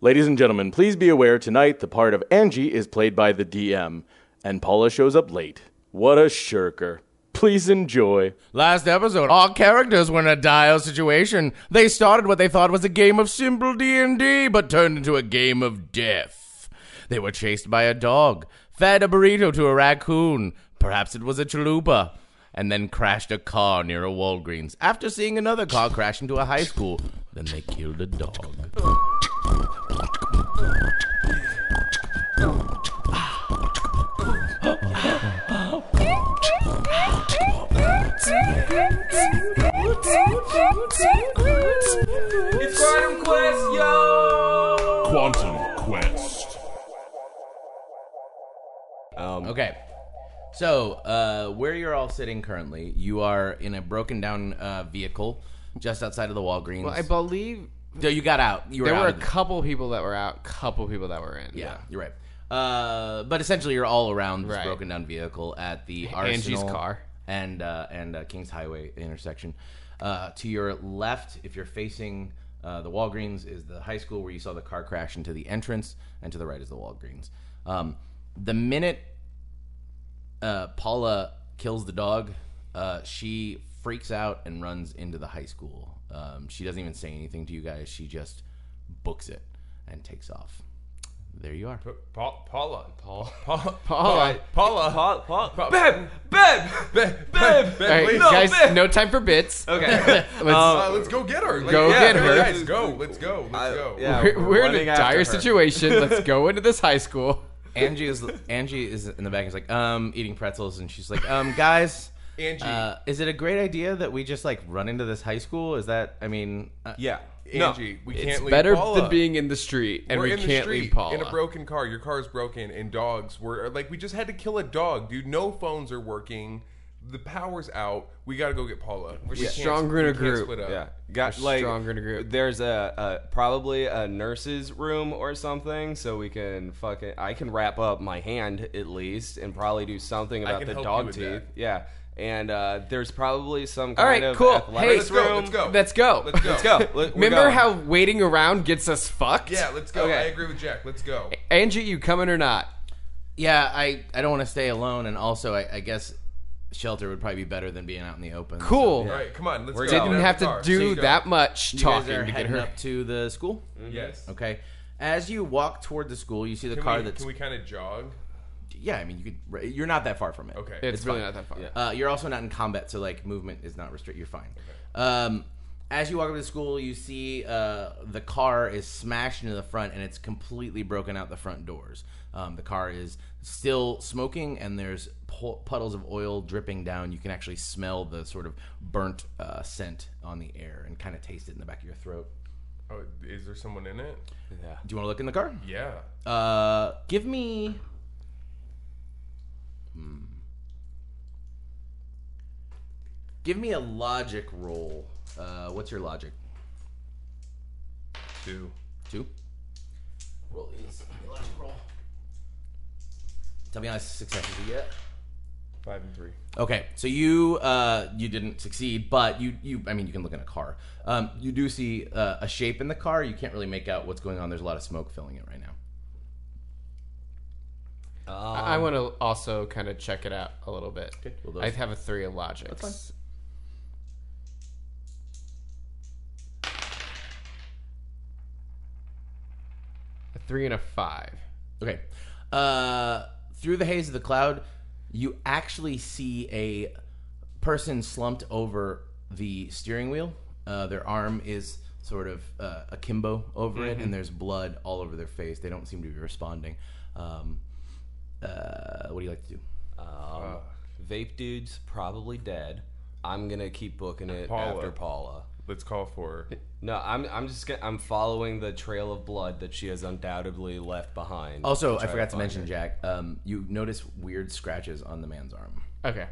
Ladies and gentlemen, please be aware tonight the part of Angie is played by the DM, and Paula shows up late. What a shirker. Please enjoy. Last episode, all characters were in a dire situation. They started what they thought was a game of simple D&D, but turned into a game of death. They were chased by a dog, fed a burrito to a raccoon, perhaps it was a chalupa, and then crashed a car near a Walgreens after seeing another car crash into a high school. Then they killed a dog. It's Quantum Quest, yo! Quantum Quest. Okay. So, uh, where you're all sitting currently, you are in a broken down uh, vehicle just outside of the Walgreens. Well, I believe No, you got out. You were there out were a of the- couple people that were out, couple people that were in. yeah, you're right. Uh, but essentially, you're all around this Right. broken down vehicle at the Angie's Arsenal car. and uh, and uh, Kings Highway intersection. Uh, to your left, if you're facing uh, the Walgreens, is the high school where you saw the car crash into the entrance, and to the right is the Walgreens. Um, the minute uh, Paula kills the dog, uh, she freaks out and runs into the high school. Um, she doesn't even say anything to you guys. She just books it and takes off. There you are. Paula. Paula. Paula. Paula. Paula. Paula. Paula. Babe! Babe! Babe! Babe! All right, Babe! guys, babe. no time for bits. Okay. Let's- Uh, let's go get her. Like, Go yeah, get her. Guys, go. Let's go. Let's I- go. yeah. we're, we're we're in a running after dire her. situation. Let's go into this high school. Angie is Angie is in the back. Is like um eating pretzels, and she's like um guys. Angie. uh, is it a great idea that we just like run into this high school? Is that I mean, uh, yeah. No. Angie, we It's can't leave better Paula. than being in the street, and We're we in the can't street leave Paula. in a broken car. Your car's broken, and dogs were uh, like we just had to kill a dog, dude. No phones are working. The power's out. We got to go get Paula. We're stronger in a group. Split up. Yeah, got We're like stronger in a group. There's a, a probably a nurse's room or something, so we can fucking I can wrap up my hand at least, and probably do something about can the help you dog with teeth. that. Yeah, and uh, there's probably some All kind right, of cool. athletic Hey, Let's go. room. Let's go. Let's go. Let's go. Let's go. Let- we're Remember going. how waiting around gets us fucked? Yeah, let's go. Okay. I agree with Jack. Let's go. Angie, you coming or not? yeah, I I don't want to stay alone, and also I, I guess shelter would probably be better than being out in the open. so- Cool. All right, come on. Let's We're go. didn't Get Didn't out have of the to car. do Let's go. that much You guys talking are to get heading her. up to the school. Yes. Okay, as you walk toward the school, you see the Mm-hmm. Can car we, that's can we kind of jog? yeah. I mean, you could you're not that far from it. Okay. It's, really not that far. Uh, you're also not in combat, so like movement is not restricted. You're fine. Um, as you walk up to school, you see uh, the car is smashed into the front, and it's completely broken out the front doors. Um, the car is still smoking, and there's pu- puddles of oil dripping down. You can actually smell the sort of burnt uh, scent on the air, and kind of taste it in the back of your throat. Oh, is there someone in it? Do you want to look in the car? Yeah. Uh, give me. Hmm. Give me a logic roll. Uh, what's your logic? Two. Two. Roll these. Logic roll. Tell me how many successes you get. Five and three. Okay, so you uh, you didn't succeed, but you you I mean you can look in a car. Um, you do see uh, a shape in the car. You can't really make out what's going on. There's a lot of smoke filling it right now. I want to also kind of check it out a little bit. Well, those- I have a three of logic. A three and a five. Okay. Uh, through the haze of the cloud, you actually see a person slumped over the steering wheel. Uh, their arm is sort of uh, akimbo over it, and there's blood all over their face. They don't seem to be responding. Um, uh, what do you like to do? Um, vape dude's probably dead. I'm gonna keep booking it Paula. after Paula. Let's call for. No, I'm I'm just gonna, I'm following the trail of blood that she has undoubtedly left behind. Also, I try forgot to find mention, her. Jack, um, you notice weird scratches on the man's arm. Okay.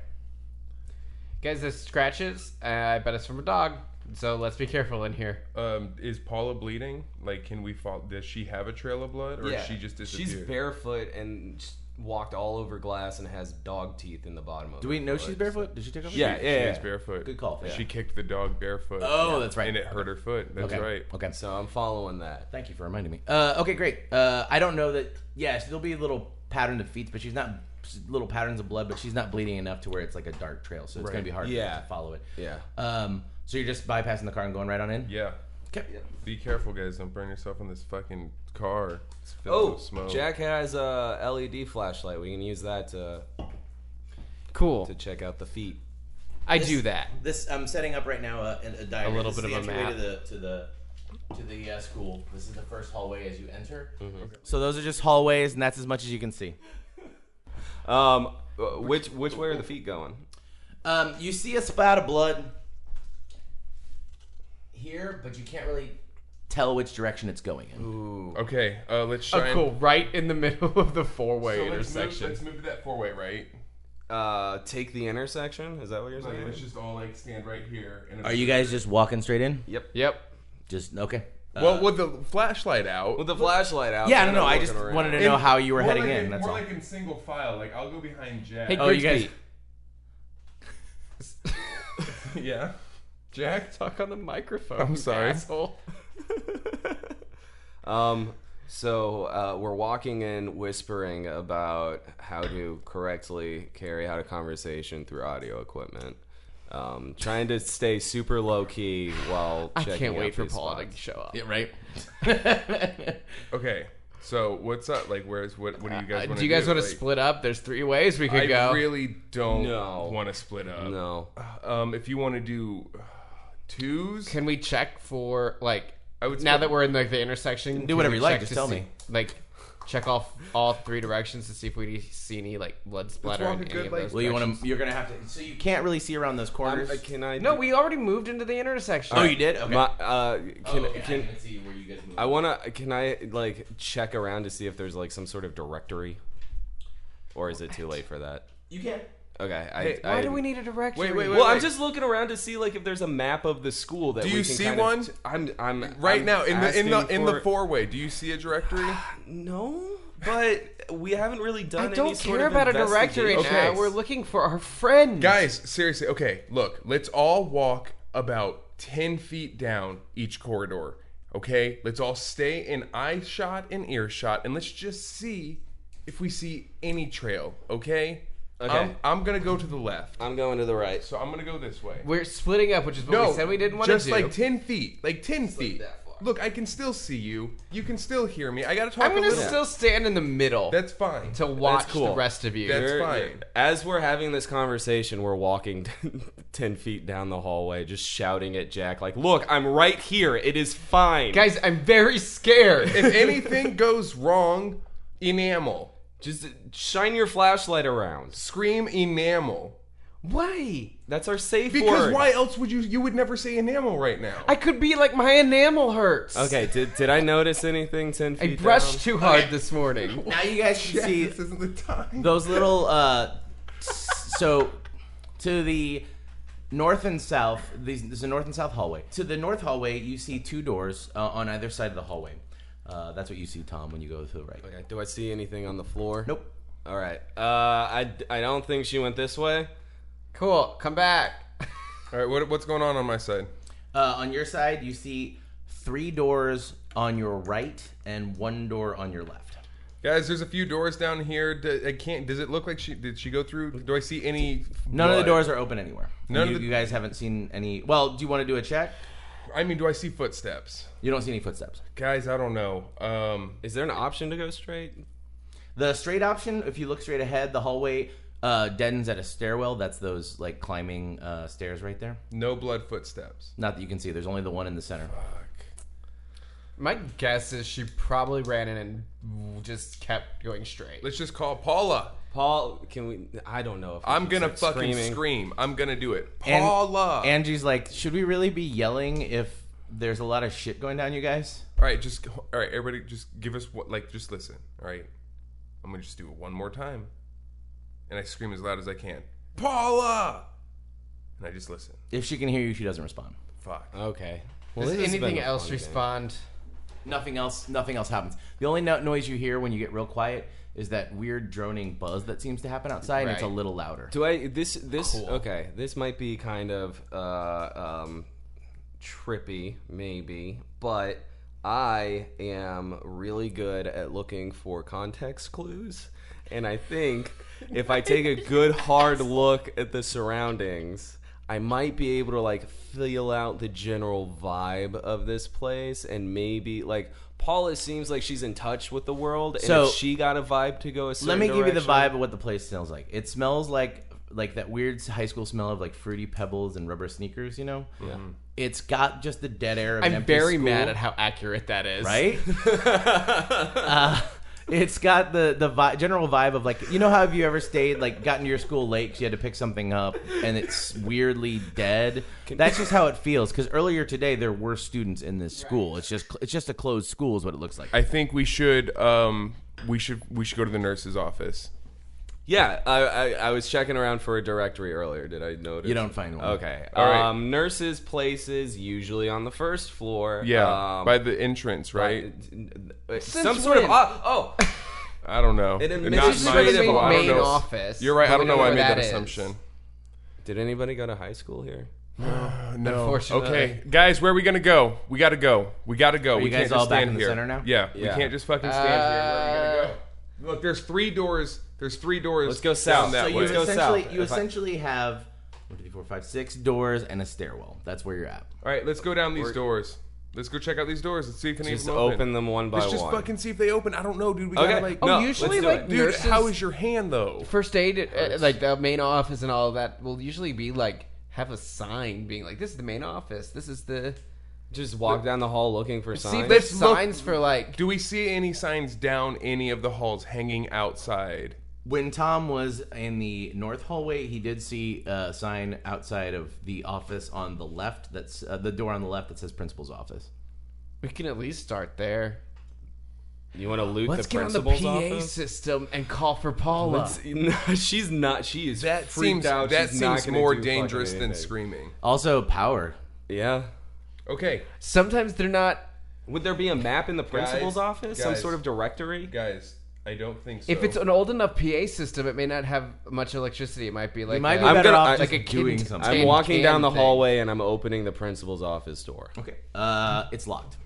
Guys, this scratches. Uh, I bet it's from a dog. So let's be careful in here. Um, is Paula bleeding? Like, can we follow? Does she have a trail of blood, or is she just disappeared? She's barefoot and s- walked all over glass and has dog teeth in the bottom of Do we know she's barefoot? Did she take off? her Yeah, shoes? yeah, yeah. She's barefoot. Good call. Yeah. She kicked the dog barefoot. Oh, that's right. And it hurt her foot. That's Okay. right. Okay. So I'm following that. Thank you for reminding me. Uh, okay, great. Uh, I don't know that. Yes, there'll be little pattern of feet, but she's not little patterns of blood, but she's not bleeding enough to where it's like a dark trail. So it's gonna be hard Yeah. to follow it. Yeah. Um. So you're just bypassing the car and going right on in. Yeah. Okay. Be careful, guys. Don't burn yourself in this fucking car. It's filled Oh, with smoke. Jack has a LED flashlight. We can use that to Cool. to check out the feet. I do that. This I'm setting up right now a, a diagram. A little This bit is of the a entryway map. to the to the to the uh, school. This is the first hallway as you enter. Mm-hmm. So those are just hallways, and that's as much as you can see. Um, uh, which which way are the feet going? Um, you see a spot of blood here, but you can't really tell which direction it's going in. Okay, uh, let's Oh, shine. cool. Right in the middle of the four-way So let's move, intersection. let's move to that four way, right? Uh, take the intersection. Is that what you're saying? Let's just all like stand right here. And Are you guys just walking straight in? yep. Yep. Just okay. Well, with the flashlight out. With the flashlight out. yeah, so no, no. I'm I looking just around. wanted to know how you were More heading like in. in- That's more all. like in single file. Like I'll go behind Jack. Hey, oh, you guys. Grigsby. yeah, Jack. Talk on the microphone. I'm you sorry. Asshole. Um, so uh, we're walking in, whispering about how to correctly carry out a conversation through audio equipment. Um, trying to stay super low key while I checking can't out wait for these Paul spots. to show up. Uh, Yeah, right. Okay, so what's up? Like, where's what? What do you guys Uh, want? do you guys do? want to Like, split up? There's three ways we could I go. really don't No. want to split up. No. Um, if you want to do uh, twos, Can we check for like? I would now split- that we're in like the intersection, Do whatever can we you like, check just to tell see- me. Like, check off all three directions to see if we see any like blood splatter walk in a any good, of like- those. Well, you want to. You're gonna have to. So you can't really see around those Um, corners. uh, can I? no, do- we already moved into the intersection. oh, you did. Okay. Oh, My, uh, can okay, can I see where you guys moved. I wanna can I like check around to see if there's like some sort of directory, or is it too late for that? You can. Okay. I, Hey, Why I- do we need a directory? Wait, wait, wait. Well, I'm just looking around to see like if there's a map of the school that Do we you can see kind of- one? I'm I'm right I'm now in the in the asking in the for- four way, do you see a directory? No, but we haven't really I done. any don't sort care of about a directory investigation. now. We're looking for our friend. guys, seriously. Okay, look, let's all walk about ten feet down each corridor. Okay, let's all stay in eye shot and ear shot, and let's just see if we see any trail. Okay. Okay. I'm, I'm gonna go to the left, I'm going to the right. so I'm gonna go this way. We're splitting up, which is what we said we didn't want just to do. like ten feet, like ten feet. that far. Look, I can still see you. You can still hear me. I gotta talk I'm a gonna little. still stand in the middle That's fine. to watch the cool. rest of you. That's You're- fine. you're- As we're having this conversation, we're walking ten feet down the hallway, just shouting at Jack, like, "Look, I'm right here. It is fine, Guys, I'm very scared. if anything goes wrong, enamel. Just shine your flashlight around. Scream enamel. Why? That's our safe Because word." why else would you? You would never say enamel right now. I could be like my enamel hurts. Okay, um, did, did I notice anything ten feet I brushed down? too hard this morning. Now you guys can Jack, see this isn't the time. those little uh s- so to the north and south these, this is a north and south hallway to the north hallway you see two doors uh, on either side of the hallway uh, that's what you see tom when you go to the right Okay, do I see anything on the floor? nope All right. Uh, I, I don't think she went this way. Cool. Come back. All right, what, what's going on on my side? uh, on your side you see three doors on your right and one door on your left Guys, there's a few doors down here. D- I can't. Does it look like she did? She go through? Do I see any? none of blood? the doors are open anywhere None of you, the- you guys haven't seen any well do you want to do a check I mean, do I see footsteps? you don't see any footsteps Guys, I don't know. Um, Is there an option to go straight? The straight option, if you look straight ahead, the hallway uh, deadens at a stairwell. That's those like climbing uh, stairs right there. no blood footsteps. Not that you can see. There's only the one in the center. My guess is she probably ran in and just kept going straight. Let's just call Paula. Paul, can we? I don't know if we I'm should gonna start fucking screaming. scream. I'm gonna do it. And- Paula. Angie's like, should we really be yelling if there's a lot of shit going down, you guys? all right, just all right, everybody, just give us what like just listen. All right, I'm gonna just do it one more time, and I scream as loud as I can. Paula. And I just listen. If she can hear you, she doesn't respond. Fuck. Okay. Well, Does this has been anything a else fun game. respond? Nothing else. Nothing else happens. The only no- noise you hear when you get real quiet is that weird droning buzz that seems to happen outside, and it's a Right. little louder. Do I this this okay? This might be kind of uh, um, trippy, maybe, but I am really good at looking for context clues, and I think if I take a good hard look at the surroundings. I might be able to like feel out the general vibe of this place and maybe like Paula seems like she's in touch with the world and So- if she got a vibe to go a certain Let me give you the direction- vibe of what the place smells like. It smells like like that weird high school smell of like fruity pebbles and rubber sneakers. You know. Yeah. It's got just the dead air. Of an I'm empty very school. mad at how accurate that is. right? Uh, it's got the the vi- general vibe of like you know how have you ever stayed like gotten to your school late 'cause you had to pick something up and it's weirdly dead. That's just how it feels because earlier today there were students in this school. It's just it's just a closed school is what it looks like. I think we should um we should we should go to the nurse's office. Yeah, I, I, I was checking around for a directory earlier. Did I notice? You don't find one. Okay. All right. Um, nurses' places usually on the first floor. Yeah, Um, by the entrance, right? some sort of when? oh, oh, I don't know. An Not administrative my Administrative school. I don't main know. office. You're right. I don't know why I where made that, is. assumption. Did anybody go to high school here? No. Unfortunately. Okay, guys, where are we gonna go? We gotta go. We gotta go. we you can't guys just all back stand in the here. center now? Yeah, we Yeah. can't just fucking stand here. Where are we gonna go? Look, there's three doors. There's three doors. Let's go down south. that so way. you Let's go essentially south. you If I- essentially have one, two, three, four, five, six doors and a stairwell. That's where you're at. all right, let's go down these doors. Let's go check out these doors. Let's see if any Just of them open. open them one by let's just one. fucking see if they open. I don't know, dude. We Okay. gotta like. Oh, No, usually let's do like it. dude, nurses. how is your hand though? first aid, uh, like the main office and all of that, will usually be like have a sign being like, "This is the main office. This is the." Just walk down the hall looking for See, signs. if there's Let's look- signs for like. Do we see any signs down any of the halls hanging outside? when Tom was in the north hallway, he did see a sign outside of the office on the left. That's uh, the door on the left that says principal's office. We can at least start there. you want to loot Let's the get on the principal's PA office? system and call for Paula. No, she's not. She is. That freaked seems out. that She's not seems gonna more do dangerous fucking than anything. screaming. Also, power. Yeah. Okay, Sometimes they're not. Would there be a map in the principal's office? Some guys. sort of directory? guys, I don't think so. If it's an old enough PA system, it may not have much electricity. It might be like. might a- be better gonna- off I- just like a kid doing in something. town. I'm Tin walking can down the thing. hallway and I'm opening the principal's office door. Okay. Uh, it's locked.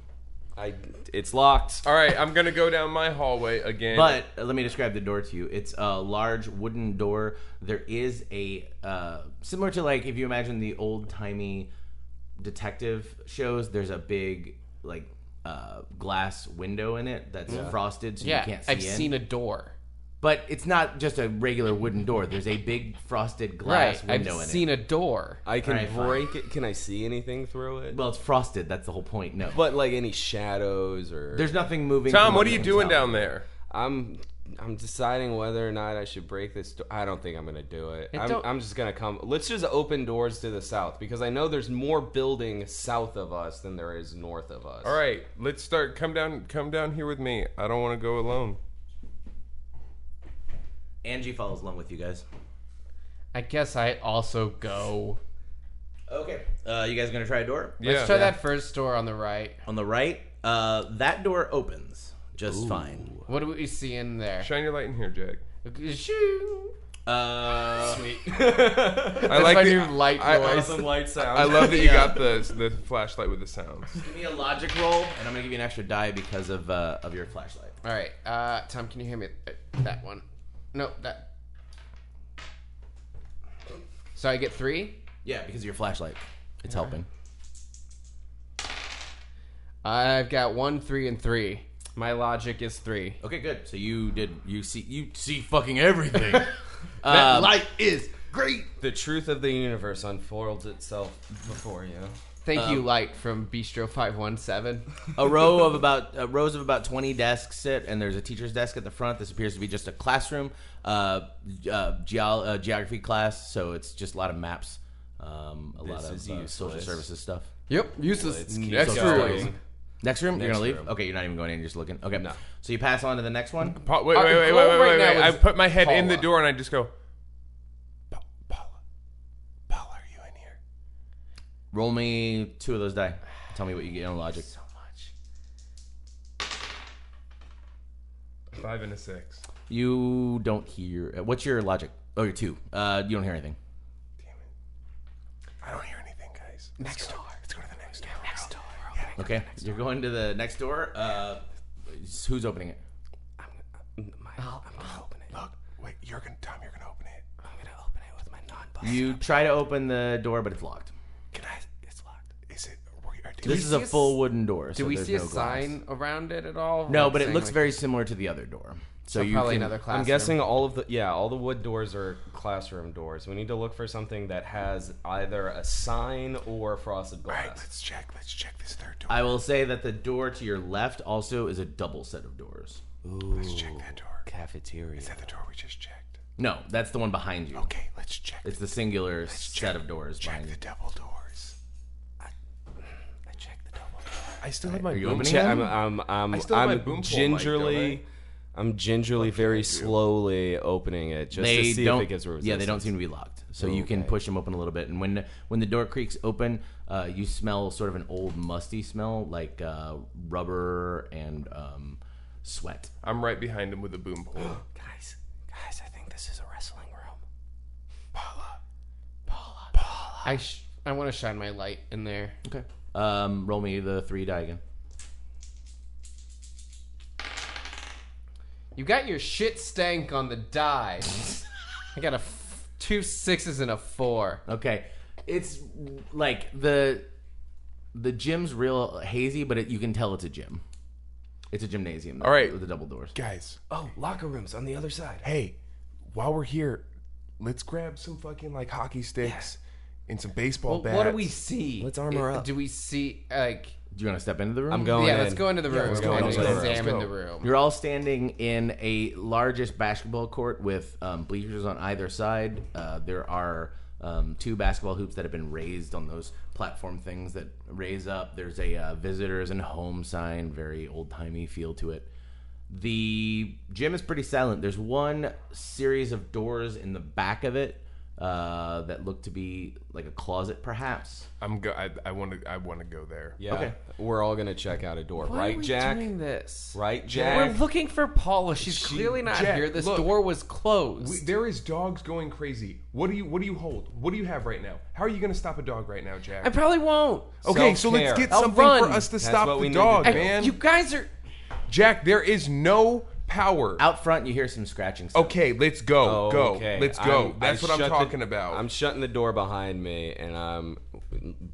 I, it's locked. All right, I'm gonna go down my hallway again. But uh, let me describe the door to you. It's a large wooden door. There is a uh, similar to like if you imagine the old timey detective shows. There's a big like uh, glass window in it that's frosted, so yeah, you can't see I've in. seen a door. But it's not just a regular wooden door. There's a big frosted glass Right, I've window in seen it. a door. I can Alright, fine. break it. Can I see anything through it? Well, it's frosted. That's the whole point. No, But like any shadows or there's nothing moving. Tom, from what are you inside. doing down there? I'm I'm deciding whether or not I should break this door. I don't think I'm gonna do it. I'm, don't- I'm just gonna come. Let's just open doors to the south because I know there's more building south of us than there is north of us. All right, let's start. Come down, come down here with me. I don't want to go alone. Angie follows along with you guys. I guess I also go. Okay. Uh, you guys gonna try a door Yeah, Let's try that first door on the right. on the right? Uh, that door opens just fine. What do we see in there? shine your light in here, Jack. Shoo. Uh, Sweet. I like my the new light I, I- noise. light sound. I love that you got the the flashlight with the sounds. Give me a logic roll, and I'm gonna give you an extra die because of uh, of your flashlight. All right, uh, Tom, can you hear me? Uh, That one. No, that. So I get three. Yeah, because of your flashlight. It's helping. I've got one, three, and three. My logic is three. Okay, good. So you did. You see. You see fucking everything. That Um, light is great. the truth of the universe unfolds itself before you. Thank Um, you, light from Bistro Five One Seven. a row of about uh, rows of about 20 desks sit and there's a teacher's desk at the front this appears to be just a classroom uh, uh, geol uh geography class so it's just a lot of maps um, a lot is of uh, social useless. services stuff Yep, useless. Next going. room. next room you're gonna leave room. okay you're not even going in you're just looking okay no. so you pass on to the next one Pa- wait, Our wait, wait, wait, goal wait, right wait, now wait. I is put my head in the Paula. door and I just go. "Pa- Paula, Paula, are you in here? roll me two of those die tell me what you get on logic So much. Five and a six. You don't hear. uh, What's your logic? Oh, you're two. Uh, you don't hear anything. I don't hear anything, guys. Next door. Let's go to the next door. next door. Okay, you're going to the next door. Uh, who's opening it? Oh, Look, wait. You're gonna, Tom. You're gonna open it. You try to open the door, but it's locked. Can I? It's locked. Is it? Are we- are- do This is see a a s- full wooden door. Do so we there's see a no glass. sign around it at all? No, Like but it saying, looks like, very similar to the other door. So, you probably can- another classroom. I'm guessing all of the yeah, all the wood doors are classroom doors. We need to look for something that has either a sign or frosted All right, glass. let's check. Let's check this third door. I will say that the door to your left also is a double set of doors. let's check that door. Cafeteria. Is that the door we just checked? No, that's the one behind you. Okay, let's check. It's the singular set of doors check behind you. the double doors. I checked the double. I still have my you boom opening check. it? I'm I'm I'm I still have my I'm boom pole mic, gingerly don't I'm gingerly very slowly opening it just They to see don't. if it gets resistance. yeah, they don't seem to be locked, so you can push them open a little bit. And when when the door creaks open, uh, you smell sort of an old musty smell, like uh, rubber and um, sweat. I'm right behind him with a boom pole. Guys, guys, I think this is a wrestling room. I sh- I want to shine my light in there. Okay. Um, roll me the three die again. You got your shit stank on the die. I got a f- two sixes and a four. Okay, it's like the the gym's real hazy, but it, you can tell it's a gym. It's a gymnasium. All right. with the double doors. Guys, Oh, locker rooms on the other side. hey, while we're here, let's grab some fucking like hockey sticks and some baseball bats. What do we see? Let's armor Uh, up. Do we see like? Do you want to step into the room? I'm going. Oh, yeah, in. let's go into the room let's go and into the room. examine Let's the go. room. You're all standing in a largest basketball court with um, bleachers on either side. Uh, there are um, two basketball hoops that have been raised on those platform things that raise up. There's a uh, visitors and home sign, very old timey feel to it. The gym is pretty silent. There's one series of doors in the back of it uh, that look to be like a closet, perhaps. I'm go. I, I want to. I want to go there. Yeah, Okay. we're all gonna check out a door, Why right, are we Jack? Doing this? Right, We're Jack? looking for Paula. She's clearly not Jack, here. This look. door was closed. We, there is dogs going crazy. What do you? What do you hold? What do you have right now? How are you going to stop a dog right now, Jack? I probably won't. okay, so let's Self-care. get I'll something for run. us to That's stop what we need the to dog, do. I- Oh, man. you guys are. Jack, there is no power. Out front, you hear some scratching. Sound. Okay, let's go. Oh, go. okay. Let's go. I'm- That's I what I'm shut the- talking about. I'm shutting the door behind me, and I'm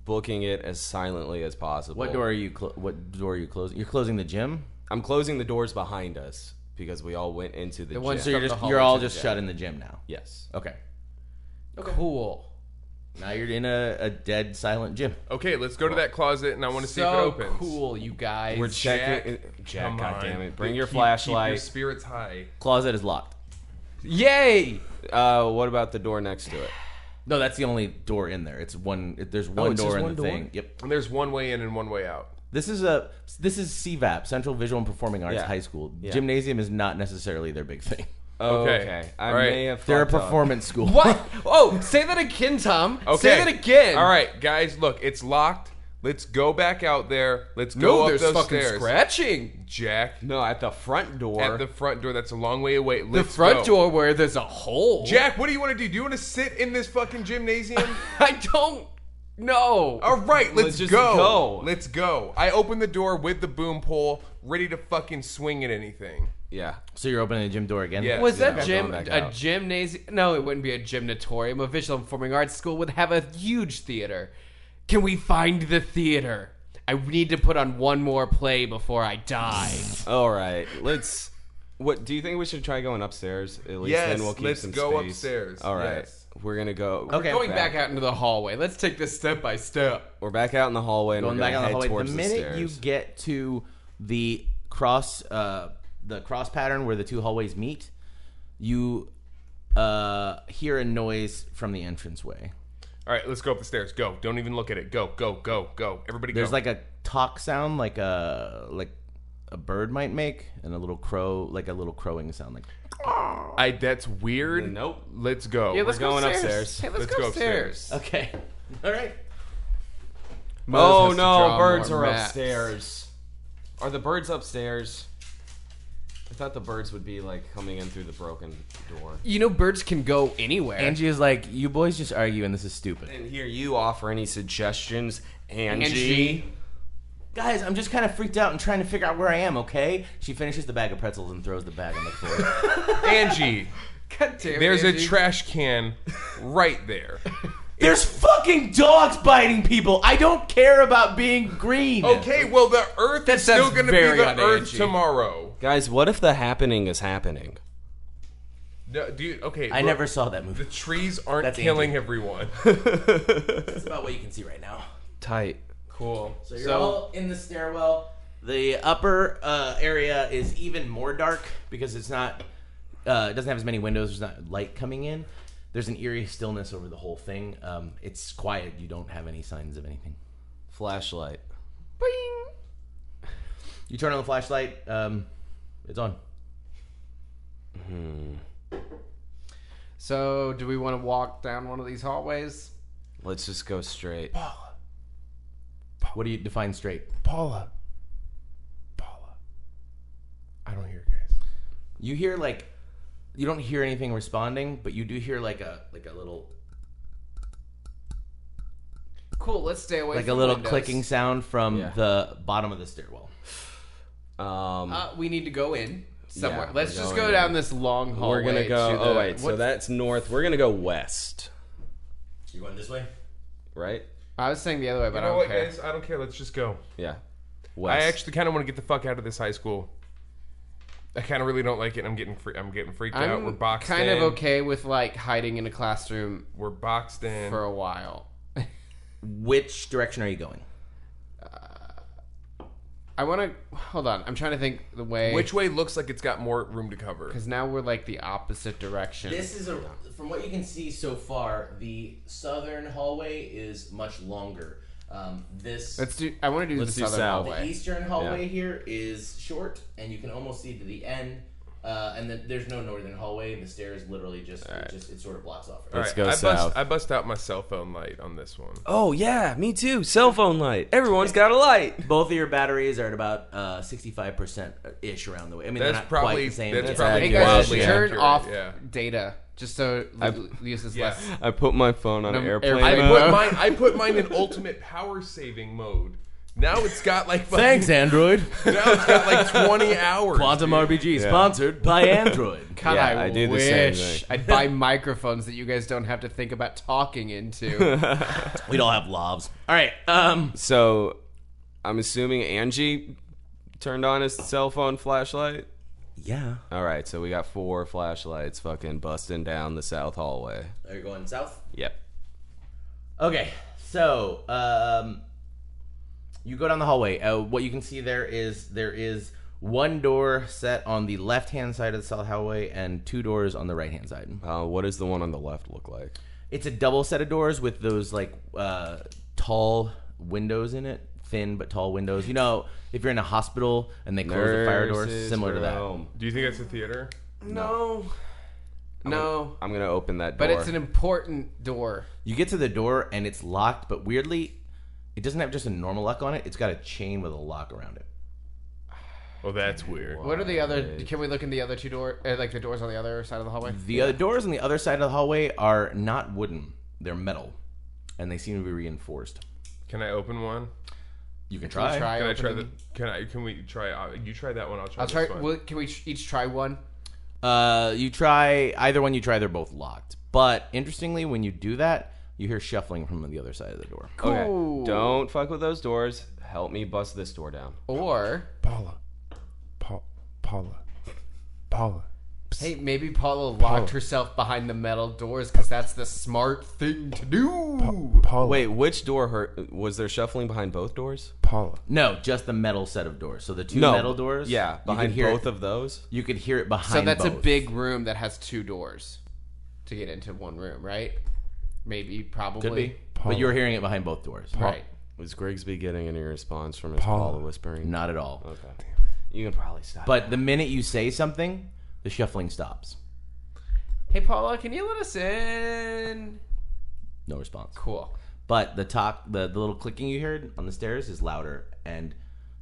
booking it as silently as possible. What door are you? Clo- what door are you closing? You're closing the gym. I'm closing the doors behind us because we all went into the, ones gym. So you're From just the you're hallway all to the just shut in the gym now. yes. Okay. Cool. Now you're in a, a dead silent gym. okay, let's go to that closet and I want to see if it so opens. cool, you guys. We're Jack, checking. Jack, Come God on. damn it! Bring your Keep- Keep your flashlight. spirits high. Closet is locked. Yay! uh, what about the door next to it? No, that's the only door in there. It's one. it- There's one Oh, it's door just in one the door? thing. Yep. And there's one way in and one way out. This is a this is CVAP Central Visual and Performing Arts Yeah. High School. Gymnasium is not necessarily their big thing. Oh, Okay. okay. I All right. may have. They're a fucked up. performance school. What? Oh, say that again, Tom. Okay. Say that again. All right, guys, look, it's locked. Let's go back out there. Let's go No, up Oh, there's those fucking stairs. scratching. Jack, No, at the front door. at the front door. That's a long way away. The Let's front go. door where there's a hole. Jack, what do you want to do? Do you want to sit in this fucking gymnasium? I don't know. All right, let's, just go. go. Let's go. I open the door with the boom pole, ready to fucking swing at anything. yeah. So you're opening the gym door again. Yeah. Was that Yeah, gym going back a out. gymnasium? No, it wouldn't be a gymnatorium. A visual and performing arts school would have a huge theater. Can we find the theater? I need to put on one more play before I die. All right. Let's. What do you think we should try going upstairs? At least Yes, then we'll keep let's some go space. upstairs, All right. yes. We're gonna go. Okay. Going back out into the hallway. Let's take this step by step. We're back out in the hallway and going we're back gonna on the hallway. head towards The the, minute stairs. you get to the cross, uh, the cross pattern where the two hallways meet, you uh, hear a noise from the entranceway. All right, let's go up the stairs. Go. Don't even look at it. Go, go, go, go. Everybody There's go. like a talk sound, like a like a bird might make, and a little crow, like a little crowing sound, like I that's weird. Nope. Let's go. Yeah, let's We're going go upstairs. upstairs. Hey, let's, Let's go, go upstairs. okay, all right. Mose Oh has to no, draw birds more are maps. upstairs. Are the birds upstairs? I thought the birds would be like coming in through the broken door. You know, birds can go anywhere. Angie is like, you boys just argue and this is stupid. And here you offer any suggestions, Angie. Angie. Guys, I'm just kind of freaked out and trying to figure out where I am, okay? She finishes the bag of pretzels and throws the bag on the floor. Angie, God damn it, there's a Angie. trash can right there. There's fucking dogs biting people. I don't care about being green. Okay, well the Earth is sounds still going to be very the un- Earth Angie. tomorrow. Guys, what if the happening is happening? No, dude, okay. I look, never saw that movie. The trees aren't That's killing Angie. everyone. That's about what you can see right now. Tight. Cool. So you're all in the stairwell. The upper uh, area is even more dark because it's not. Uh, it doesn't have as many windows. There's not light coming in. There's an eerie stillness over the whole thing. Um, it's quiet. You don't have any signs of anything. Flashlight. You turn on the flashlight. Um, it's on. So, do we want to walk down one of these hallways? Let's just go straight. What do you define straight? Paula. Paula. I don't hear guys. You hear like, you don't hear anything responding, but you do hear like a like a little Cool. Let's stay away. like a from little windows. clicking sound from Yeah. the bottom of the stairwell. Um, Uh, we need to go in somewhere. Yeah, Let's we're going just go in. down this long hallway. we're gonna go. to the- oh wait, so what- that's north. We're gonna go west, You're going this way. right? I was saying the other way, You but I know don't what, care. guys? I don't care. Let's just go. Yeah. I West. actually kind of want to get the fuck out of this high school. I kind of really don't like it. I'm getting free- I'm getting freaked out. We're I'm boxed kind in. of okay with like hiding in a classroom We're boxed in. for a while. Which direction are you going? I want to hold on. I'm trying to think the way Which way looks like it's got more room to cover? because now we're like the opposite direction. This is a from what you can see so far, the southern hallway is much longer. Um, this Let's do. I want to do Let's the do southern south. the hallway. eastern hallway Yeah. here is short, and you can almost see to the end. Uh, and then there's no northern hallway. The stairs literally just it just it sort of blocks off. All everything. go I south. Bust, I bust out my cell phone light on this one. Oh yeah, me too. Cell phone light. Everyone's got a light. Both of your batteries are at about uh, sixty-five percent uh, ish around the way. I mean, they're That's not quite probably the same. that's It's- probably Hey Yeah, guys, wildly yeah. turn accurate, off Yeah. data just so Lewis is Yeah. less. I put my phone on Num- airplane. airplane mode. mode. But mine, I put mine in ultimate power saving mode. Now it's got like fucking- Android. Now it's got like 20 hours. RPG sponsored by Android. God, Yeah, I, I do the wish same thing. I'd buy microphones that you guys don't have to think about talking into. We'd all have lobs. All right. Um, So, I'm assuming Angie turned on his cell phone flashlight. yeah. All right, so we got four flashlights fucking busting down the south hallway. Are you going south? Yep. Okay, so um, you go down the hallway. Uh, what you can see there is there is one door set on the left hand side of the south hallway and two doors on the right hand side. Uh, what does the one on the left look like? It's a double set of doors with those like uh, tall windows in it, thin but tall windows. You know, if you're in a hospital and they close the fire doors, Nurses similar to from that. home. Do you think that's a theater? no, no, I'm gonna open that door. but it's an important door. You get to the door and it's locked, but weirdly, it doesn't have just a normal lock on it. It's got a chain with a lock around it. Well, that's weird. What are the other? Can we look in the other two door, uh, like the doors on the other side of the hallway? The other doors on the other side of the hallway are not wooden; they're metal, and they seem to be reinforced. Can I open one? You can try. try Can I try the? opening- Can I? Can we try? Uh, you try that one. I'll try. I'll try. This one. Will, can we tr- each try one? Uh, you try either one. You try; they're both locked. But interestingly, when you do that, you hear shuffling from the other side of the door. Cool. okay. Don't fuck with those doors. Help me bust this door down. Or Paula, pa- Paula, Paula. hey, maybe Paula locked herself behind the metal doors because that's the smart thing to do. Paula, Wait, which door hurt? Was there shuffling behind both doors? Paula. No, just the metal set of doors. So the two metal doors. Yeah, you could behind hear both it, of those. You could hear it behind. So that's a both. big room that has two doors to get into one room, right? Maybe, probably. Could be. But you're hearing it behind both doors. Right. Was Grigsby getting any response from his Paula. Paula whispering? Not at all. Okay. You can probably stop. But the minute you say something, the shuffling stops. Hey, Paula, can you let us in? No response. Cool. But the talk, the, the little clicking you heard on the stairs is louder, and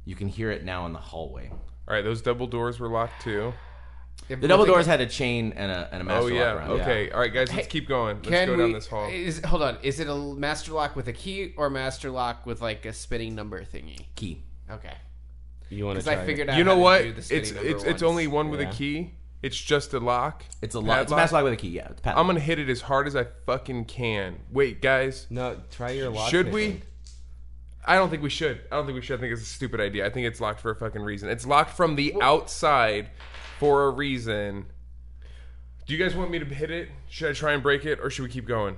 you can hear it now in the hallway. All All right, those double doors were locked too. The double doors had a chain and a, and a master Oh lock yeah. around. it. Okay. All right, guys, let's Hey, keep going. Let's Can go we, down this hall. Is, hold on. Is it a master lock with a key or a master lock with like a spinning number thingy? Key. Okay. You want Because I figured out. You how know to what? do the It's spinning it's number it's once. only one with Yeah. a key. It's just a lock. It's a lock. It's a Padlock. master lock with a key. Yeah. It's padlock. I'm gonna hit it as hard as I fucking can. Wait, guys, No, try your lock. should we? I don't think we should. I don't think we should. I think it's a stupid idea. I think it's locked for a fucking reason. It's locked from the outside for a reason. Do you guys want me to hit it? Should I try and break it, or should we keep going?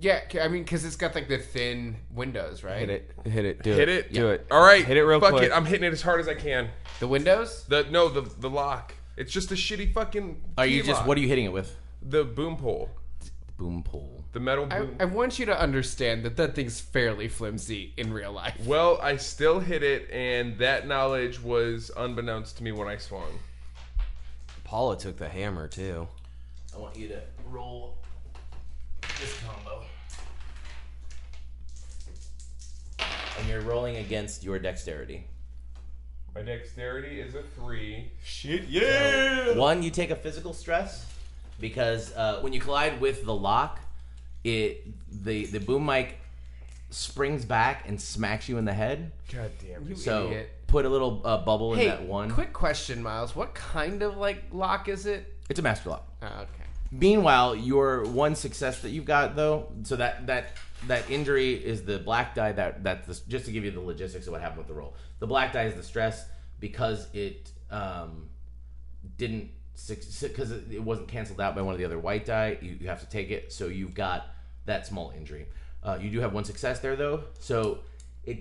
Yeah, c- I mean, because it's got like the thin windows, right? Hit it. Hit it. Do Hit it. it. Do it. All right. Hit it real Fuck quick. it. I'm hitting it as hard as I can. The windows. The no, the the lock. It's just a shitty fucking. Are you key just lock. what are you hitting it with? The boom pole. Boom pole. The metal I, boom. I want you to understand that that thing's fairly flimsy in real life. well, I still hit it, and that knowledge was unbeknownst to me when I swung. Paula took the hammer too. I want you to roll this combo. And you're rolling against your dexterity. My dexterity is a three. Shit, yeah. One, you take a physical stress because uh, when you collide with the lock, it the the boom mic springs back and smacks you in the head. God damn it. So idiot. put a little uh, bubble hey, in that one. quick question, Miles. What kind of like lock is it? It's a master lock. Oh, okay. Meanwhile, your one success that you've got though, so that that that injury is the black die. That that the, just to give you the logistics of what happened with the roll. The black die is the stress because it um, didn't because it, it wasn't canceled out by one of the other white die. You, you have to take it, so you've got that small injury. Uh, you do have one success there though, so it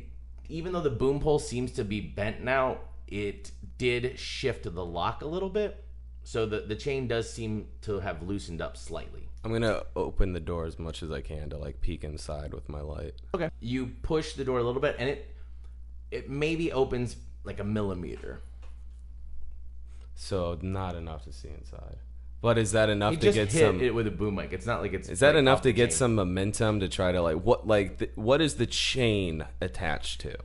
even though the boom pole seems to be bent now, it did shift the lock a little bit, so the the chain does seem to have loosened up slightly. I'm gonna open the door as much as I can to like peek inside with my light. Okay. You push the door a little bit, and it it maybe opens like a millimeter. So not enough to see inside. But is that enough You to just get hit some? it with a boom mic. It's not like it's Is that like, enough off to the get chain. some momentum to try to like what like th- what is the chain attached to?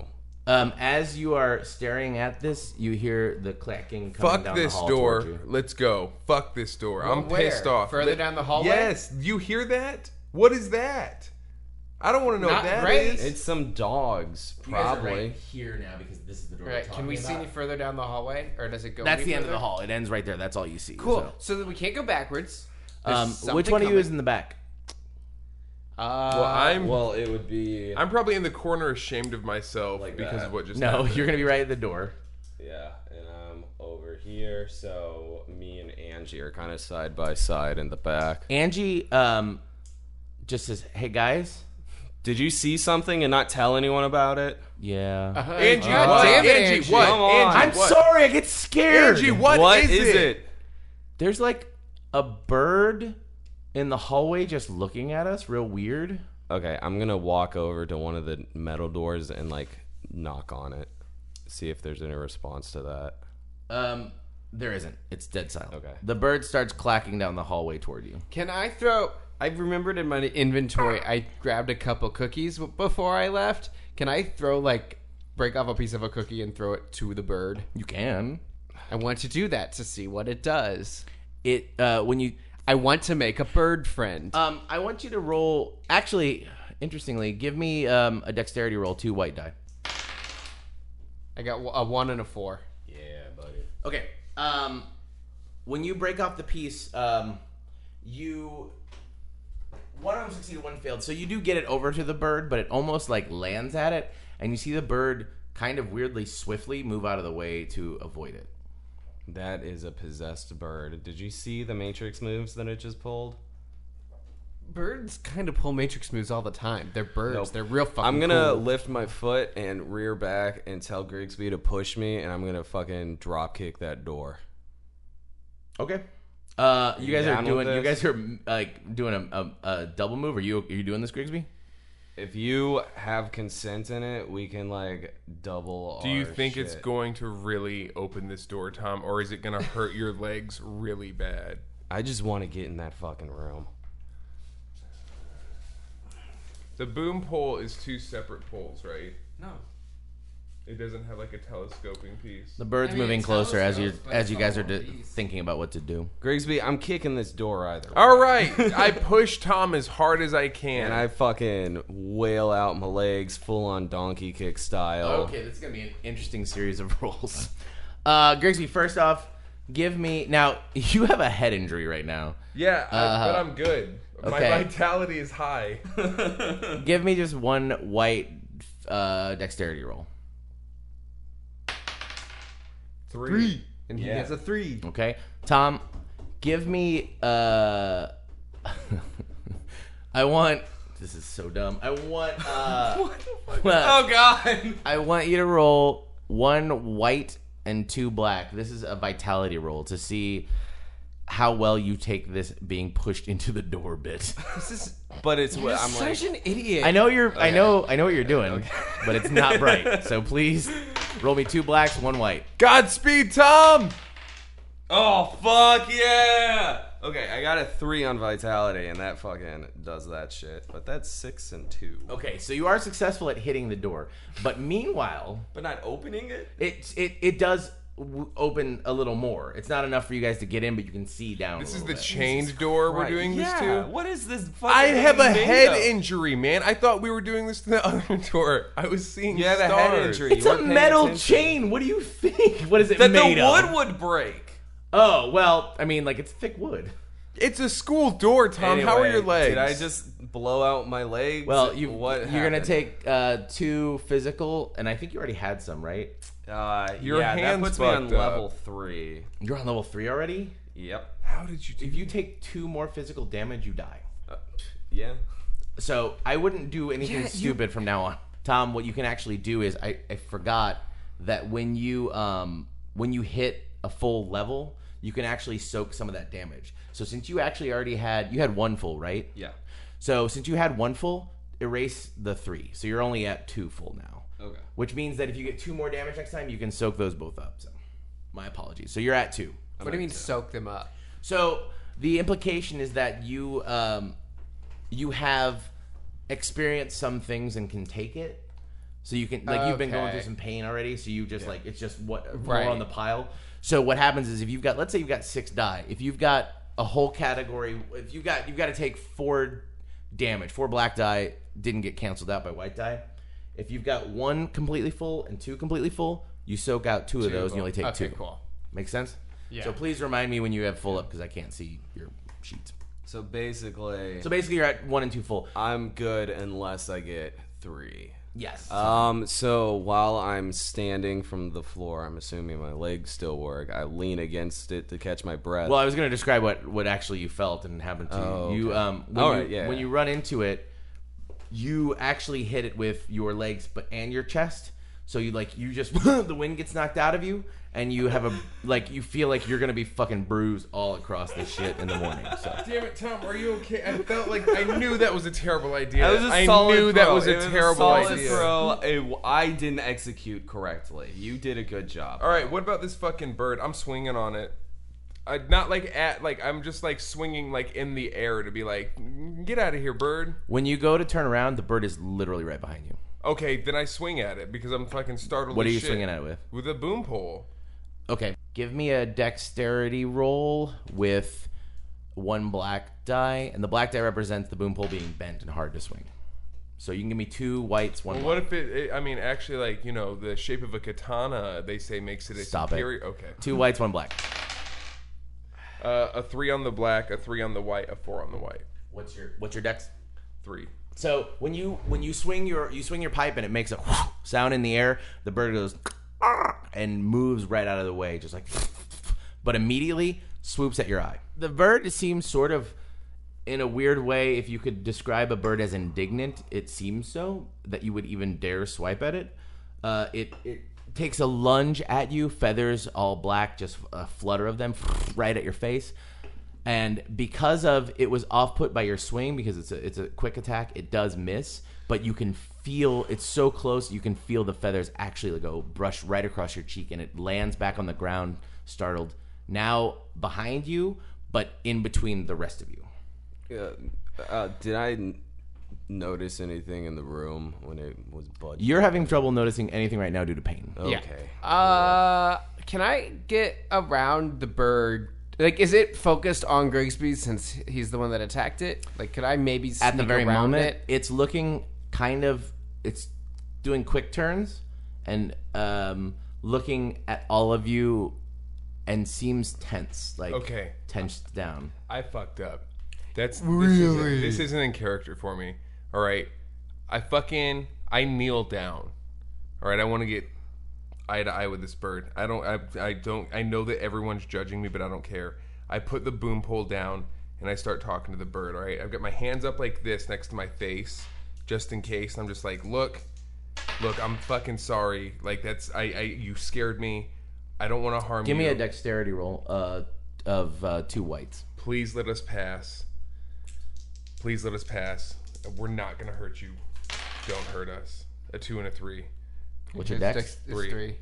Um, as you are staring at this, you hear the clacking coming Fuck down this the hall toward door. you. Let's go. Fuck this door. I'm Where? pissed off. Further Let- down the hallway? Yes. You hear that? What is that? I don't want to know Not what that right. is. It's some dogs, You guys are probably. right here now because this is the door. All we're right. Can talking we see about. any further down the hallway, or does it go? That's any the end of further? the hall. It ends right there. That's all you see. Cool. So that we can't go backwards. So. There's Um, which something one of you coming. is in the back? Uh, well, I'm Well, it would be I'm probably in the corner ashamed of myself because that. of what just No, happened. you're gonna be right at the door. yeah, and I'm over here, so me and Angie are kind of side by side in the back. Angie um, just says, "Hey guys." Did you see something and not tell anyone about it? Yeah. Angie, God what? damn it, Angie, Angie. what? Come on. Angie, I'm what? sorry, I get scared. Angie, what, what is, it? There's like a bird in the hallway just looking at us, real weird. Okay, I'm gonna walk over to one of the metal doors and like knock on it, see if there's any response to that. Um, there isn't. It's dead silent. Okay. The bird starts clacking down the hallway toward you. Can I throw? I remembered in my inventory, I grabbed a couple cookies w- before I left. Can I throw like break off a piece of a cookie and throw it to the bird? You can. I want to do that to see what it does. It uh, when you I want to make a bird friend. um, I want you to roll. Actually, interestingly, give me um a dexterity roll, two white die. I got w- a one and a four. Okay. Um, when you break off the piece, um, you one of them succeeded, one failed. So you do get it over to the bird, but it almost like lands at it, and you see the bird kind of weirdly, swiftly move out of the way to avoid it. That is a possessed bird. Did you see the Matrix moves that it just pulled? Birds kind of pull matrix moves all the time. They're birds. Nope. They're real fucking. I'm gonna cool. lift my foot and rear back and tell Grigsby to push me, and I'm gonna fucking drop kick that door. Okay. Uh, you guys down are with doing. You this? guys are like doing a, a, a double move. Are you are you doing this, Grigsby? If you have consent in it, we can like double. Do you our think it's shit. going to really open this door, Tom, or is it going to hurt your legs really bad? I just want to get in that fucking room. The boom pole is two separate poles, right? No. It doesn't have like a telescoping piece. The bird's I mean, moving it's closer as you telescopes, but as it's you guys are all one d- piece. thinking about what to do. Grigsby, I'm kicking this door either. way. All right, I push Tom as hard as I can. And I fucking wail out my legs, full on donkey kick style. Oh, Oh. Okay, this is gonna be an interesting series of rolls. Uh, Grigsby, first off, give me now. You have a head injury right now. yeah, I- but I'm good. okay. My vitality is high. Give me just one white uh, dexterity roll. Three. And he gets a three. Okay, Tom, give me. Uh, I want. This is so dumb. I want. Uh, well, Oh god. I want you to roll one white and two black. This is a vitality roll to see how well you take this being pushed into the door bit. This is, but it's what I'm like. Such an idiot. I know you're. I know. I know what you're doing, but it's not bright. So please roll me two blacks, one white. Godspeed, Tom. Oh fuck yeah! Okay, I got a three on vitality, and that fucking does that shit. But that's six and two. Okay, so you are successful at hitting the door, but meanwhile, But not opening it. it it it does w- open a little more. It's not enough for you guys to get in, but you can see down. This a is little the bit. chained door we're doing this yeah. to. What is this? Fucking I have a thing head made of? injury, man. I thought we were doing this to the other door. I was seeing You have a stars. head injury. It's You a weren't paying metal attention. chain. What do you think? What is it That made the of? wood would break. Oh well, I mean, like it's thick wood. It's a school door, Tom. How are Anyway, your legs? Did I just blow out my legs? Well, you What you're gonna happened? take uh, two physical, and I think you already had some, right? Uh, Your yeah, that hand's puts me on fucked up. level three. You're on level three already. Yep. How did you do? If you take two more physical damage, you die. Uh, yeah. So I wouldn't do anything stupid from now on. Tom, what you can actually do is I, I forgot that when you um when you hit a full level, you can actually soak some of that damage. So since you actually already had you had one full, right? Yeah. So since you had one full, erase the three. So you're only at two full now. Okay. Which means that if you get two more damage next time, you can soak those both up. So my apologies. So you're at two. What do you mean soak them up? So the implication is that you um, you have experienced some things and can take it. So you can like you've been going through Okay. some pain already. So you just like it's just what more Right. on the pile. So what happens is if you've got let's say you've got six die. If you've got a whole category, if you have got you've got to take four damage. Four black die didn't get canceled out by white die. If you've got one completely full and two completely full, you soak out two, of those and you only take Okay, two. cool. Make sense? Yeah. So please remind me when you have full up because I can't see your sheets. So basically, So basically, you're at one and two full. I'm good unless I get three. Yes. Um. So while I'm standing from the floor, I'm assuming my legs still work. I lean against it to catch my breath. well, I was going to describe what, what actually you felt and happened to Oh, you. You okay. um when, All you, right, yeah, when yeah. you run into it, you actually hit it with your legs, but and your chest. So you like you just the wind gets knocked out of you, and you have a like you feel like you're gonna be fucking bruised all across this shit in the morning. So Damn it, Tom. Are you okay? I felt like I knew that was a terrible idea. That was a solid knew that throw. was It a terrible solid idea. throw. It- I didn't execute correctly. You did a good job. All right, what about this fucking bird? I'm swinging on it. I not like at like I'm just like swinging like in the air to be like, get out of here, bird. when you go to turn around, the bird is literally right behind you. Okay, then I swing at it because I'm fucking startled. What are as you shit. swinging at it with? With a boom pole. Okay. Give me a dexterity roll with one black die, and the black die represents the boom pole being bent and hard to swing. So you can give me two whites, one. Well, black. what if it, it? I mean, actually, like you know, the shape of a katana they say makes it a Stop it. superior. Okay, Two whites, one black. uh, a three on the black, a three on the white, a four on the white. What's your What's your dex? Three. So when you when you swing your you swing your pipe and it makes a sound in the air, the bird goes and moves right out of the way, just like, but immediately swoops at your eye. The bird seems sort of, in a weird way, if you could describe a bird as indignant, it seems so that you would even dare swipe at it. Uh, it it takes a lunge at you, feathers all black, just a flutter of them right at your face. And because of it was off put by your swing because it's a it's a quick attack, it does miss, but you can feel it's so close you can feel the feathers actually go brush right across your cheek and it lands back on the ground startled. Now behind you, but in between the rest of you. Uh, uh, did I n- notice anything in the room when it was budged. You're having trouble noticing anything right now due to pain. okay. Yeah. Uh, can I get around the bird? Like, is it focused on Grigsby since he's the one that attacked it? Like, could I maybe sneak At the very around moment, it? it's looking kind of it's doing quick turns and um, looking at all of you and seems tense, like Okay. tensed down. I fucked up. That's really this isn't, this isn't in character for me. All right, I fucking I kneel down. All right, I want to get eye to eye with this bird. I don't. I, I don't. I know that everyone's judging me, but I don't care. I put the boom pole down and I start talking to the bird. All right, I've got my hands up like this next to my face, just in case. I'm just like, look, look, I'm fucking sorry. Like that's I. I you scared me. I don't want to harm Give you. me a dexterity roll uh, of uh, two whites. please let us pass. Please let us pass. We're not gonna hurt you. Don't hurt us. A two and a three. What's your It's dex? dex- it's Three. three.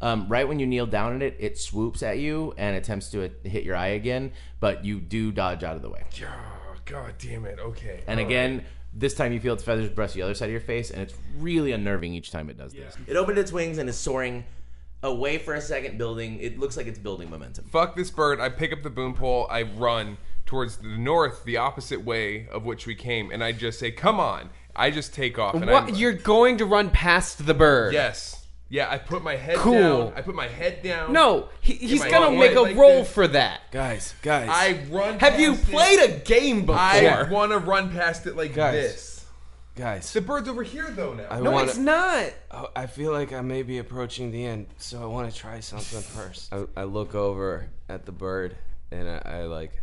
Um, right when you kneel down at it, it swoops at you and attempts to hit your eye again, but you do dodge out of the way. Oh, God damn it. Okay. And All again, this time you feel its feathers brush the other side of your face, and it's really unnerving each time it does this. It opened its wings and is soaring away for a second, building. It looks like it's building momentum. fuck this bird. I pick up the boom pole. I run towards the north, the opposite way of which we came, and I just say, "Come on!" I just take off. And What? I'm- You're going to run past the bird? Yes. Yeah. I put my head Cool. down. I put my head down. No, he, he's my gonna own make way a like roll this. for that. Guys, guys. I run. Have you past it. played a game before? I want to run past it like Guys. this. guys. The bird's over here though now. I no, wanna, it's not. Oh, I feel like I may be approaching the end, so I want to try something first. I, I look over at the bird and I, I like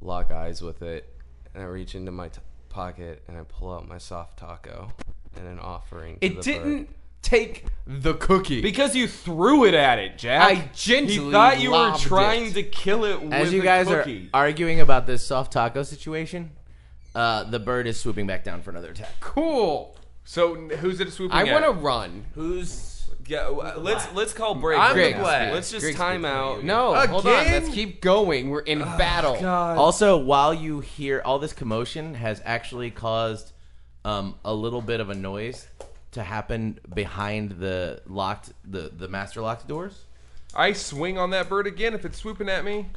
lock eyes with it and I reach into my t- pocket and I pull out my soft taco and an offering. To It the didn't Bird. take The cookie. Because you threw it at it, Jack. I gently He thought you were lobbed trying it. to kill it with As you a guys are cookie. arguing about this soft taco situation, uh, the bird is swooping back down for another attack. cool. So n- who's it swooping? I at? uh, want to run. Who's Yeah, w- let's let's call break. I'm right the now. black. Let's just Griggs time out. No, hold on. Again? Let's keep going. We're in battle. also while you hear all this commotion has actually caused um, a little bit of a noise to happen behind the locked the the master locked doors. I swing on that bird again if it's swooping at me.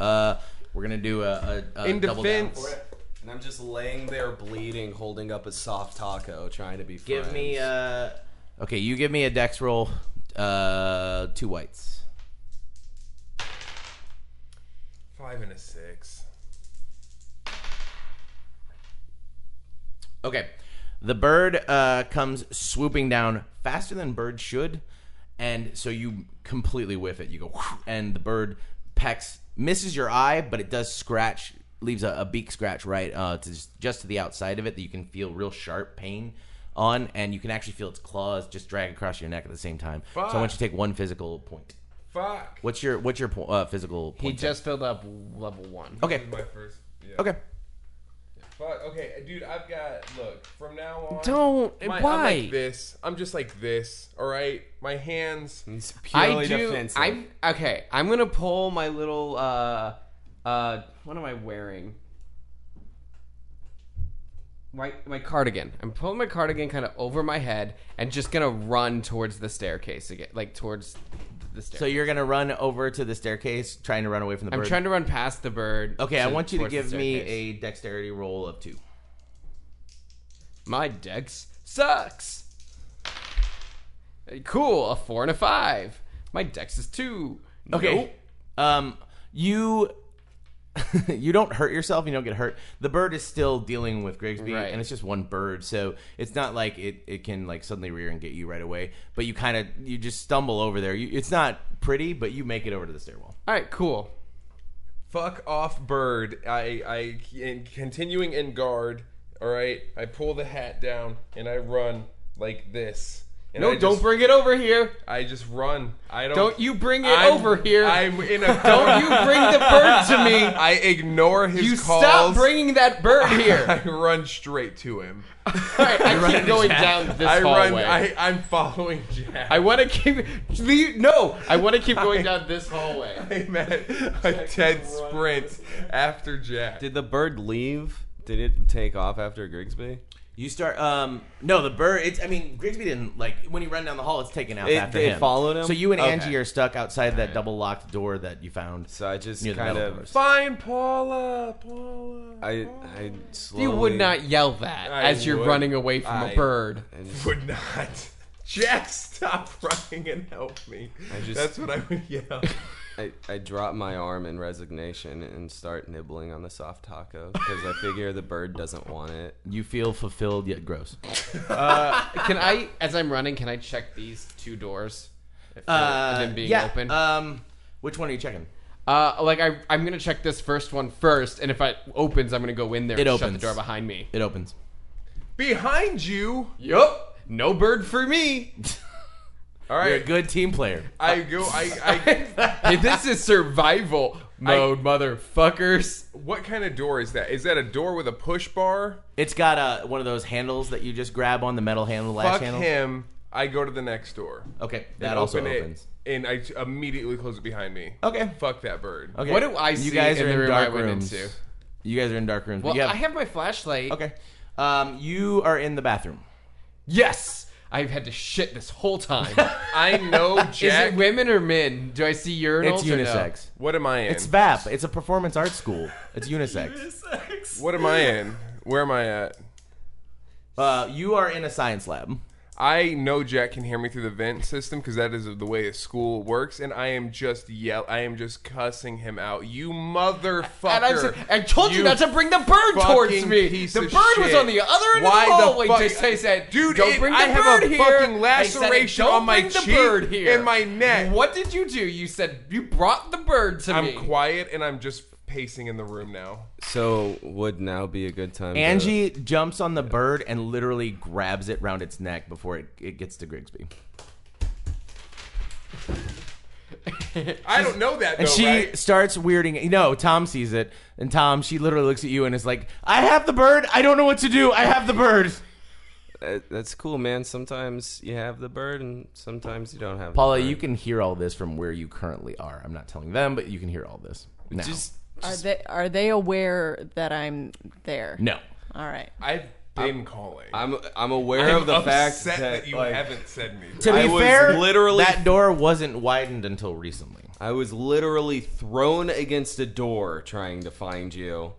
Uh, we're gonna do a, a, a In double down defense. for it. And I'm just laying there bleeding, holding up a soft taco, trying to be. Give friends. me uh okay, you give me a dex roll, uh, two whites. Five and a six. Okay. The bird uh, comes swooping down faster than birds should, and so you completely whiff it. You go, whew, and the bird pecks, misses your eye, but it does scratch, leaves a, a beak scratch right uh, to just, just to the outside of it that you can feel real sharp pain on, and you can actually feel its claws just drag across your neck at the same time. So I want you to take one physical point. Fuck. What's your what's your po- uh, physical He point? just filled up level one. okay, This is my first. Yeah. okay. Fuck. Okay, uh, dude. I've got. Look. From now on. Don't. my- why? I'm like this. I'm just like this. All right. My hands. It's I purely do. defensive. I'm okay. I'm gonna pull my little. uh uh What am I wearing? My my cardigan. I'm pulling my cardigan kind of over my head and just gonna run towards the staircase again, like towards the staircase. So you're gonna run over to the staircase, trying to run away from the bird. I'm trying to run past the bird. Okay, I want you to towards the give me staircase. a dexterity roll of two. My dex sucks. Cool, a four and a five. My dex is two. Nope. Um, you you don't hurt yourself. You don't get hurt. The bird is still dealing with Grigsby, Right. and it's just one bird, so it's not like it, it can like suddenly rear and get you right away. But you kind of you just stumble over there. You, it's not pretty, but you make it over to the stairwell. All right, cool. Fuck off, bird. I. I. And continuing in guard. All right. I pull the hat down and I run like this. And No, I don't just, bring it over here. I just run. I don't. Don't you bring it I'm- over here. I'm in a. Don't you bring the bird to me. I ignore his You calls. stop bringing that bird here. I run straight to him. All right, I keep going down this I hallway. run. I, I'm following Jack. I want to keep. leave- No, I want to keep going down this hallway. I'm at a Ted sprint after Jack. Did the bird leave? Did it take off after Grigsby? You start. Um, no, the bird. It's. I mean, Grigsby didn't like when you run down the hall. It's taken out It- after it him. followed him? So you and Okay. Angie are stuck outside that double locked door that you found. So I just Near the kind metal of doors. Fine, Paula. Paula. I I slowly You would not yell that I as you're would. running away from a I- bird. would not. Jack, stop running and help me. I just- That's what I would yell. I, I drop my arm in resignation and start nibbling on the soft taco because I figure the bird doesn't want it. You feel fulfilled yet gross. Can I, as I'm running, can I check these two doors? Uh, them being yeah. open? Um, which one are you checking? Uh, like I, I'm gonna check this first one first, and if it opens, I'm gonna go in there It and shut the opens. door behind me. It opens. Behind you. Yup, no bird for me. All You're a right. good team player. I go. I, I. Hey, this is survival mode, motherfuckers. What kind of door is that? Is that a door with a push bar? It's got uh, one of those handles that you just grab on the metal handle, the latch Fuck handle. him. I go to the next door. Okay, that also Open it, opens. and I immediately close it behind me. Okay. Fuck that bird. Okay. What do I You see guys in are the in room I dark went rooms. into? You guys are in dark rooms. but Well, you I have my flashlight. Okay. Um, you are in the bathroom. Yes, I've had to shit this whole time. I know is Jack. it women or men? Do I see urinals? It's or no? unisex. what am I in? It's VAP. It's a performance art school. It's unisex. what am I in? Where am I at? Uh, you are in a science lab. I know Jack can hear me through the vent system because that is the way a school works, and I am just yell. I am just cussing him out. You motherfucker! And I'm saying, I told you, not to bring the bird towards fucking me. piece The bird of was shit. on the other end Why of the the hallway. fuck- just I said, Dude, don't it- bring the I bird have a here. fucking I said, laceration "Don't on my bring the cheek bird here. and my neck." What did you do? You said you brought the bird to I'm me. quiet and I'm just pacing in the room now. So would now be a good time. to- Angie jumps on the bird and literally grabs it round its neck before it, it gets to Grigsby. I don't know that though. And she right? starts weirding. You know, Tom sees it, and Tom, she literally looks at you and is like, "I have the bird. I don't know what to do. I have the bird." Uh, that's cool, man. Sometimes you have the bird and sometimes you don't have. the Paula, bird. you can hear all this from where you currently are. I'm not telling them, but you can hear all this. Now. just Are they are they aware that I'm there? no. All right. I've been calling. I'm I'm aware of the fact upset that, you like, haven't said me. To be I was fair, literally- that door wasn't widened until recently. I was literally thrown against a door trying to find you.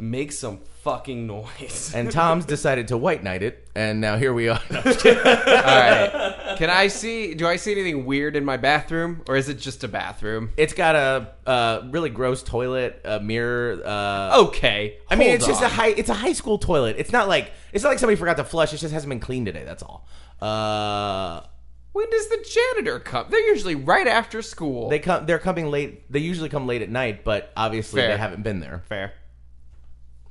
Make some fucking noise. And Tom's decided to white knight it, and now here we are. All right. Can I see? Do I see anything weird in my bathroom, or is it just a bathroom? It's got a uh, really gross toilet, a mirror. Uh, Okay. I mean, Hold it's just a on. high. It's a high school toilet. It's not like it's not like somebody forgot to flush. It just hasn't been cleaned today. That's all. Uh, When does the janitor come? They're usually right after school. they come. They're coming late. They usually come late at night, but obviously Fair. they haven't been there. fair.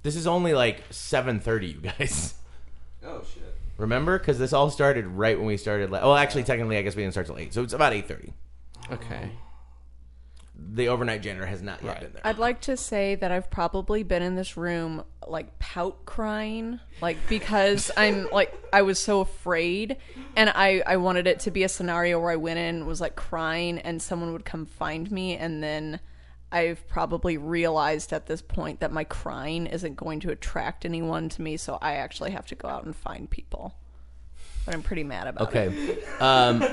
This is only like seven thirty, you guys. oh shit. Remember, because this all started right when we started. La- well, actually, technically, I guess we didn't start till eight, so it's about eight thirty. Okay. The overnight janitor has not yet been there. I'd like to say that I've probably been in this room like pout crying, like because I'm like I was so afraid, and I I wanted it to be a scenario where I went in was like crying, and someone would come find me, and then I've probably realized at this point that my crying isn't going to attract anyone to me, so I actually have to go out and find people. But I'm pretty mad about it. Okay. Um,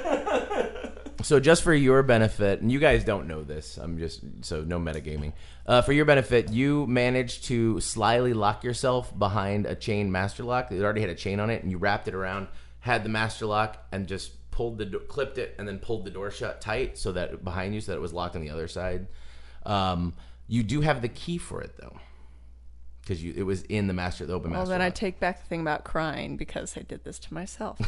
so just for your benefit, and you guys don't know this, I'm just so no metagaming. Uh, for your benefit, you managed to slyly lock yourself behind a chain master lock. It already had a chain on it, and you wrapped it around, had the master lock, and just pulled the do- clipped it, and then pulled the door shut tight so that behind you, so that it was locked on the other side. Um, you do have the key for it though, because you it was in the master the open Well, master. then I lock. take back the thing about crying because I did this to myself.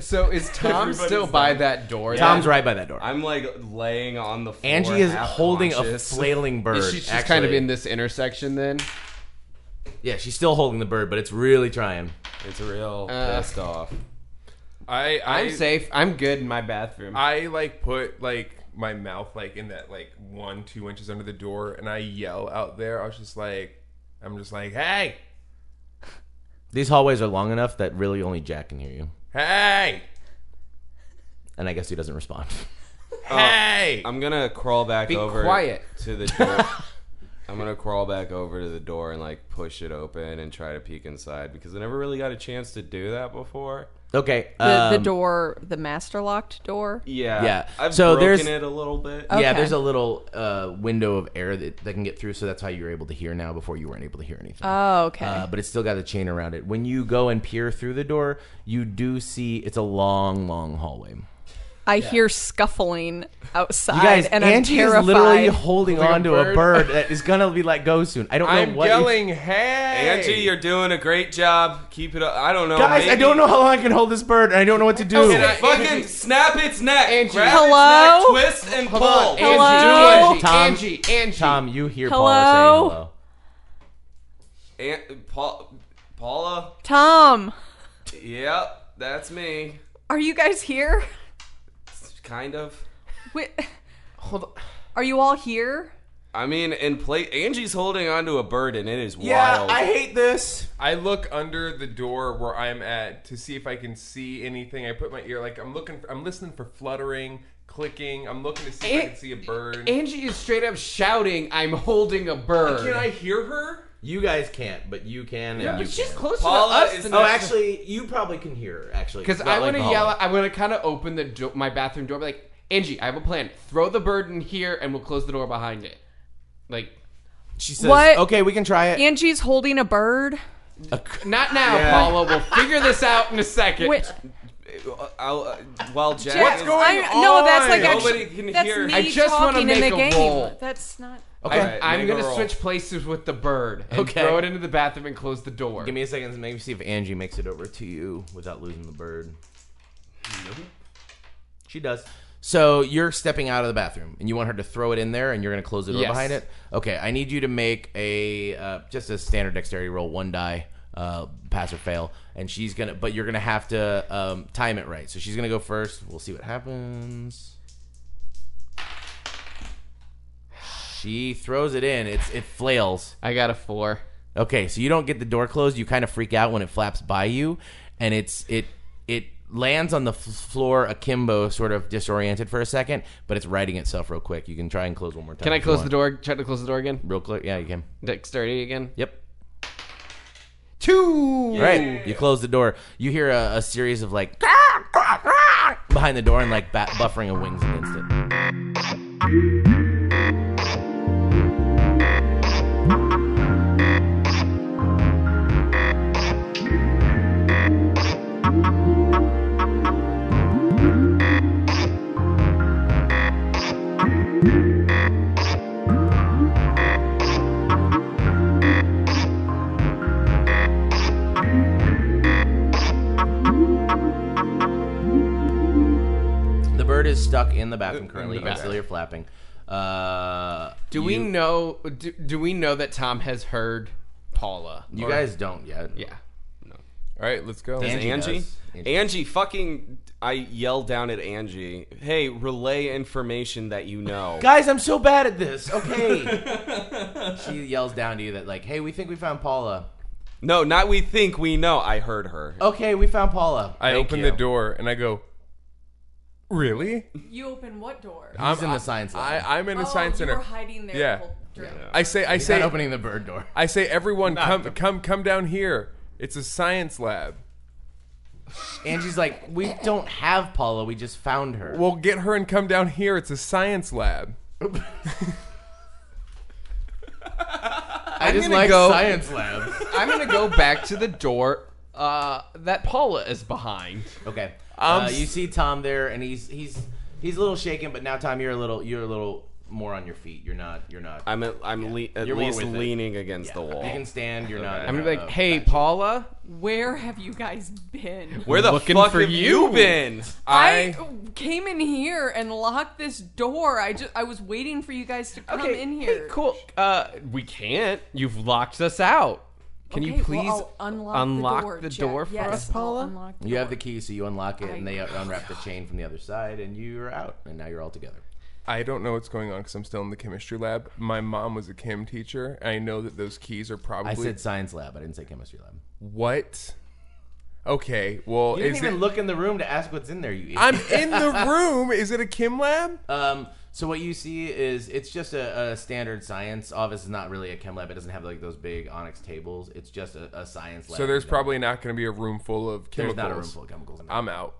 So is Tom still by that door? then? Tom's right by that door. I'm like laying on the floor. Angie is half holding conscious. a flailing bird. Is she just kind of actually. in this intersection then? Yeah, she's still holding the bird, but it's really trying. It's real Uh, pissed off. I, I I'm safe. I'm good in my bathroom. I like put like my mouth like in that like one two inches under the door, and I yell out there. I was just like, I'm just like, hey, These hallways are long enough that really only Jack can hear you, hey, and I guess he doesn't respond. hey. I'm gonna crawl back Be over quiet. to the door. I'm gonna crawl back over to the door and like push it open and try to peek inside because I never really got a chance to do that before. Okay. The, the um, door, the master locked door. Yeah, Yeah. I've So broken there's- Oh, it a little bit. Yeah, Okay. there's a little uh, window of air that, that can get through, so that's how you're able to hear now. Before you weren't able to hear anything. Oh, okay. Uh, but it's still got the chain around it. When you go and peer through the door, you do see it's a long, long hallway. I hear scuffling outside, You guys, and I'm Angie terrified. is literally holding Holding a on to a bird. bird that is gonna be let go soon. I don't know I'm what. you- yelling, hey! Angie, you're doing a great job. Keep it up. I don't know. guys, I maybe- don't know how long I can hold this bird, and I don't know what to do. Can I- Fucking snap its neck. Angie. Grab Hello? Its neck, twist and Hold pull. on, Angie, Hello? Angie, Tom? Angie, Angie. Tom, Um, you hear Hello? Paula saying hello. Aunt, Paul, Paula. Tom, Yep, that's me. are you guys here? Kind of. Wait, Are you all here? I mean, in play, Angie's holding onto a bird, and it is wild. hate this. I look under the door where I'm at to see if I can see anything. I put my ear like I'm looking. I'm listening for fluttering, clicking. I'm looking to see if I An- can see a bird. Angie is straight up shouting, "I'm holding a bird." Can I hear her? You guys can't, but you can. and you But she's can. closer Paula to us is than Oh, us. actually, you probably can hear her, actually. Because I want to yell. I want to kind of open the do- my bathroom door, be like, Angie, I have a plan. Throw the bird in here, and we'll close the door behind it. Like, She says, What? okay, we can try it. Angie's holding a bird. not now, Paula. We'll figure this out in a second. Wait, I'll, uh, while Jack, Jack, is, I, no, that's like on? actually, Nobody can that's hear. me I just wanna talking in make the a game. roll. That's not. okay. Alright. I'm make a gonna roll. switch places with the bird and Okay. throw it into the bathroom and close the door. Give me a second to maybe see if Angie makes it over to you without losing the bird. She does. So you're stepping out of the bathroom and you want her to throw it in there and you're going to close the door Yes. behind it? Okay, I need you to make a uh, just a standard dexterity roll, one die. Uh, pass or fail, and she's gonna. But you're gonna have to um, time it right. So she's gonna go first. We'll see what happens. She throws it in. It's it flails. I got a four. Okay, so you don't get the door closed. You kind of freak out when it flaps by you, and it's it it lands on the f- floor akimbo, sort of disoriented for a second, but it's righting itself real quick. You can try and close one more time. Can I if you close want. the door? Try to close the door again. real quick? Yeah, you can. Dexterity again. Yep. Two. All right, you close the door. You hear a, a series of like behind the door and like bat- buffering of wings against it. The bird is stuck in the bathroom currently. You can still hear flapping. Uh, Do we know? Do, do we know that Tom has heard Paula? you Or- guys don't yet. Yeah. All right, let's go. Is Angie Angie? Angie? does. Angie fucking! I yell down at Angie. Hey, relay information that you know. Guys, I'm so bad at this. Okay. she yells down to you that like, "Hey, we think we found Paula." No, not we think we know. I heard her. Okay, we found Paula. I Thank open you. the door and I go. Really? You open what door? He's in the science lab. I, I'm in the science center. Oh, hiding there. the Yeah. whole I say, I Not say, opening the bird door. I say, everyone, come, come, come down here. It's a science lab. Angie's like, "We don't have Paula. We just found her." Well, get her and come down here. It's a science lab. I just gonna like go- science labs. I'm gonna go back to the door uh, that Paula is behind. Okay. uh, you see Tom there, and he's he's he's a little shaken, but now Tom, you're a little you're a little more on your feet. You're not you're not. I'm at, I'm le- at You're more least with it. leaning against the you wall. can stand. You're not. I'm gonna be like, uh, "Hey, Paula, Where have you guys been? Where the Looking fuck for have you. you been? I came in here and locked this door. I just I was waiting for you guys to come in here. Hey, cool. Uh, we can't. You've locked us out. Can Okay, you well, please I'll unlock, unlock the door, the Jack. door for Yes, us, I'll Paula? unlock the You have door. the key, so you unlock it, and I- they unwrap the chain from the other side, and you're out, and now you're all together. I don't know what's going on because I'm still in the chemistry lab. My mom was a chem teacher. and I know that those keys are probably I said science lab. I didn't say chemistry lab. what? Okay, well, You is didn't even it? look in the room to ask what's in there. You. I'm idiot. in the room. Is it a chem lab? Um. So what you see is it's just a, a standard science office. It's not really a chem lab. It doesn't have like those big onyx tables. It's just a, a science lab. So there's No, probably not going to be a room full of there's chemicals. not a room full of chemicals. in there. I'm out.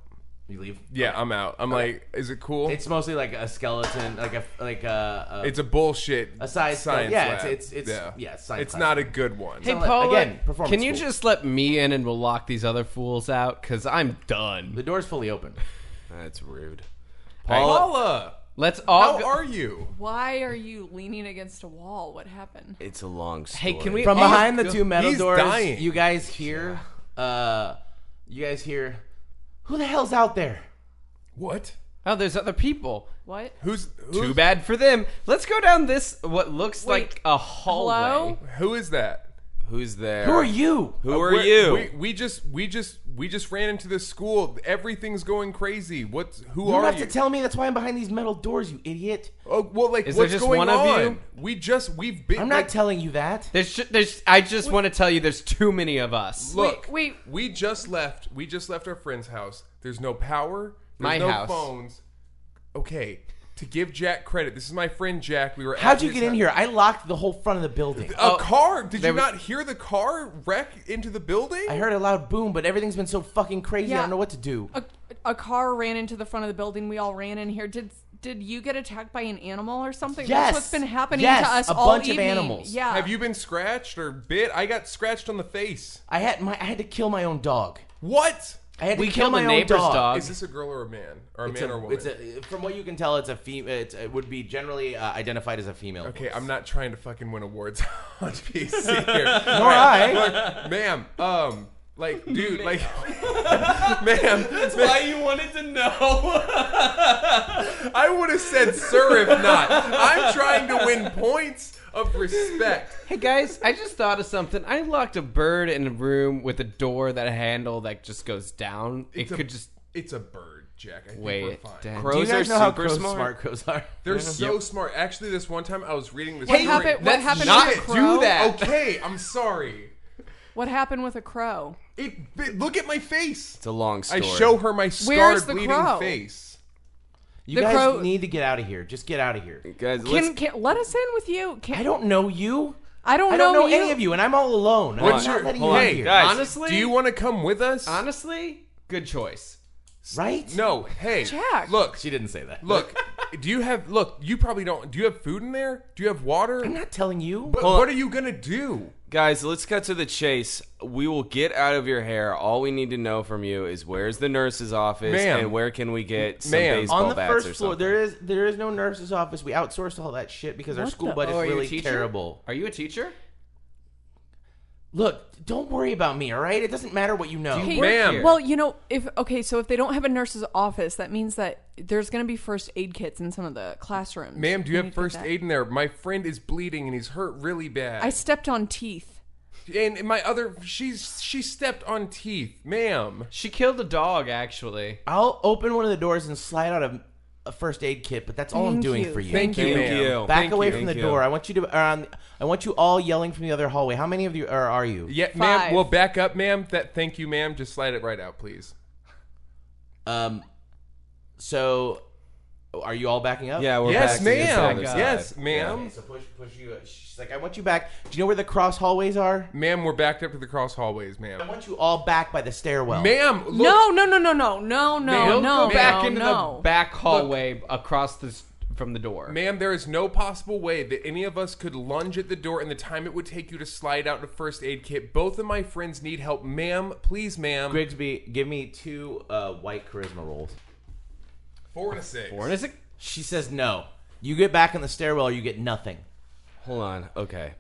you leave. Yeah, I'm out. I'm like, is it cool? It's, It's mostly like a skeleton, like a like a, a a bullshit. a science science. yeah, lab. it's it's it's yeah, science. it's lab. not a good one. Hey, So, like, Paula, again, performance can you school. just let me in and we'll lock these other fools out? Because I'm done. the door's fully open. That's rude. Paula, Paula, let's all. how go- are you? Why are you leaning against a wall? What happened? It's a long story. hey, can we From all behind the go- two metal He's doors, dying. you guys hear, uh, you guys hear, who the hell's out there? What? Oh, there's other people. What? Who's, Too who's bad for them. Let's go down this what looks Wait, like a hallway. Hello? Who is that? Who's there? Who are you? Who are We're- you? We, we just we just we just ran into this school. Everything's going crazy. What's You who are don't have you? to tell me. That's why I'm behind these metal doors, you idiot. oh well, like Is there what's just going one of on? you? We just we've been. I'm not like, telling you that. There's, ju- there's. I just want to tell you, there's too many of us. Look, Wait, wait. we just left. We just left our friend's house. There's no power. There's My no house. phones. Okay, to give Jack credit, this is my friend Jack. We were. at How'd you his get in house. here? I locked the whole front of the building. A car? Did you Oh, there was- not hear the car wreck into the building? I heard a loud boom, but everything's been so fucking crazy. I Yeah. don't know what to do. A, a car ran into the front of the building. We all ran in here. Did did you get attacked by an animal or something? Yes. That's what's been happening Yes, to us a all bunch of evening. animals. Yeah. Have you been scratched or bit? I got scratched on the face. I had my I had to kill my own dog. What? I had to We kill killed my the own neighbor's dog. dog. Is this a girl or a man? Or a It's man a- or woman? it's a- from what you can tell, it's a fem- it's, it would be generally uh, identified as a female. Okay, I'm not trying to fucking win awards on PC here. All right. Look, ma'am, um, like, dude, like, ma'am, why you wanted to know. I would have said sir if not. I'm trying to win points of respect. hey guys, I just thought of something. I locked a bird in a room with a door that a handle that just goes down. It's it a- could just It's a bird, Jack. I think we're wait. fine. down. Do you Crows guys are know how super crows smart. smart crows are? They're so smart. Actually, this one time I was reading this. What story- happened? What Let's happened not with a do crow? that. Okay, I'm sorry. What happened with a crow? It, it- look at my face. It's a long I story. show her my scarred, Where's the bleeding crow? face. You The guys crow- need to get out of here. Just get out of here. Guys, Can, let's, can let us in with you? Can, I don't know you. I don't I don't know, know you. any of you, and I'm all alone. What's I'm your- not letting hold you on. in here. Guys, honestly, Do you want to come with us? honestly good choice. right? No, hey, Jack. Look, She didn't say that. look. do you have? Look, you probably don't. Do you have food in there? Do you have water? I'm not telling you. But Hold what are on. you gonna do? guys, let's cut to the chase. We will get out of your hair. All we need to know from you is where's the nurse's office Ma'am. and where can we get some Ma'am. baseball on the bats or first floor, something. there is there is no nurse's office. We outsourced all that shit because our What school the- budget's Oh, are you a really teacher? terrible. Are you a teacher? Look, don't worry about me, all right? It doesn't matter what you know. Do Hey, work Ma'am. here? Well, you know, if okay, so if they don't have a nurse's office, that means that there's going to be first aid kits in some of the classrooms. Ma'am, do We you need have to get first that. aid in there? My friend is bleeding and he's hurt really bad. I stepped on teeth. and my other, she's she stepped on teeth, ma'am. She killed a dog, actually. I'll open one of the doors and slide out a, a first aid kit, but that's all I'm Thank doing you. for you. Thank, you, Thank ma'am. you. Back Thank away you. from the Thank you. door. I want you to. Or, um, I want you all yelling from the other hallway. How many of you are, are you? Yeah, ma'am. Five. Well, back up, ma'am. That thank you, ma'am. Just slide it right out, please. Um. So, are you all backing up? Yeah, we're yes, back to this ma'am. other side. Yes, Yeah, ma'am. okay, so push, push you. uh, She's like, I want you back. Do you know where the cross hallways are? Ma'am, we're backed up to the cross hallways, ma'am. I want you all back by the stairwell. Ma'am, look. No, no, no, no, no, no, no, Don't no, go back no, into no. the back hallway across the s- from the door. Ma'am, there is no possible way that any of us could lunge at the door in the time it would take you to slide out a first aid kit. Both of my friends need help. Ma'am, please, ma'am. Grigsby, give me two uh, white charisma rolls. Four to six. Or is it? She says no. You get back in the stairwell, you get nothing. Hold on. Okay.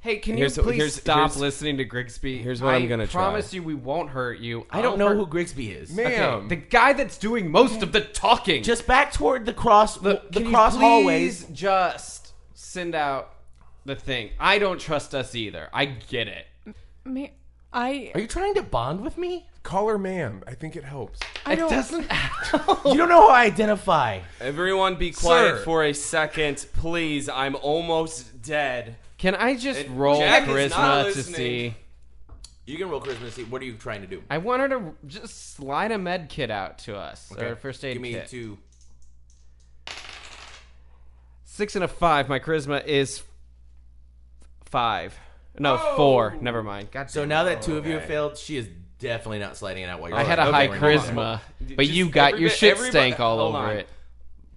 Hey, can Here's- you please here's- stop here's- listening to Grigsby? here's what I I'm gonna try. promise you, we won't hurt you. I don't know who Grigsby is. Ma'am. The guy that's doing most of the talking. Just back toward the cross, Look, the can you cross please hallways. Just send out the thing. I don't trust us either. I get it. Ma- I, Are you trying to bond with me? Call her ma'am. I think it helps. I It don't. doesn't. You don't know how I identify. Everyone be quiet Sir. for a second, please. I'm almost dead. Can I just roll Jack is not charisma to listening. see? You can roll charisma to see what are you trying to do. I want her to just slide a med kit out to us or a first aid Give me kit. two. Six and a five. My charisma is five. No, Oh! four. Never mind. God So now that two of you have failed, she is definitely not sliding it out while you're I had a Okay, high we're not. charisma, but you got your everybo- shit everybo- stank all hold over on. it.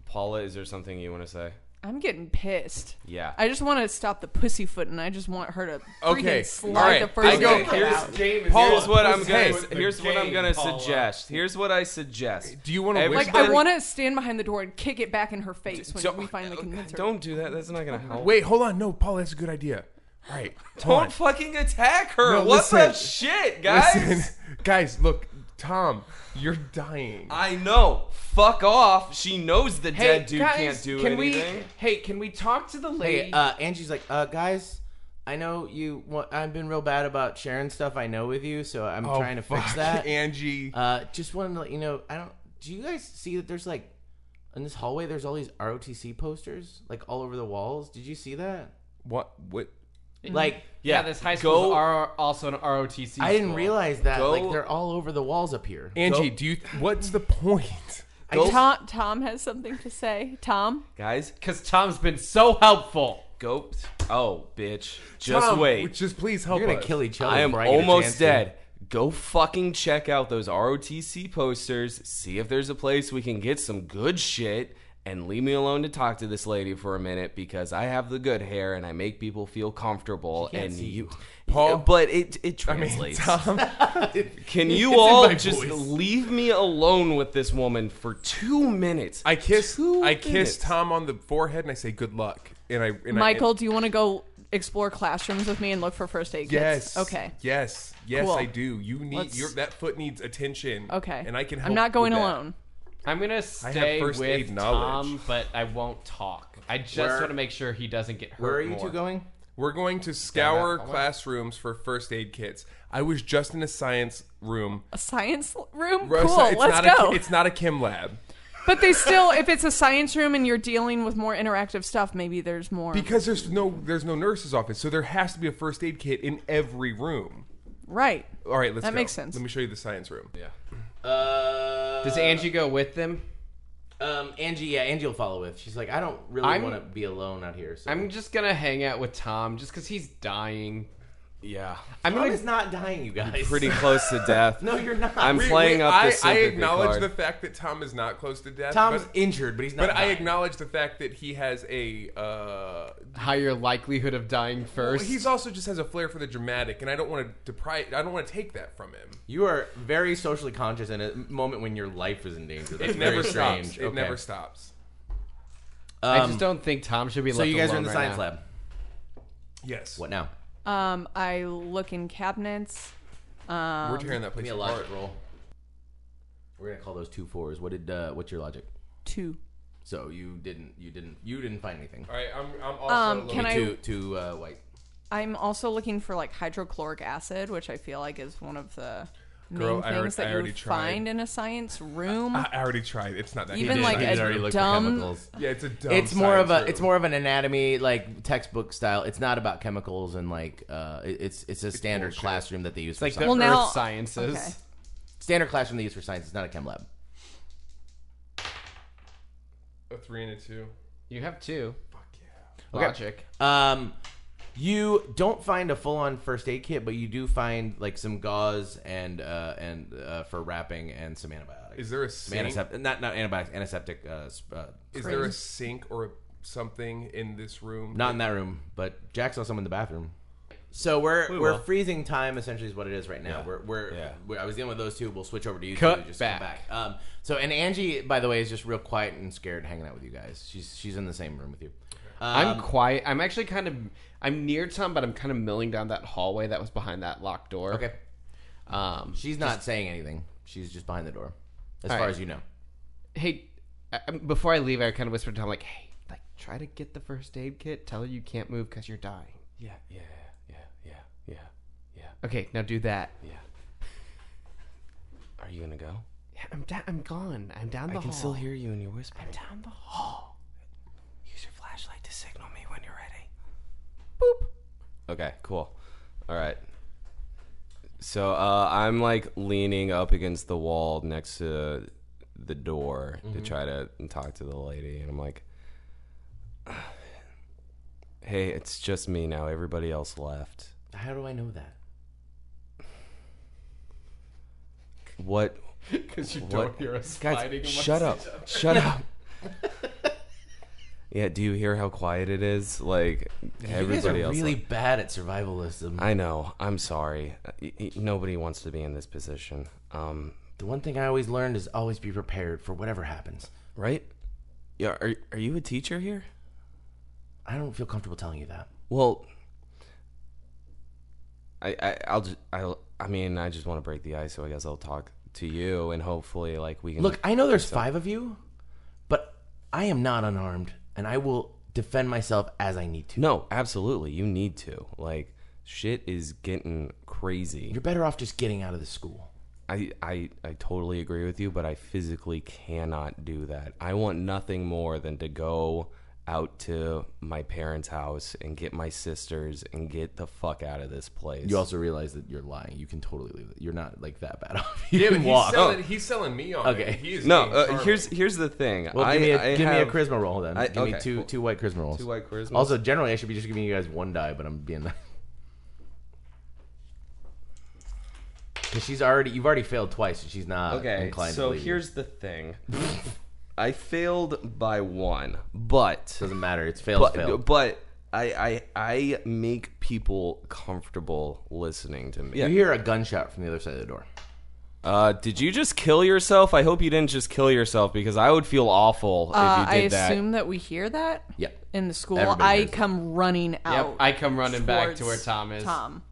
Paula, is there something you want to say? I'm getting pissed. Yeah. I just want to stop the pussyfoot, and I just want her to freaking Okay, slide all right, the first I go- kick here's- out. Here's what I'm Hey, gonna. here's what I'm gonna suggest. Here's what I suggest. Do you wanna Every- whisper? Like I want to stand behind the door and kick it back in her face when So- we uh, finally convince her. Don't do that. That's not gonna help. Wait, hold on. No, Paul, that's a good idea. All right, hold on. Don't fucking attack her. No, what the listen. shit, guys? Listen, guys, look, Tom, you're dying. I know. Fuck off. She knows the dead dude guys, can't do can anything. We, hey, can we talk to the lady? Hey, uh, Angie's like, uh, guys, I know you. Want, I've been real bad about sharing stuff I know with you, so I'm Oh, trying to fix fuck, that. Angie. Uh, just wanted to let you know. I don't. Do you guys see that there's like in this hallway? There's all these ROTC posters like all over the walls. Did you see that? what? What? Like, yeah, this high school go- are also an ROTC. I didn't school. realize that. Go- Like, they're all over the walls up here. Angie, Go- do you? What's the point? Go- Tom, Tom has something to say. Tom, Guys, Because Tom's been so helpful. go. Oh, bitch. Just Tom, wait. Just please help You're gonna us. kill each other. I am before get a almost chance to- dead. Go fucking check out those ROTC posters. See if there's a place we can get some good shit. And leave me alone to talk to this lady for a minute because I have the good hair and I make people feel comfortable. And you, Paul- but it it I mean, translates. Tom. Can you It's in all my just voice. leave me alone with this woman for two minutes? I kiss. Two I kiss minutes. Tom on the forehead and I say good luck. And I. And I- Michael, do you want to go explore classrooms with me and look for first aid kits? yes. Okay. Yes. Yes, Cool. I do. You need Let's- your that foot needs attention. Okay. And I can. help I'm not going with that. alone. I'm gonna stay first with aid knowledge. Tom, but I won't talk. I just Where- want to make sure he doesn't get hurt. Where are you more. two going? We're going to scour classrooms for first aid kits. I was just in a science room. A science l- room? Rosa, cool. it's Let's not go. A, it's not a chem lab but they still, if it's a science room and you're dealing with more interactive stuff, maybe there's more. because there's no there's no nurse's office, so there has to be a first aid kit in every room. right. All right, let's. That go. makes sense. Let me show you the science room. Yeah. Uh, Does Angie go with them? Um, Angie, yeah, Angie will follow with. She's like, I don't really I'm- want to be alone out here. So. I'm just gonna hang out with Tom just because he's dying. Yeah, I'm Tom gonna is not dying, you guys. pretty close to death. No, you're not. I'm Wait, playing up I, this I sympathy acknowledge card. the fact that Tom is not close to death. Tom's but, injured, but he's not. but I dying. acknowledge the fact that he has a. Uh, higher likelihood of dying well, first. he's also just has a flair for the dramatic, and I don't want to deprive. I don't want to take that from him. You are very socially conscious in a moment when your life is in danger. That's It never very strange. stops. It Okay. never stops. I Um, just don't think Tom should be so left you guys are alone in the right science now. lab. Yes. What now? Um, I look in cabinets. Um, We're tearing that Give place me a apart. logic roll. We're gonna call those two fours. What did? Uh, what's your logic? Two. So you didn't. You didn't. You didn't find anything. All right, I'm. I'm also. Um, low- can I- Two. Two uh, white. I'm also looking for like hydrochloric acid, which I feel like is one of the Girl, main I alre- things I that you already would tried. Uh, find in a science room. I I already tried. It's not that. Even good. like I did already a look for dumb. chemicals. Yeah, it's a dumb. It's more of a. science room. It's more of an anatomy like textbook style. It's not about chemicals and like. Uh, it- it's it's a standard bullshit. classroom that they use. It's for like the science. Well, now- Earth sciences. okay. standard classroom they use for science. It's not a chem lab. a three and a two. You have two. Fuck yeah. Logic. Um, you don't find a full-on first aid kit, but you do find like some gauze and uh, and uh, for wrapping and some antibiotics. Is there a some sink? antiseptic? Not not antibiotics. Antiseptic. Uh, sp- uh, Is there a sink or something in this room? not in that room, but Jack saw some in the bathroom. So we're we are we are will. freezing time essentially is what it is right now. We're we're, Yeah. we're- I was dealing with those two. We'll switch over to you. two Cut to just come back. back. Um, so and Angie, by the way, is just real quiet and scared, hanging out with you guys. She's she's in the same room with you. Um, I'm quiet. I'm actually kind of. I'm near Tom, but I'm kind of milling down that hallway that was behind that locked door. Okay. Um. She's not saying anything. She's just behind the door, as All far right. as you know. Hey, I, I'm- before I leave, I kind of whispered to Tom, like, "Hey, like, try to get the first aid kit. Tell her you can't move because you're dying." Yeah, yeah, yeah, yeah, yeah. Okay, now do that. Are you gonna go? Yeah, I'm down. I'm gone. I'm down the I can hall. still hear you in your whisper. I'm down the hall. Use your flashlight to signal me when you're ready. Boop. Okay, cool. All right. So uh, I'm like leaning up against the wall next Mm-hmm. to the door to try to talk to the lady, and I'm like, hey, it's just me now. Everybody else left. How do I know that? What? Because you What? don't hear us fighting Guys, amongst shut each other. up. Shut up. Yeah, do you hear how quiet it is? Like everybody you guys are else. really left. bad at survivalism. I know. I'm sorry. Y- y- Nobody wants to be in this position. Um, the one thing I always learned is always be prepared for whatever happens. right? Yeah, are are you a teacher here? I don't feel comfortable telling you that. Well, I, I I'll just I'll I mean I just want to break the ice, so I guess I'll talk to you and hopefully like we can Look, I know there's five of you, but I am not unarmed, and I will defend myself as I need to. No, absolutely, you need to like shit is getting crazy. You're better off just getting out of the school. I, I I totally agree with you, but I physically cannot do that. I want nothing more than to go out to my parents' house and get my sisters and get the fuck out of this place. You also realize that you're lying. You can totally leave it. You're not like that bad off. You Yeah, but can he's walk. Oh. selling, he's selling me on Okay. it. He is no, being uh, charming. here's here's the thing. Well, I, give me a I give have- me a charisma roll then. I- give me okay, two well, two white charisma rolls. two white charismas. Also, generally, I should be just giving you guys one die, but I'm being. Because she's already, you've already failed twice, and she's not Okay, inclined. to so believe you. here's the thing. I failed by one, but doesn't matter. It's failed. but, failed. but I, I I make people comfortable listening to me. You hear a gunshot from the other side of the door. Uh, did you just kill yourself? I hope you didn't just kill yourself because I would feel awful Uh, if I you did that. assume that. we hear that Yeah. in the school. Everybody I hears it. come running out. Yep, I come running back to towards where Tom is. Tom.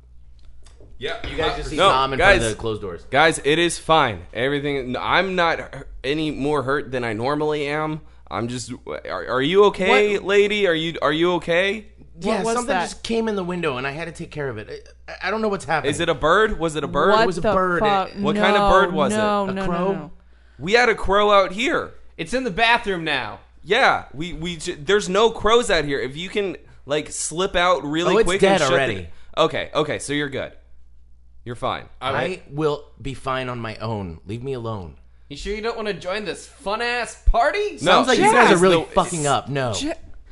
yeah, You guys just Uh, see No, Tom in front guys. of the closed doors. Guys, it is fine. Everything. I'm not hu- any more hurt than I normally am. I'm just. Are, are you okay, lady? Are you are you okay? yeah, was something that? just came in the window, and I had to take care of it. I, I don't know what's happening. Is it a bird? Was it a bird? What was a the bird. fuck? It- what kind of No, bird was it? No, A no, crow? no, no. We had a crow out here. It's in the bathroom now. Yeah, we we j- there's no crows out here. If you can like slip out really Oh, it's quick, dead and shut the- already. okay, okay, so you're good. You're fine. I will be fine on my own. Leave me alone. You sure you don't want to join this fun ass party? No, Sounds like you guys Is are really the- fucking up. No.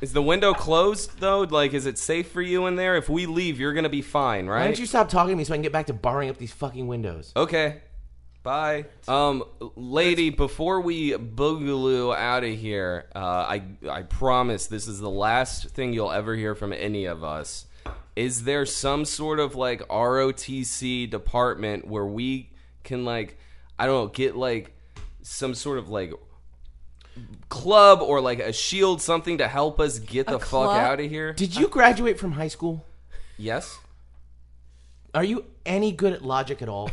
Is the window closed though? Like, is it safe for you in there? If we leave, you're gonna be fine, Why right? don't you stop talking to me so I can get back to barring up these fucking windows? okay. Bye, um, lady. Before we boogaloo out of here, uh, I I promise this is the last thing you'll ever hear from any of us. Is there some sort of like ROTC department where we can like I don't know get like some sort of like club or like a shield something to help us get the fuck club? out of here? Did you graduate from high school? yes. Are you any good at logic at all?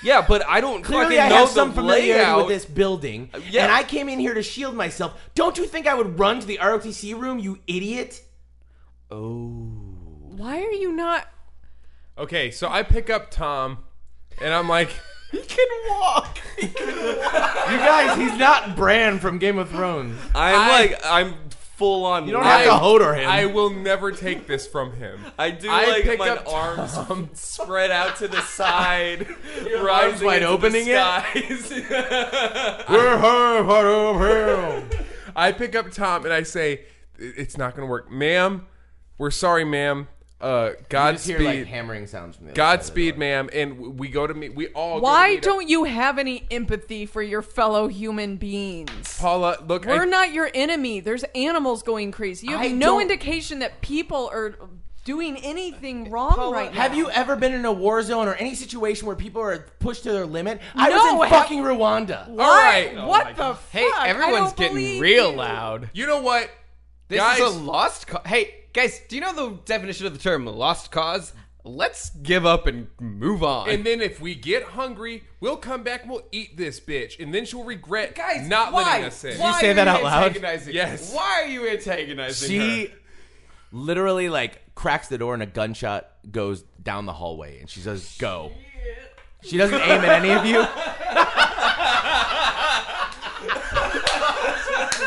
Yeah, but I don't Clearly, fucking I know have the some familiarity layout. with this building, yeah. and I came in here to shield myself. Don't you think I would run to the ROTC room, you idiot? Why are you not? okay. So I pick up Tom, and I'm like, You guys, he's not Bran from Game of Thrones. I'm I- like, I'm full on. You don't have to Hodor him. I will never take this from him. I do I like picked my up arms spread out to the side, your arms wide opening it? I pick up Tom and I say, "It- "It's not going to work, ma'am. We're sorry, ma'am. Uh, I just hear like Godspeed, hammering sounds from the other Godspeed, ma'am." And w- we go to meet. We all. go to Why meet up- don't you have any empathy for your fellow human beings? Paula look? I- We're not your enemy. There's animals going crazy. You have I no don't- indication that people are doing anything wrong right now. Have you e- ever been in a war zone or any situation where people are pushed to their limit? I was No, in have- fucking Rwanda. all right. What the fuck? Hey, I everyone's don't getting believe real you. loud. You know what? This guys, is a lost cause. Hey, guys, do you know the definition of the term lost cause? Let's give up and move on. and then if we get hungry, we'll come back and we'll eat this bitch, and then she'll regret guys, not why? letting us in. Why say are that you out loud? antagonizing- Yes. Why are you antagonizing her? She literally like cracks the door and a gunshot goes down the hallway and she says, Go. She doesn't aim at any of you.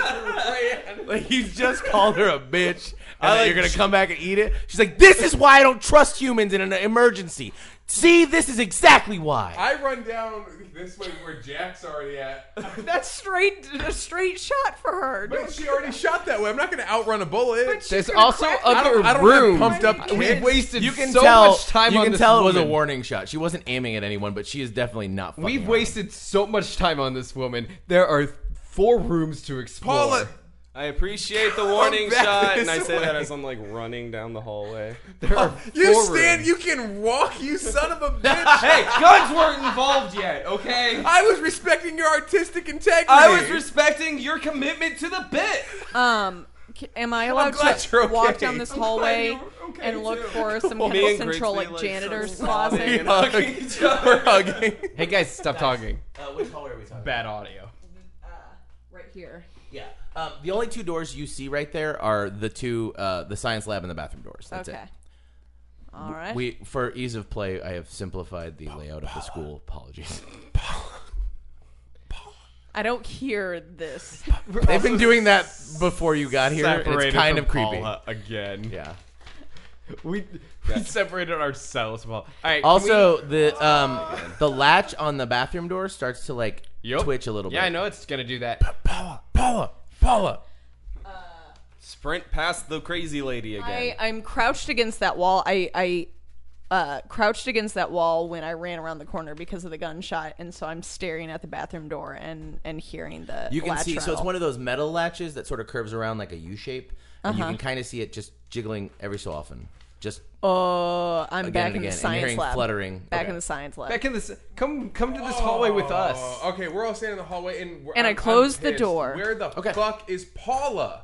like you just called her a bitch and then you're gonna come back and eat it. She's like, This is why I don't trust humans in an emergency. See, this is exactly why. I run down this way where Jack's already at. That's straight a straight shot for her. But she already shot that way. I'm not going to outrun a bullet. There's also I other don't, I don't rooms. have pumped up We kids. wasted You can so tell. much time you on can this tell it was a woman. warning shot. She wasn't aiming at anyone, but she is definitely not. fucking We've around. wasted so much time on this woman. There are four rooms to explore. Paula, I appreciate the warning back shot, and I this say that way. as I'm like running down the hallway. there are you four stand. rooms. You can walk. You son of a bitch. Hey, guns weren't involved yet, okay? I was respecting your artistic integrity. I was respecting your commitment to the bit. Um, c- am I allowed glad to you're walk okay. down this I'm hallway glad you're okay, and look too. for some Me kind of and central Grigsby, like like, janitor's so closet? sobbing. hugging each other. We're hugging. Hey guys, stop talking. Uh, which hallway are we talking? Bad audio. Right here. Yeah. Um, the only two doors you see right there are the two, uh, the science lab and the bathroom doors. That's okay. it. All right. We, for ease of play, I have simplified the layout of the school. Apologies. I don't hear this. They've been doing that before you got here. and Separated it's kind from of creepy. Paula again. Yeah. We, we separated ourselves. Well, all right. can Also, the um, the latch on the bathroom door starts to like we- Yup. twitch a little Yeah, I bit. know it's gonna do that. Paula, Paula, Paula. Sprint past the crazy lady I, again. I'm crouched against that wall. I, I uh, crouched against that wall when I ran around the corner because of the gunshot, and so I'm staring at the bathroom door and and hearing the. You can latch see. So it's rattle. one of those metal latches that sort of curves around like a U shape, and you can kind of see it just jiggling every so often. Just Oh, I'm Again and back in the again, and you're science hearing lab. fluttering. Back Okay. in the science lab. Back in this, come come to this hallway with us. Oh, okay, we're all standing in the hallway, and we're, And I I'm- I'm closed the pissed. door. Where the Okay. fuck is Paula?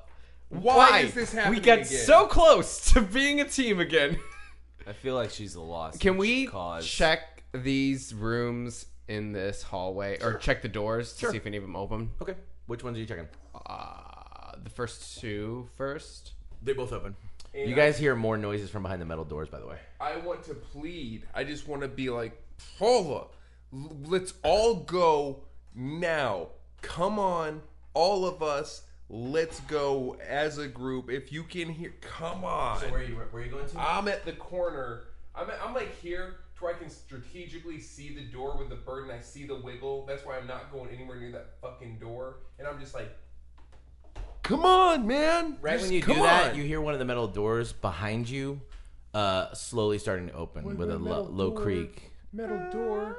Why, is this happening? We got again? so close to being a team again. I feel like she's the lost Can we cause. check these rooms in this hallway, or check the doors to see if any of them open? okay. Which ones are you checking? Uh, the first two first. They both open. You guys hear more noises from behind the metal doors, by the way. I want to plead. I just want to be like Paula. l- Let's all go now. Come on, all of us. Let's go as a group. If you can hear, come on. are you? Where are you going to? I'm at the corner. I'm, at, I'm like here to where I can strategically see the door with the bird and I see the wiggle. That's why I'm not going anywhere near that fucking door. And I'm just like, come on, man. Right Just when you do come that, on." you hear one of the metal doors behind you, uh, slowly starting to open with a lo- low creak. metal door.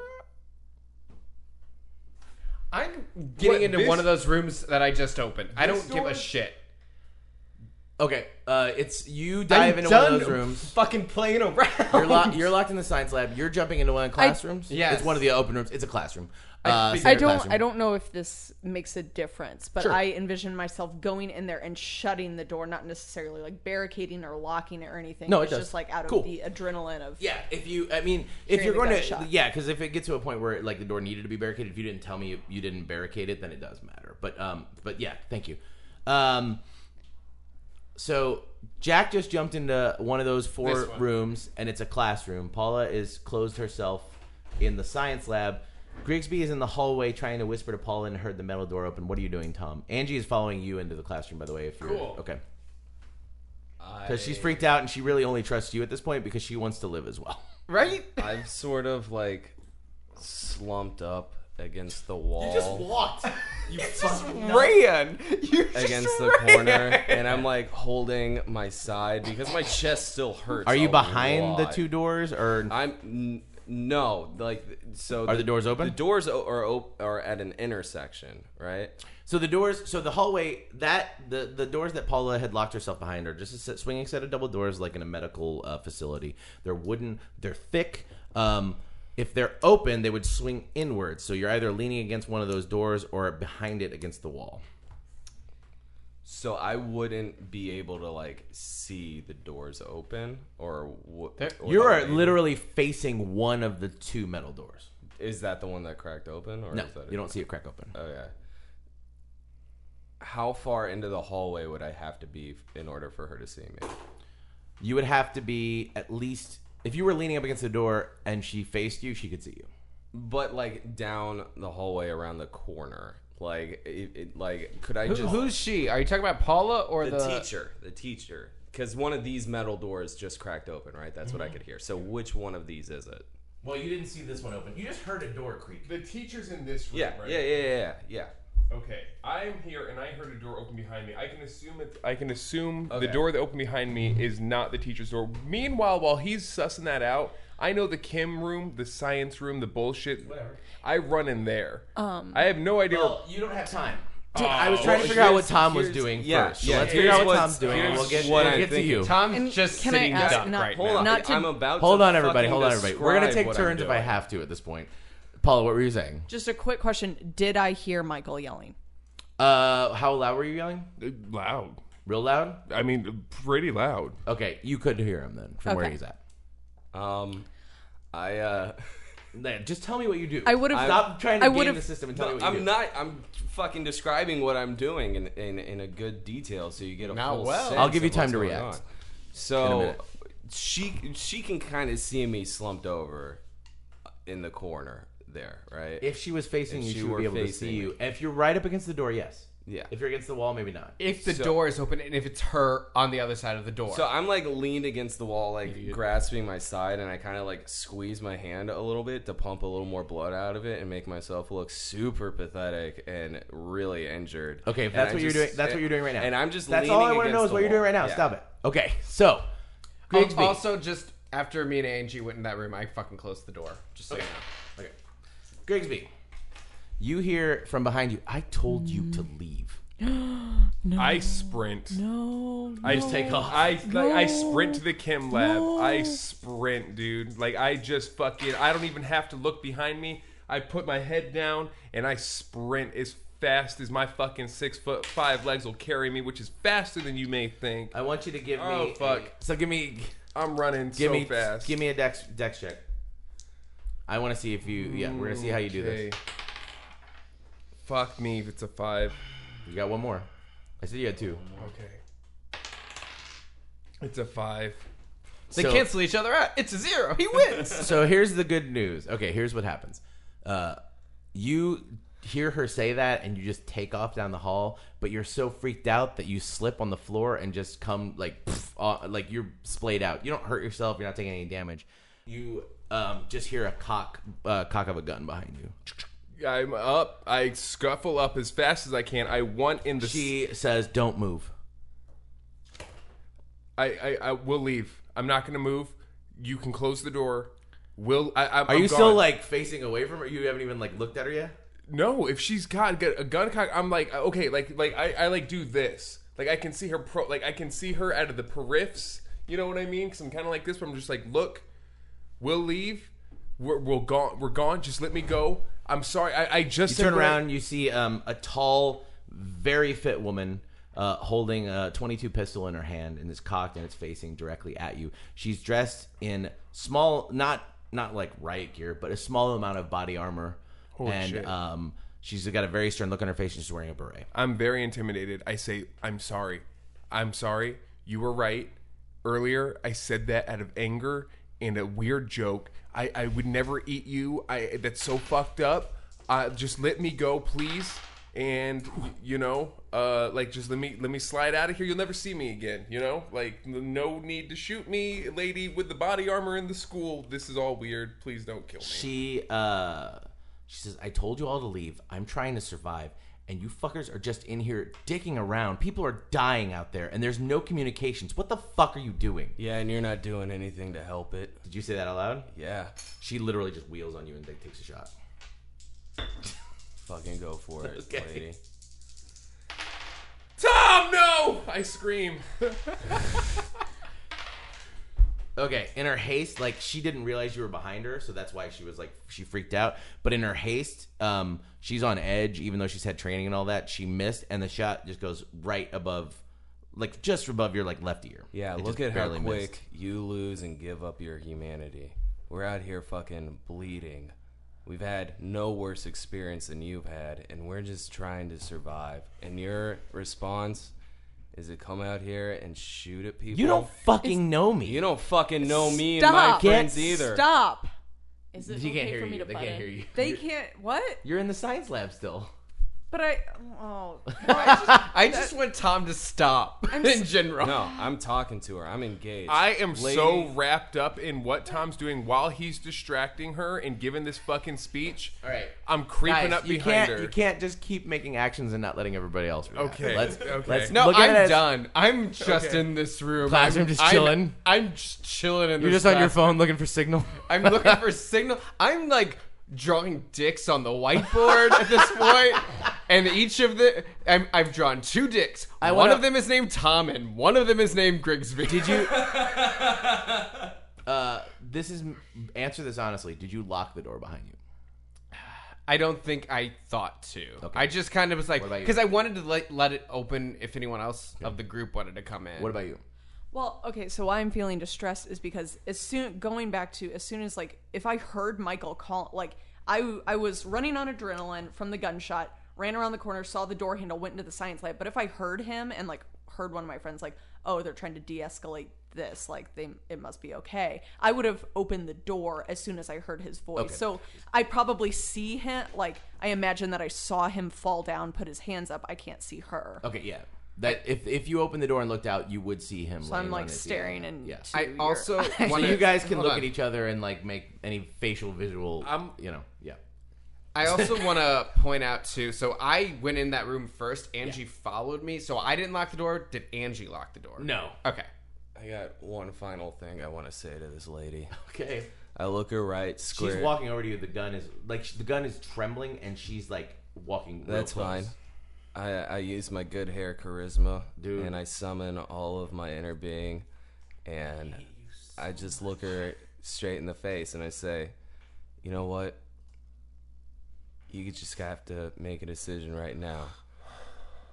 I'm getting What, into this- one of those rooms that I just opened. I don't give door? a shit. Okay, uh, it's you dive into one of those rooms. Fucking playing around. You're, lo- you're locked in the science lab. You're jumping into one of the classrooms. Yes. it's one of the open rooms. It's a classroom. I Uh, figured- standard I don't. classroom. I don't know if this makes a difference, but Sure. I envision myself going in there and shutting the door, not necessarily like barricading or locking it or anything. No, it it's does. just like out Cool. of the adrenaline of Yeah, if you, I mean, if Hearing you're the going to, gunshot. yeah, because if it gets to a point where like the door needed to be barricaded, if you didn't tell me you, you didn't barricade it, then it does matter. But um, but yeah, thank you. Um, so Jack just jumped into one of those four rooms, and it's a classroom. Paula is closed herself in the science lab. Grigsby is in the hallway trying to whisper to Paula and heard the metal door open. What are you doing, Tom? Angie is following you into the classroom, by the way. If you're Cool. okay, because she's freaked out and she really only trusts you at this point because she wants to live as well. right? I've sort of like slumped up against the wall. walked. You just Ran. You against the corner and I'm like holding my side because my chest still hurts. Are you a behind the lot. two doors or I'm n- no, like so Are the doors open? The doors o- are op- are at an intersection, right? so the doors? So the hallway that the the doors that Paula had locked herself behind are just a set, swinging set of double doors, like in a medical uh, facility. They're wooden. They're thick. Um, if they're open, they would swing inwards. So you're either leaning against one of those doors or behind it against the wall. So I wouldn't be able to like see the doors open or what You are literally facing one of the two metal doors. is that the one that cracked open or No, is that you don't see it crack open. Okay. How far into the hallway would I have to be f- in order for her to see me? You would have to be at least if you were leaning up against the door and she faced you, she could see you. But like down the hallway around the corner, like it, it, like could I Who, just who's she? Are you talking about Paula or the, the, teacher? The Mm-hmm. teacher, because one of these metal doors just cracked open, right? That's what I could hear. So which one of these is it? Well, you didn't see this one open. You just heard a door creak. The teacher's in this room, Yeah, right? yeah, yeah, yeah, yeah, yeah. Okay, I am here, and I heard a door open behind me. I can assume it. I can assume Okay. the door that opened behind me is not the teacher's door. Meanwhile, while he's sussing that out, I know the Kim room, the science room, the bullshit. Whatever. I run in there. Um, I have no idea. Well, you don't have time. Oh, I was trying to well, figure out what here's- Tom was here's- doing yeah, first. So yeah, let's figure out here's what what's- Tom's doing, and we'll get, here's what we'll I'm get to thinking. you. Tom's And just can I sitting ask- duck not- right hold now. on. Not to- I'm about. Hold to on, everybody. fucking Hold on, everybody. We're gonna describe take what I'm turns if I doing. have to at this point. Paula, what were you saying? Just a quick question: Did I hear Michael yelling? Uh, how loud were you yelling? Uh, loud. Real loud? I mean, pretty loud. Okay, you could hear him then from where Okay. he's at. Um, I uh, Then Just tell me what you do. I would've- stop trying to I game would've- the system and tell me no, what you do. I'm not. I'm fucking describing what I'm doing in in, in a good detail, so you get a Not full well. sense I'll give you of what's time to going react. on. In a So minute. she she can kind of see me slumped over in the corner there, right? If she was facing If you, she she would were be able to facing see me. you. If you're right up against the door, yes. Yeah. If you're against the wall, maybe not. If the So- door is open and if it's her on the other side of the door. So I'm like leaned against the wall, like grasping my side, and I kind of like squeeze my hand a little bit to pump a little more blood out of it and make myself look super pathetic and really injured. Okay, if And that's I what you're just- doing, that's what you're doing right now. And I'm just That's leaning all I want to against know is the what you're doing wall. right now. Yeah. Stop it. Okay, so Al- Grigsby. also, just after me and Angie went in that room, I fucking closed the door. Just so you know. Okay. Grigsby, you hear from behind you. I told you to Mm. leave. I sprint. No. I just take off. I like I sprint to the chem lab. I sprint, dude. Like I just fucking I don't even have to look behind me. I put my head down and I sprint as fast as my fucking six foot five legs will carry me, which is faster than you may think. I want you to give Oh, me. a- fuck. so give me, I'm running give so me, fast. give me a dex dex check. I want to see if you. Yeah, we're gonna see how you do this. Okay. Fuck me if it's a five. You got one more. I said you had two. Okay. It's a five. They So- cancel each other out. It's a zero. He wins. so here's the good news. Okay, here's what happens. Uh, you hear her say that, and you just take off down the hall. But you're so freaked out that you slip on the floor and just come like, pff, uh, like you're splayed out. You don't hurt yourself. You're not taking any damage. You um, just hear a cock, uh, cock of a gun behind you. I'm up. I scuffle up as fast as I can. I want in the. She says, "Don't move." I, I, I will leave. I'm not gonna move. You can close the door. Will I? I Are you still like facing away from her? You haven't even like looked at her yet. No, if she's got a gun cock, I'm like okay, like like I, I like do this. Like I can see her pro. Like I can see her out of the periffs. You know what I mean? Because I'm kind of like this. Where I'm just like, look, we'll leave. We're, we're gone. We're gone. Just let me go. I'm sorry. I, I just You turn said what I- around, you see um, a tall, very fit woman uh, holding a 22 pistol in her hand, and it's cocked and it's facing directly at you. She's dressed in small, not not like riot gear, but a small amount of body armor, and shit. um, she's got a very stern look on her face. And she's wearing a beret. I'm very intimidated. I say, I'm sorry. I'm sorry. You were right. Earlier, I said that out of anger and a weird joke. I, I would never eat you. I That's so fucked up. Uh, just let me go, please. And y- you know, uh, like just let me let me slide out of here. You'll never see me again. You know, like n- no need to shoot me, lady with the body armor in the school. This is all weird. Please don't kill me. She uh, she says, "I told you all to leave. I'm trying to survive." And you fuckers are just in here dicking around. People are dying out there, and there's no communications. What the fuck are you doing? Yeah, and you're not doing anything to help it. Did you say that out loud? Yeah, She literally just wheels on you and like, takes a shot. fucking go for it, Okay. lady. Tom, no! I scream. Okay, in her haste, like she didn't realize you were behind her, so that's why she was like she freaked out. But in her haste, um, she's on edge, even though she's had training and all that. She missed, and the shot just goes right above, like just above your like left ear. Yeah, It look just at how barely missed. quick you lose and give up your humanity. We're out here fucking bleeding. We've had no worse experience than you've had, and we're just trying to survive. And your response is to come out here and shoot at people. You don't fucking know me. You don't fucking know me and my Stop. friends either. Stop. Is it They okay can't hear for me you. to They butt can't in? hear you. They can't. What? You're in the science lab still. But I, oh, I just want Tom to stop in general. No, I'm talking to her. I'm engaged. I am Lady- so wrapped up in what Tom's doing while he's distracting her and giving this fucking speech. All right. I'm creeping Guys, up you behind can't, her. You can't just keep making actions and not letting everybody else. react. Okay, Let's, okay. let's No, look at I'm it as- done. I'm just Okay. in this room. Classroom, I'm just I'm- chilling. I'm, just chilling in You're this just on your classroom. phone looking for signal. I'm looking for signal. I'm like drawing dicks on the whiteboard at this point, and each of the I'm, I've drawn two dicks. I one wanna- of them is named Tom, and one of them is named Grigsby. Did you? Uh, this is answer this honestly. Did you lock the door behind you? I don't think I thought to. I just kind of was like, about you? because I wanted to let, let it open if anyone else of the group wanted to come in. What about you? Well, okay, so why I'm feeling distressed is because as soon going back to as soon as like if I heard Michael call like I I was running on adrenaline from the gunshot, ran around the corner, saw the door handle, went into the science lab, but if I heard him and like heard one of my friends like, "Oh, they're trying to de-escalate this, like they it must be okay." I would have opened the door as soon as I heard his voice. So, I probably see him like I imagine that I saw him fall down, put his hands up. I can't see her. Okay, yeah. That if if you opened the door and looked out, you would see him. So I'm laying on like his- staring and Yeah. I also So want you guys can hold look on. at each other and like make any facial visual. I'm- you know, yeah. I also want to point out too. So I went in that room first. Angie followed me, so I didn't lock the door. Did Angie lock the door? No. Okay. I got one final thing I want to say to this lady. Okay. I look her right square. She's walking over to you. The gun is like sh- the gun is trembling, and she's like walking. Real That's close. fine. I, I use my good hair charisma, Dude. and I summon all of my inner being, and I just look her straight in the face and I say, "You know what? You just have to make a decision right now.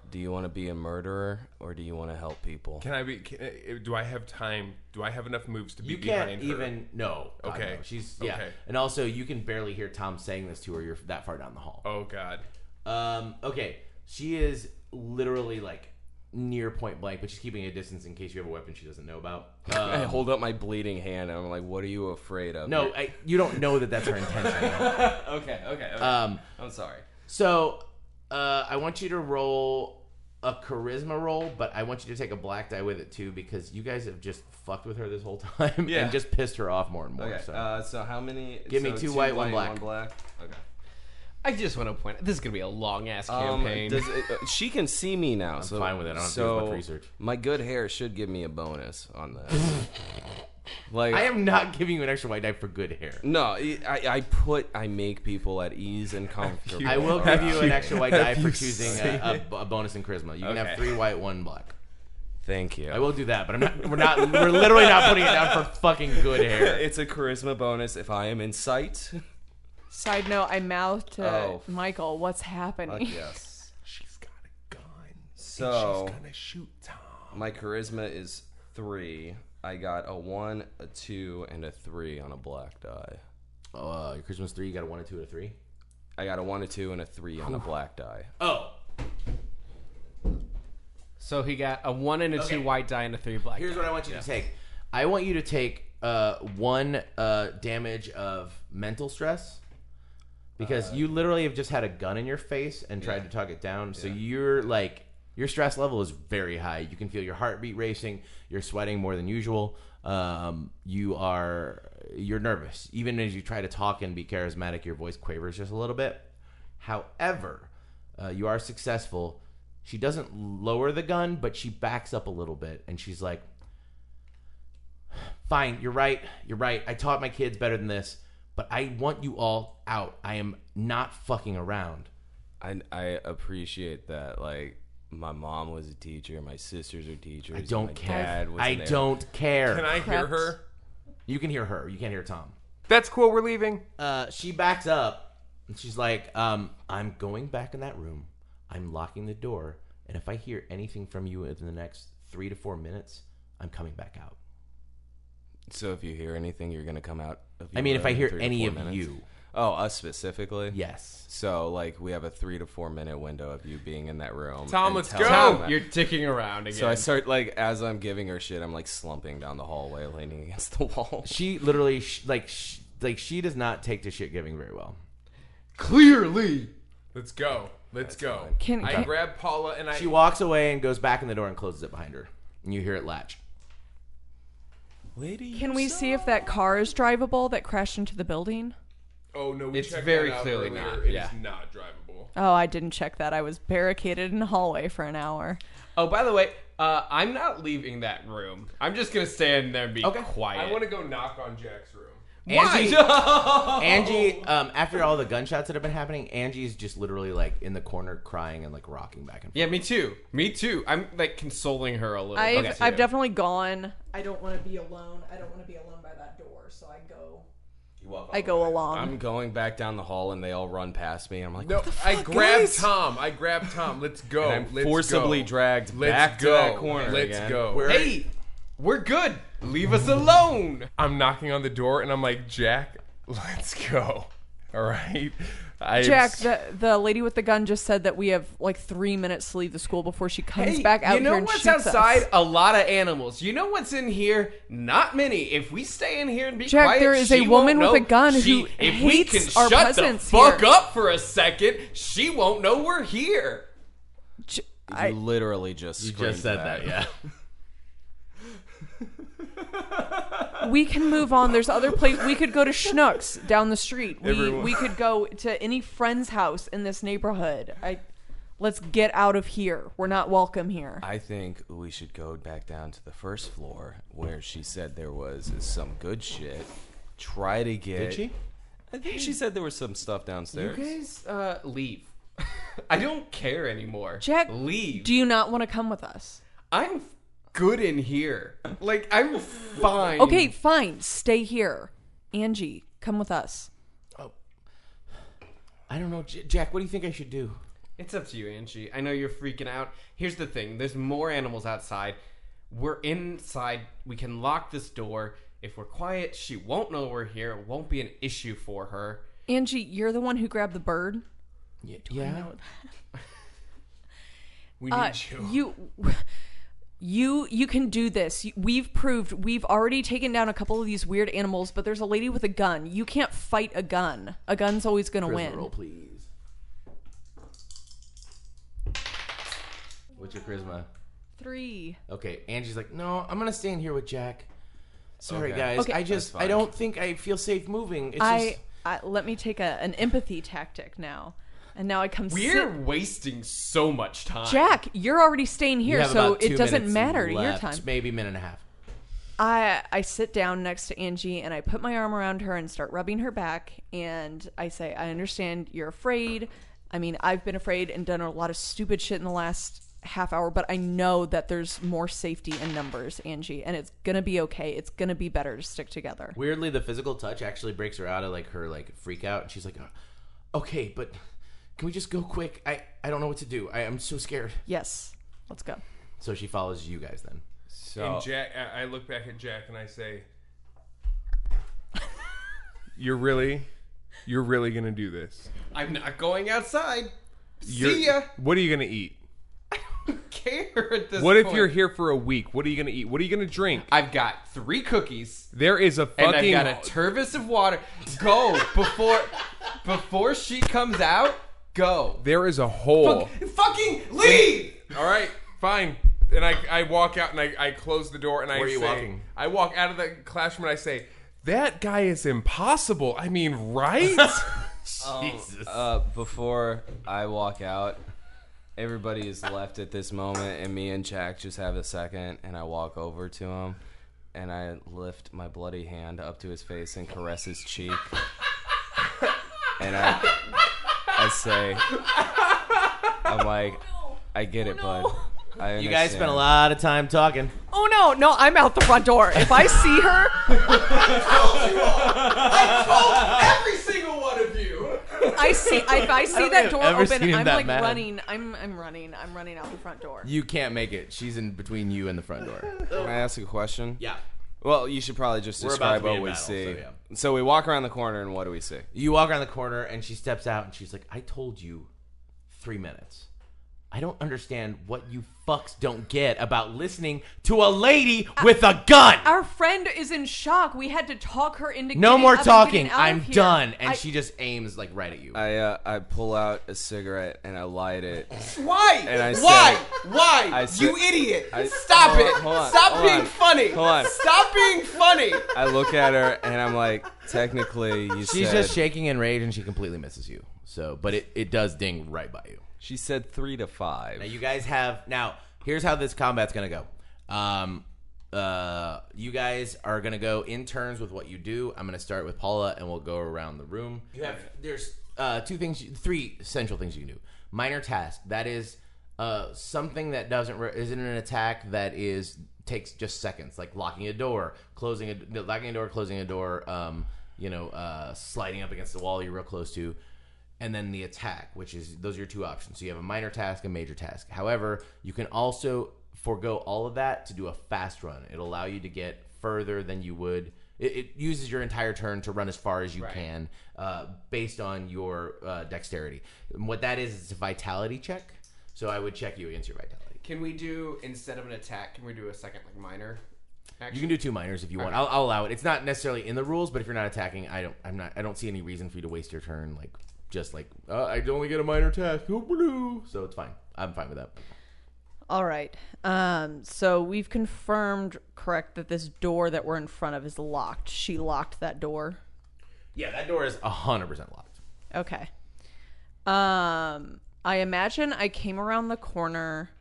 Do you want to be a murderer or do you want to help people?" Can I be? Can, uh, do I have time? Do I have enough moves to be You behind can't her? even no. God, Okay. no. She's yeah. Okay. And also, you can barely hear Tom saying this to her. You're that far down the hall. Oh God. Um, okay, she is literally like near point blank, but she's keeping a distance in case you have a weapon she doesn't know about. I Um, hold up my bleeding hand and I'm like, "What are you afraid of?" no, I, you don't know that that's her intention. okay, okay. okay. Uh, Um, I'm sorry. so uh, I want you to roll a charisma roll, but I want you to take a black die with it too because you guys have just fucked with her this whole time Yeah. and just pissed her off more and more. Okay. so. Uh, so how many? Give me so two white, one black. One black. Okay. I just want to point. This is gonna be a long ass campaign. does it- uh, she can see me now. I'm so, fine with it. I don't have to do as so much research. My good hair should give me a bonus on this. like I am not giving you an extra white die for good hair. no, I, I I put I make people at ease and comfortable. I will around. give you an extra white die for choosing a, a, a bonus in charisma. You can have Okay. three white, one black. Thank you. I will do that, but I'm not, we're not. We're literally not putting it down for fucking good hair. It's a charisma bonus if I am in sight. Side note, I mouthed to Oh. Michael, what's happening? yes. She's got a gun. So She's gonna shoot Tom. my charisma is three. I got a one, a two, and a three on a black die. Uh, your Christmas three, you got a one, a two, and a three. I got a one, a two, and a three on a black die. Oh, so he got a one and a two white die and a three black. here's die. what I want you to take. I want you to take uh, one uh, damage of mental stress because you literally have just had a gun in your face and tried to talk it down. So you're like, your stress level is very high. You can feel your heartbeat racing. You're sweating more than usual. Um, you are, you're nervous. Even as you try to talk and be charismatic, your voice quavers just a little bit. However, uh, you are successful. She doesn't lower the gun, but she backs up a little bit and she's like, fine, you're right, you're right. I taught my kids better than this, but I want you all out. I am not fucking around. I I appreciate that. Like my mom was a teacher, my sisters are teachers. I don't my care. Dad was I an air- don't care. Can I hear Correct. her? You can hear her. You can't hear Tom. That's cool. We're leaving. Uh, she backs up and she's like, um, I'm going back in that room. I'm locking the door. And if I hear anything from you in the next three to four minutes, I'm coming back out. So if you hear anything, you're gonna come out. Of I mean, your if I room in hear three to any four of minutes. you, Oh, us specifically. yes. So like we have a three to four minute window of you being in that room. Tom, and let's tell go. them Oh, that. you're ticking around again. So I start like as I'm giving her shit, I'm like slumping down the hallway, leaning against the wall. She literally, sh- like, sh- like she does not take to shit giving very well. Clearly, Let's go. Let's go. Can- I can- grab Paula and I. She walks away and goes back in the door and closes it behind her. And you hear it latch. Can we see if that car is drivable that crashed into the building? oh no, we It's checked very that out clearly earlier. not, It is yeah. not drivable. Oh, I didn't check that. I was barricaded in the hallway for an hour. Oh, by the way, uh, I'm not leaving that room. I'm just gonna stand there and be quiet. I want to go knock on Jack's room. Angie, No! Angie um, after all the gunshots that have been happening, Angie's just literally like in the corner crying and like rocking back and forth. Yeah, me too. Me too. I'm like consoling her a little. I've bit. too. I've definitely gone. I don't want to be alone. I don't want to be alone by that door, so I go. I go along. I'm going back down the hall and they all run past me. I'm like, No, what the f- I grabbed Tom. I grabbed Tom. Let's go. I'm Let's forcibly go. dragged Let's back go. to that corner. Let's again. go. Hey, we're good. Leave us alone. I'm knocking on the door and I'm like, Jack, let's go. All right. I am Jack, s- the the lady with the gun just said that we have like three minutes to leave the school before she comes Hey, back out you know here and what's shoots outside? us. A lot of animals. You know what's in here? Not many. If we stay in here and be Jack, quiet, there is a she won't woman with know. a gun who She- if we can hates our shut the presence fuck here. up for a second, she won't know we're here. J- You I- literally just screamed yeah. we can move on. There's other place we could go to Schnucks down the street. We we could go to any friend's house in this neighborhood. I let's get out of here. We're not welcome here. I think we should go back down to the first floor where she said there was some good shit. Try to get. Did she? I think she said there was some stuff You downstairs. guys uh, leave. I don't care anymore. Jack, leave. Do you not want to come with us? I'm good in here. Like I'm fine. Okay, fine. Stay here. Angie, come with us. I don't know, J- Jack. What do you think I should do? It's up to you, Angie. I know you're freaking out. Here's the thing there's more animals outside. We're inside. We can lock this door. If we're quiet, she won't know we're here. It won't be an issue for her. Angie, you're the one who grabbed the bird. Yeah, yeah. we need Uh, you. you you you can do this. You- We've proved we've already taken down a couple of these weird animals, but there's a lady with a gun. You can't fight a gun. A gun's always going to win. roll, please. What's your charisma? 3. Okay, Angie's like, no, I'm gonna stay in here with Jack. Sorry, Okay. guys. Okay. I just, I don't think I feel safe moving. It's I, just, I let me take a, an empathy tactic now. And now I come We're sit wasting so much time. Jack, you're already staying You here, have so about two it doesn't minutes matter left, your time. Maybe a minute and a half. I I sit down next to Angie and I put my arm around her and start rubbing her back and I say, "I understand you're afraid. I mean, I've been afraid and done a lot of stupid shit in the last half hour, but I know that there's more safety in numbers, Angie, and it's going to be okay. It's going to be better to stick together." Weirdly, the physical touch actually breaks her out of like her like freak out, and she's like, "Oh, okay, but can we just go quick? I, I don't know what to do. I, I'm so scared. Yes. Let's go. So she follows you guys then. And Jack, I I look back at Jack and I say, "You're really, you're really gonna do this. I'm not going outside. You're- See ya. What are you gonna eat? Care at this What if point. you're here for a week? What are you gonna eat? What are you gonna drink? I've got three cookies There is a and fucking. I've got a turvis of water. Go before before she comes out. Go. there is a hole. Fucking leave. All right, fine. And I, I walk out and I, I close the door and I Where are you say, walking? I walk out of the classroom and I say, that guy is impossible. I mean, right? Jesus. Uh, before I walk out, everybody is left at this moment, and me and Jack just have a second, and I walk over to him, and I lift my bloody hand up to his face and caress his cheek, and I, I say, I'm like, I get it, bud. I you guys spent understand." a lot of time talking. Oh no, no, I'm out the front door. If I see her, Every single one of you. I see if I see don't think that I've door ever open, seen him I'm that like mad. running. I'm I'm running. I'm running out the front door. You can't make it. She's in between you and the front door. Can I ask a question? yeah. Well, you should probably just We're about to describe be what in we battle, see. so so we walk around the corner, and what do we see? You walk around the corner and she steps out and she's like, I told you three minutes. I don't understand what you fucks don't get about listening to a lady with a gun. Our friend is in shock. We had to talk her into No getting more up and getting talking. out I'm of here. done. And I- she just aims like right at you. I uh, I pull out a cigarette and I light it. Why? And I said- Why? Why? I said- you idiot! I- Stop hold it! on, hold on, Stop hold being on. funny! Hold on. Stop being funny! I look at her and I'm like, technically, you She's said just shaking in rage and she completely misses you. So, but it, it does ding right by you. she said three to five. Now you guys have now. Here's how this combat's gonna go. Um, uh, you guys are gonna go in turns with what you do. I'm gonna start with Paula, and we'll go around the room. You have there's uh, two things, three essential things you can do. Minor task that is uh, something that doesn't re- isn't an attack that is takes just seconds, like locking a door, closing a locking a door, closing a door. Um, you know, uh, sliding up against the wall you're real close to and then the attack, which is those are your two options. So you have a minor task, a major task. However, you can also forego all of that to do a fast run. It'll allow you to get further than you would. It, it uses your entire turn to run as far as you can, uh, based on your uh, dexterity. And what that is is a vitality check. So I would check you against your vitality. Can we do instead of an attack? Can we do a second like minor? You can do two minors if you want. I'll, I'll allow it. It's not necessarily in the rules, but if you're not attacking, I don't. I'm not. I don't see any reason for you to waste your turn. Like just like uh, I only get a minor task. Oh, blue. So it's fine. I'm fine with that. All right. Um, so we've confirmed correct that this door that we're in front of is locked. She locked that door. Yeah, that door is hundred percent locked. Okay. Um, I imagine I came around the corner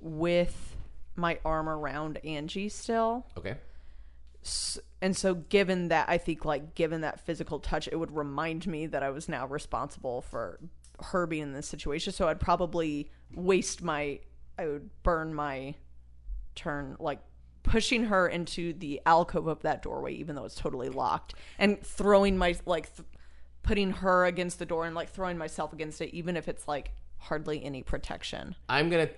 with my arm around Angie still. Okay. And so given that I think like given that physical touch it would remind me that I was now responsible for her being in this situation so I'd probably waste my I would burn my turn like pushing her into the alcove of that doorway even though it's totally locked and throwing my like th- putting her against the door and like throwing myself against it even if it's like hardly any protection. I'm gonna.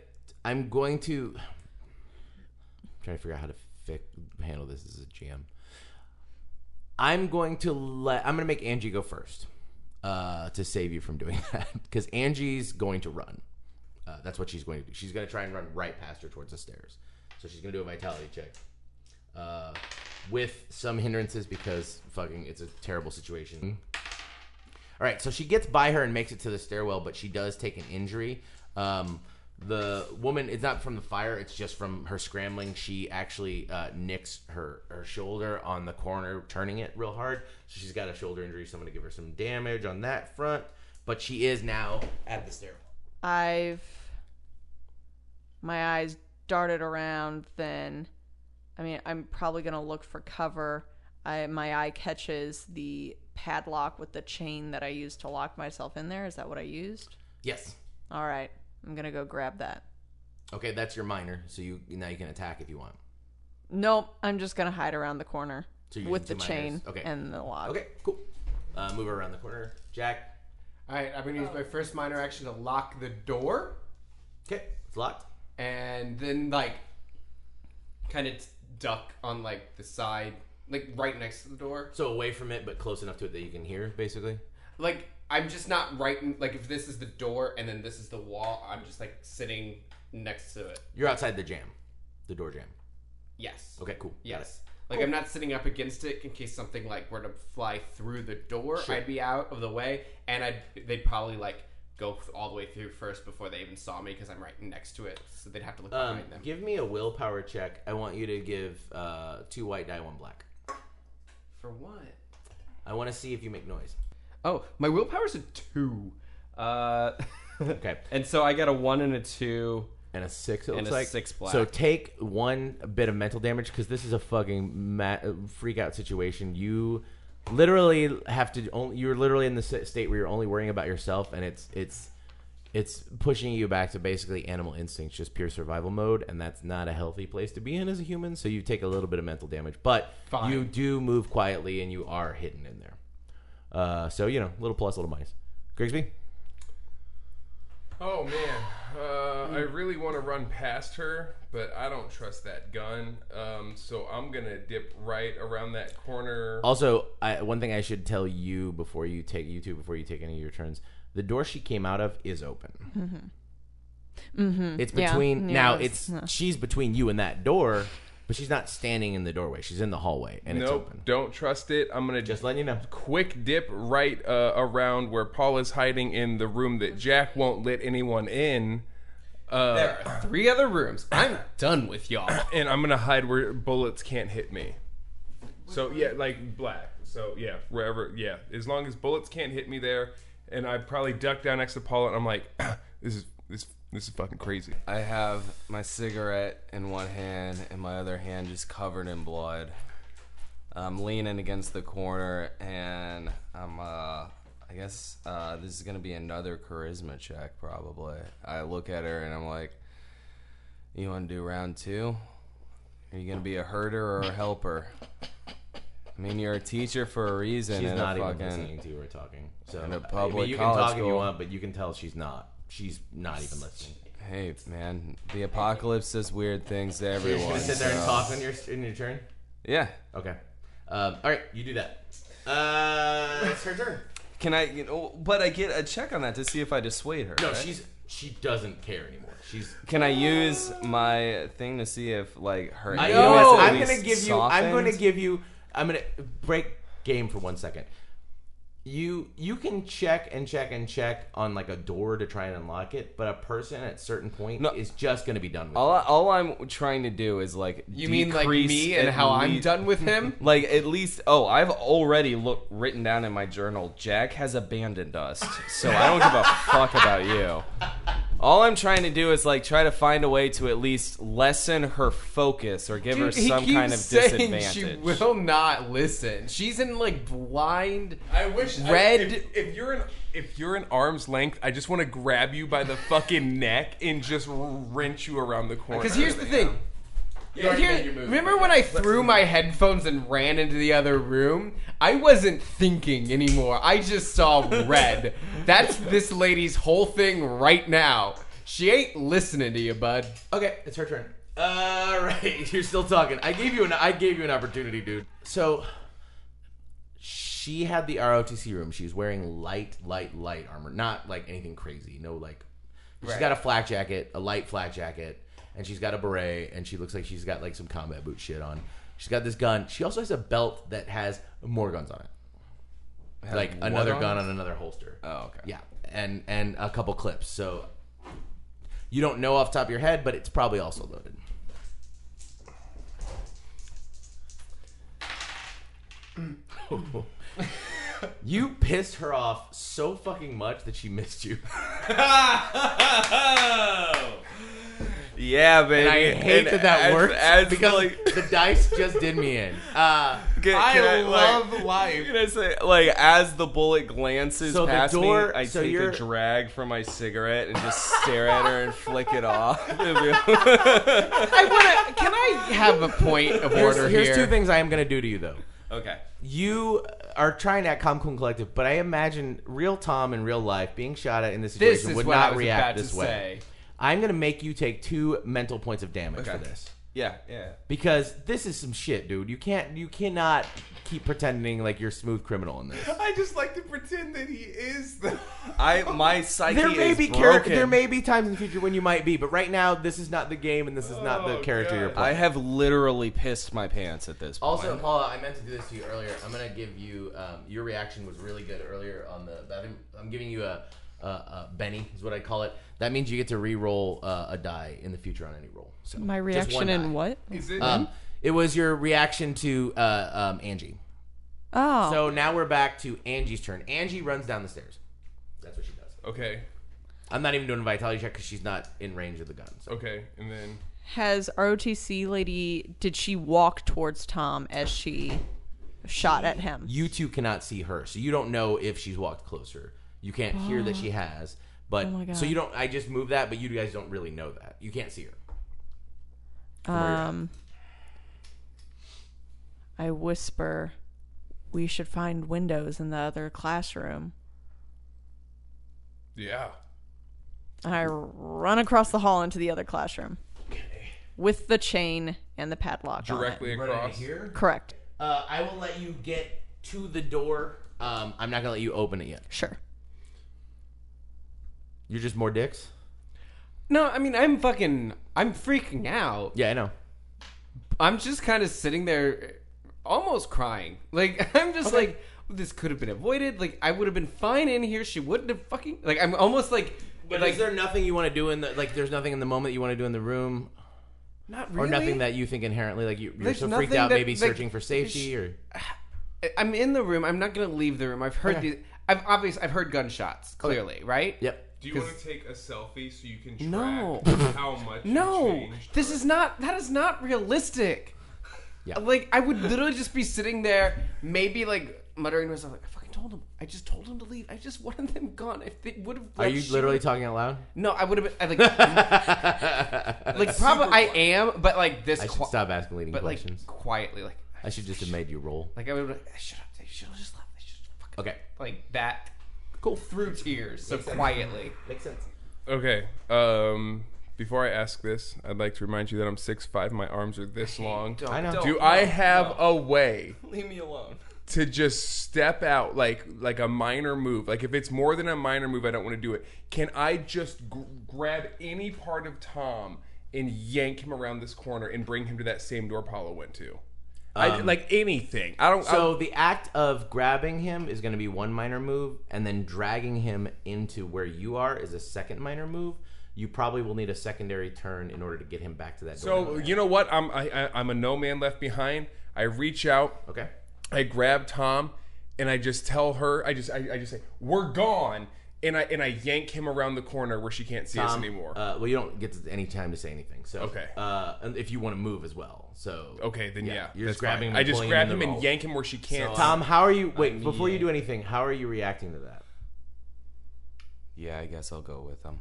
I'm going to. I'm trying to figure out how to fi- handle this as a GM. I'm going to let. I'm gonna make Angie go first uh, to save you from doing that because Angie's going to run. Uh, that's what she's going to do. She's going to try and run right past her towards the stairs. So she's going to do a vitality check uh, with some hindrances because fucking it's a terrible situation. All right, so she gets by her and makes it to the stairwell, but she does take an injury. Um, the woman, it's not from the fire; it's just from her scrambling. She actually uh, nicks her her shoulder on the corner, turning it real hard. So she's got a shoulder injury. So I'm gonna give her some damage on that front, but she is now at the stairwell. I've my eyes darted around then I mean I'm probably going to look for cover. I my eye catches the padlock with the chain that I used to lock myself in there. Is that what I used? Yes. All right. I'm going to go grab that. Okay, that's your minor. So you now you can attack if you want. Nope, I'm just going to hide around the corner So you're with the using two chain minors. Okay. and the lock. Okay, cool. Uh, move her around the corner, Jack. All right, I'm gonna use my first minor action to lock the door, Okay, it's locked. and then like kind of duck on like the side, like right next to the door. So away from it, but close enough to it that you can hear, basically. Like I'm just not right. In, like if this is the door and then this is the wall, I'm just like sitting next to it. You're outside the jam, the door jam. Yes. Okay, cool. Yes. Like I'm not sitting up against it in case something like were to fly through the door. Sure. I'd be out of the way, and I'd they'd probably like go all the way through first before they even saw me because I'm right next to it, so they'd have to look Um, behind them. give me a willpower check. I want you to give uh, two white die, one black. For what? I want to see if you make noise. Oh, my willpower's a two. Uh, Okay. and so I got a one and a two. And a six, it And looks a like. six black. So take one bit of mental damage because this is a fucking ma- uh, freak out situation. You literally have to. Only, you're literally in the s- state where you're only worrying about yourself, and it's it's it's pushing you back to basically animal instincts, just pure survival mode, and that's not a healthy place to be in as a human. So you take a little bit of mental damage, but you do move quietly, and you are hidden in there. Uh, so you know, little plus, little minus. Grigsby, Oh man, uh, I really want to run past her, but I don't trust that gun. Um, so I'm gonna dip right around that corner. Also, I, one thing I should tell you before you take you two before you take any of your turns, the door she came out of is open. It's Mm-hmm. Yeah. between Yeah, now. that's- It's she's between you and that door, but she's not standing in the doorway. She's in the hallway, and it's Nope, open. don't trust it. I'm gonna Just letting you know. quick dip right uh, around where Paul is hiding in the room that Jack won't let anyone in. Uh, There are three other rooms. I'm done with y'all. and I'm gonna hide where bullets can't hit me. So yeah, like black. So yeah, wherever. Yeah, as long as bullets can't hit me there, and I probably duck down next to Paula, and I'm like, this is this this is fucking crazy. I have my cigarette in one hand and my other hand just covered in blood. I'm leaning against the corner and I'm, uh, I guess uh, this is going to be another charisma check probably. I look at her and I'm like, you want to do round two? Are you going to be a herder or a helper? I mean, you're a teacher for a reason. She's and not a even fucking, listening to you or talking. So in I a mean, public you college can talk if you school. want, but you can tell she's not. She's not even listening. Hey, man, the apocalypse does weird things to You're everyone. just gonna sit there and so- talk on your in your turn. Yeah. Okay. Um, all right, you do that. Uh, it's her turn. Can I? You know, but I get a check on that to see if I dissuade her. No, right? she's she doesn't care anymore. She's. Can I use my thing to see if like her? I aim know. is at I'm least gonna give you. I'm softened? gonna give you. I'm gonna break game for one second. You you can check and check and check on like a door to try and unlock it, but a person at certain point No. is just gonna be done with. All, it. I- all I'm trying to do is like. You mean like decrease me and at how I'm least- done with him? Like at least. Oh, I've already look written down in my journal. Jack has abandoned us, so I don't give a fuck about you. All I'm trying to do is like try to find a way to at least lessen her focus or give her Dude, he some keeps kind of saying disadvantage. She will not listen. She's in like blind. I wish I- Red- if, if you're in if you're in arm's length, I just want to grab you by the fucking neck and just wrench you around the corner. Because here's the thing. already Here- made your move. remember when I threw my headphones and ran into the other room? I wasn't thinking anymore. I just saw red. That's this lady's whole thing right now. She ain't listening to you, bud. Okay, it's her turn. All right, you're still talking. I gave you an I gave you an opportunity, dude. So she had the ROTC room. She was wearing light, light, light armor, not like anything crazy. No, like she's got a flak jacket, a light flak jacket, and she's got a beret, and she looks like she's got like some combat boot shit on. She's got this gun. She also has a belt that has more guns on it, like another gun on another holster. Oh, okay. Yeah, and and a couple clips. So you don't know off the top of your head, but it's probably also loaded. you pissed her off so fucking much that she missed you. Yeah, And baby. I hate that that as- works as, because like, the dice just did me in. Uh, Can- I can love like, life. Can I say, like, as the bullet glances So the past door- me, I so take you're- a drag from my cigarette and just stare at her and flick it off. I wanna. Can I have a point of here's, order here's here? two things I am gonna do to you though. okay. You are trying to act calm, cool, and collective, but I imagine real Tom in real life being shot at in this This situation is would what not I was react about this to way. say. I'm gonna make you take two mental points of damage for Okay. this Yeah, yeah. because this is some shit, dude. You can't, you cannot keep pretending like you're a smooth criminal in this. I just like to pretend that he is the. I my psyche There may is be broken. character, there may be times in the future when you might be, but right now this is not the game and this is not the Oh, character God. you're I playing. have literally pissed my pants at this point. Also, Paula, I meant to do this to you earlier. I'm gonna give you um, your reaction was really good earlier on the. But I'm, I'm giving you a, a, a Benny is what I call it. That means you get to re-roll uh, a die in the future on any roll. So My just reaction one die. in what? Is it? Um, it was your reaction to uh, um, Angie. Oh, So now we're back to Angie's turn. Angie runs down the stairs. That's what she does. okay, I'm not even doing a vitality check because she's not in range of the gun. So. okay, and then has ROTC lady? Did she walk towards Tom as she shot at him? you two cannot see her, so you don't know if she's walked closer. You can't hear that she has, Oh but my God. so you don't. I just moved that, but you guys don't really know that. You can't see her. Um, I whisper, "We should find windows in the other classroom." yeah. And I run across the hall into the other classroom with the chain and the padlock. on it. Directly across. here. Correct. Uh, I will let you get to the door. Um, I'm not gonna let you open it yet. Sure. You're just more dicks. No, I mean I'm fucking I'm freaking out. Yeah, I know. I'm just kind of sitting there almost crying. Like I'm just like this could have been avoided. Like I would have been fine in here. She wouldn't have fucking like I'm almost like But like is there nothing you want to do in the like? There's nothing in the moment you want to do in the room, not or really. nothing that you think inherently like you, you're There's so freaked nothing out, that- maybe like, searching for safety or I- I'm in the room. I'm not going to leave the room. I've heard the I've obviously I've heard gunshots clearly, right? yep. Do you want to take a selfie so you can track No. how much you No, changed? this is not. That is not realistic. Yeah. Like I would literally just be sitting there, maybe like muttering to myself, like I fucking told him. I just told him to leave. I just wanted them gone. If they would have. Are you literally talking out loud? No, I would have been. I, like, like probably I am, but like this. I should qui- stop asking leading But like questions. quietly, like I should just have made you roll. like I would. I should have. I should have just left. I should have fucking Okay, like that. Cool. Through tears, so quietly. makes sense. Okay. Um, before I ask this, I'd like to remind you that I'm 6'5", my arms are this long. I know. Do I have a way Leave me alone. to just step out like like a minor move? Like if it's more than a minor move, I don't want to do it. Can I just g- grab any part of Tom and yank him around this corner and bring him to that same door Paula went to? I, Um, like anything. I don't. So the act of grabbing him is going to be one minor move, and then dragging him into where you are is a second minor move. You probably will need a secondary turn in order to get him back to that door. So you know what? I'm I, I, I'm a no man left behind. I reach out. okay. I grab Tom, and I just tell her. I just I, I just say we're gone, and I and I yank him around the corner where she can't see us Um, anymore. Uh, well, you don't get to any time to say anything. So Okay. uh, and if you want to move as well. So okay, then yeah, you're that's just grabbing. fine. him I and just pulling grab in him the and roll. yank him where she can't. Tom, how are you? Wait, before you do anything, how are you reacting to that? Yeah, I guess I'll go with them.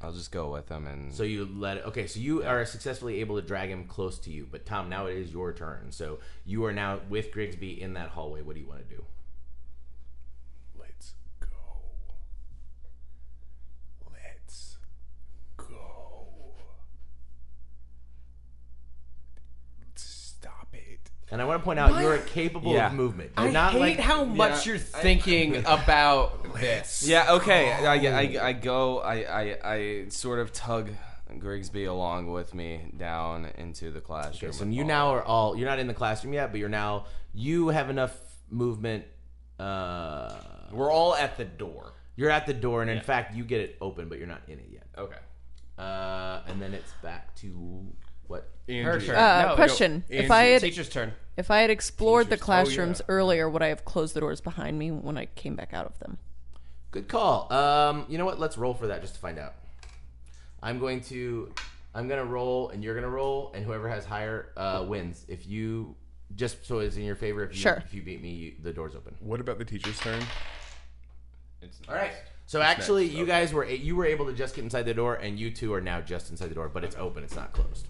I'll just go with them and So you let it. Okay, so you are successfully able to drag him close to you. But Tom, now it is your turn. So you are now with Grigsby in that hallway. What do you want to do? Let's go. Let's go. Stop it. And I want to point out you are capable Yeah. of movement. You're I not hate like how much you're thinking about this. Yeah, okay. I, I, I go, I, I, I sort of tug Grigsby along with me down into the classroom. So you now are all you're not in the classroom yet, but you're now you have enough movement. Uh, We're all at the door. You're at the door, and in fact, you get it open, but you're not in it yet. Okay. Uh, and then it's back to what? Uh, no, question: no, If I Andrew. had Teacher's turn. if I had explored the Teachers- oh, yeah. classrooms earlier, would I have closed the doors behind me when I came back out of them? Good call. Um, you know what? Let's roll for that just to find out. I'm going to, I'm gonna roll, and you're gonna roll, and whoever has higher uh, wins. If you just so it's in your favor, if you Sure. if you beat me, you, the door's open. What about the teacher's turn? All right. So actually, you guys were you were able to just get inside the door, and you two are now just inside the door, but it's open. It's not closed.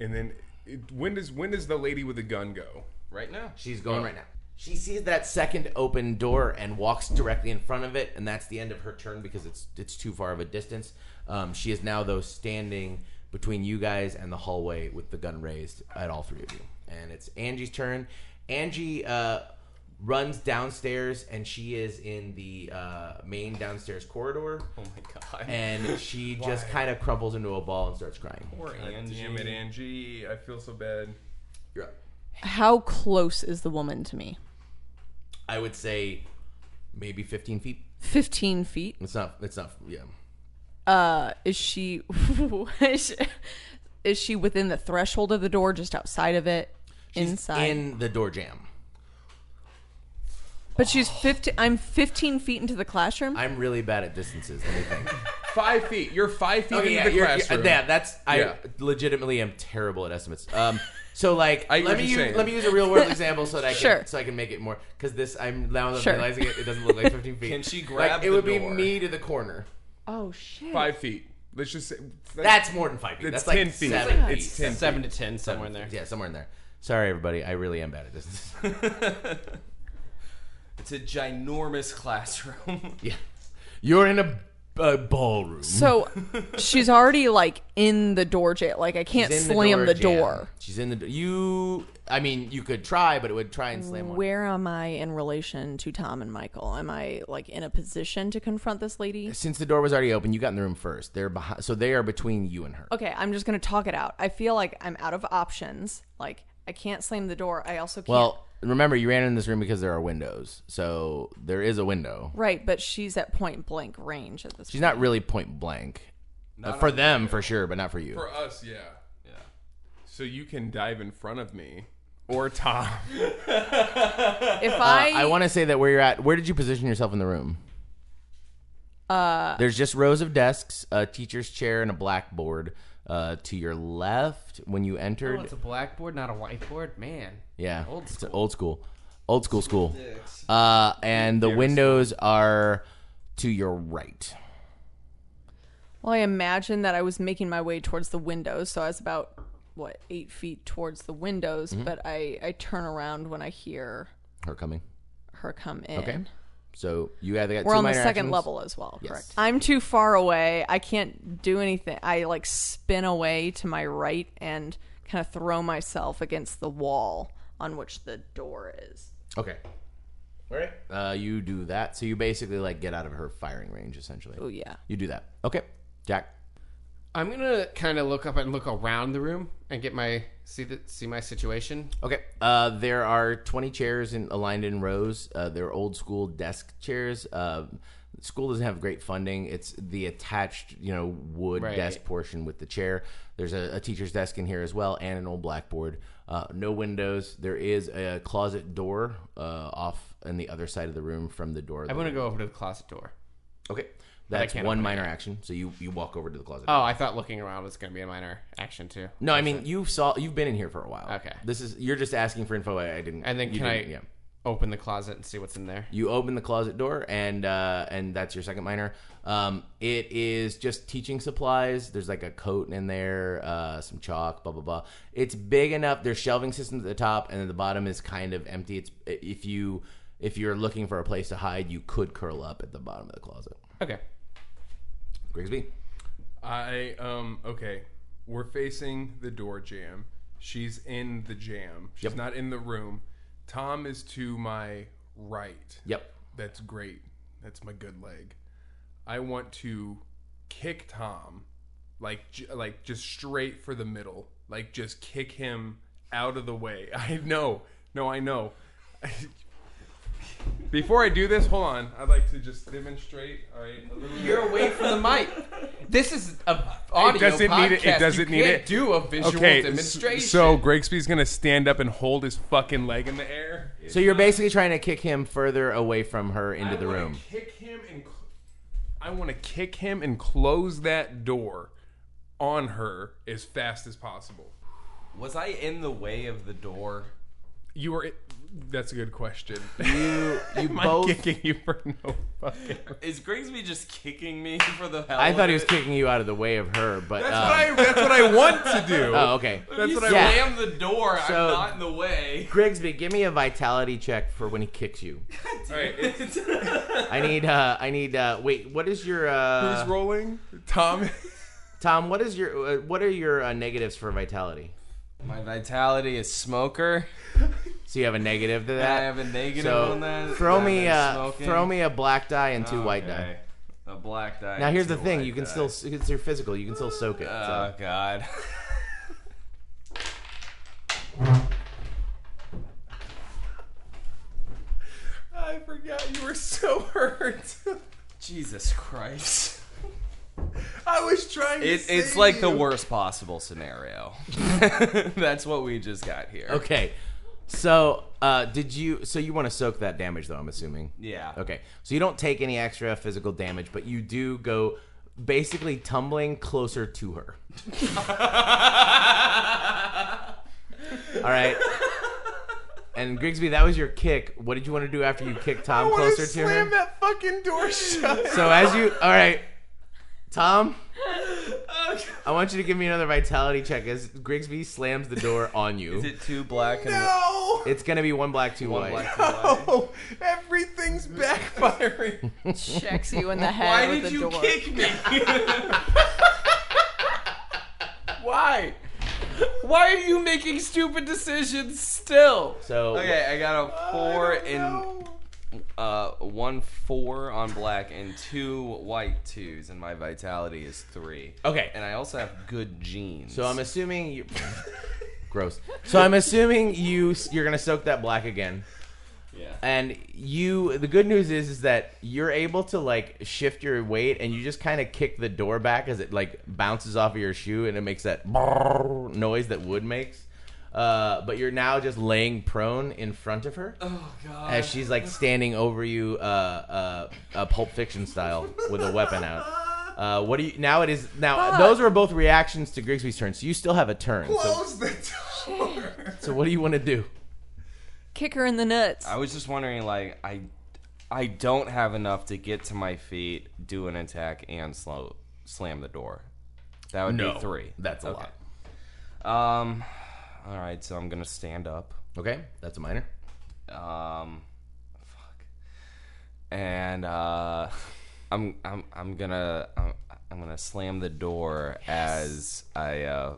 And then it, when does when does the lady with the gun go? Right now? She's going right now. She sees that second open door and walks directly in front of it, and that's the end of her turn because it's it's too far of a distance. Um, she is now though standing between you guys and the hallway with the gun raised at all three of you, and it's Angie's turn. Angie uh, runs downstairs, and she is in the uh, main downstairs corridor. Oh my god! And she just kind of crumbles into a ball and starts crying. Damn it, Angie! I feel so bad. You're up. How close is the woman to me? I would say maybe 15 feet. Fifteen feet. It's not. It's not. Yeah. Uh, is she is she- is she within the threshold of the door, just outside of it, She's inside? in the door jam. but she's fifteen. I'm fifteen feet into the classroom. I'm really bad at distances. Let me think. Five feet. You're five feet Okay, into yeah, the you're- you're- classroom. yeah, that's I Yeah. legitimately am terrible at estimates. Um, so like, I hear let what me you're use, saying. let me use a real world example so that I can, Sure. so I can make it more because this I'm now that I'm Sure. realizing it, it doesn't look like 15 feet. Can she Like, it grab the would door? be me to the corner. oh shit! Five feet. Let's just say That's more than five feet. It's that's like 10 feet. seven. It's feet. 10 feet. Seven to ten, somewhere in there. Yeah, somewhere in there. Sorry, everybody. I really am bad at distances. It's a ginormous classroom. yeah, you're in a uh, ballroom. So she's already like in the door jam. Like I can't She's in slam the jam. door. She's in the do- you. I mean, you could try, but it would try and slam. One. Where am I in relation to Tom and Michael? Am I like in a position to confront this lady? Since the door was already open, you got in the room first. They're behind, so they are between you and her. Okay, I'm just gonna talk it out. I feel like I'm out of options. Like I can't slam the door. I also can't. Well, remember you ran in this room because there are windows, so there is a window. right, but she's at point blank range at this. She's not really point blank. Uh, for them, for sure, but not for you. For us, yeah. Yeah. So you can dive in front of me or Tom. If Uh, I, I want to say that where you're at. Where did you position yourself in the room? Uh, There's just rows of desks, a teacher's chair, and a blackboard. Uh, to your left when you entered. Oh, it's a blackboard, not a whiteboard. Man, Yeah, Old it's an old school, old school school. Uh, and the windows are to your right. well, I imagine that I was making my way towards the windows, so I was about what eight feet towards the windows. Mm-hmm. But I, I turn around when I hear Her coming. her come in. Okay, so you either got We're two on the minor second actions. level as well, Yes. correct? I'm too far away. I can't do anything. I like spin away to my right and kind of throw myself against the wall on which the door is. Okay. All right. Uh, you do that. So you basically like get out of her firing range, essentially. Oh yeah. You do that. Okay, Jack. I'm gonna kind of look up and look around the room and get my see the see my situation. Okay. Uh, there are 20 chairs in, aligned in rows. Uh, they're old school desk chairs. Uh, school doesn't have great funding. It's the attached, you know, wood Right. desk portion with the chair. There's a, a teacher's desk in here as well and an old blackboard. Uh, no windows. There is a closet door uh, off on the other side of the room from the door. I want to go over to the closet door. Okay. That's can't one open it minor action. So you, you walk over to the closet. Oh, I thought looking around was gonna be a minor action too. No, I mean you saw you've been in here for a while. Okay. This is you're just asking for info. I, I didn't. And then you can I didn't- Yeah. open the closet and see what's in there? You open the closet door, and uh, and that's your second minor. Um, it is just teaching supplies. There's like a coat in there, uh, some chalk, blah blah blah. It's big enough. There's shelving systems at the top, and then the bottom is kind of empty. It's if you if you're looking for a place to hide, you could curl up at the bottom of the closet. Okay. Grigsby, I um okay. We're facing the door jam. She's in the jam. She's Yep. not in the room. Tom is to my right. Yep. That's great. That's my good leg. I want to kick Tom like j- like just straight for the middle. Like just kick him out of the way. I know. No, I know. Before I do this, hold on. I'd like to just demonstrate. All right, a little bit. You're away from the mic. This is a audio doesn't podcast. need it- it doesn't you need can't it. Do a visual Okay, demonstration. s- so Grigsby's gonna stand up and hold his fucking leg in the air. so you're basically trying to kick him further away from her into I the wanna room. Kick him and cl- I want to kick him and close that door on her as fast as possible. Was I in the way of the door? You were. That's a good question. You you Am both. I kicking you for no fucking? Is Grigsby just kicking me for the hell? I of thought he was it? kicking you out of the way of her, but That's, um, what I, that's what I want to do. oh okay. That's You what I Yeah. want. slammed the door. So- I'm not in the way. Grigsby, give me a vitality check for when he kicks you. All right, it's- I need, uh, I need, uh, wait, what is your, who's uh, rolling? Tom. Tom, what is your, uh, what are your uh, negatives for vitality? My vitality is smoker. So you have a negative to that? I have a negative Uh, so on that. Throw I've me, been uh, smoking. throw me a black die and two white die. Okay. A black die. Now and here's two the thing, white you can die. still, it's your physical, you can still soak it. Oh So. God. I forgot you were so hurt. Jesus Christ. I was trying. to It, it's save like the you. worst possible scenario. That's what we just got here. Okay. So, uh, did you, so you want to soak that damage though, I'm assuming? Yeah. Okay. So you don't take any extra physical damage, but you do go basically tumbling closer to her. All right. And Grigsby, that was your kick. What did you want to do after you kicked Tom I wanna closer to slam her? that fucking door shut. So as you, all right, Tom, I want you to give me another vitality check as Grigsby slams the door on you. Is it too black? And No! It's gonna be one black, two white. No! Everything's backfiring. Checks you in the head with the door. me? Why? Why are you making stupid decisions still? So Okay, I got a four and uh, one four on black and two white twos, and my vitality is three. Okay. and I also have good genes. So I'm assuming you. Gross. So I'm assuming you you're gonna soak that black again. Yeah. And you, the good news is, is that you're able to like shift your weight, and you just kind of kick the door back as it like bounces off of your shoe, and it makes that noise that wood makes. Uh, but you're now just laying prone in front of her Oh god. as she's like standing over you, uh, uh, uh Pulp Fiction style, with a weapon out. Uh, what do you now? It is now. Those are both reactions to Grigsby's turn, so you still have a turn. So, Close the door. so what do you want to do? Kick her in the nuts. I was just wondering, like, I, I don't have enough to get to my feet, do an attack, and slow, slam the door. That would be three. That's a Okay. lot. Um, all right, so I'm gonna stand up. lot. Okay, that's a minor. Um, fuck. And uh, I'm I'm I'm gonna I'm, I'm gonna slam the door as I uh,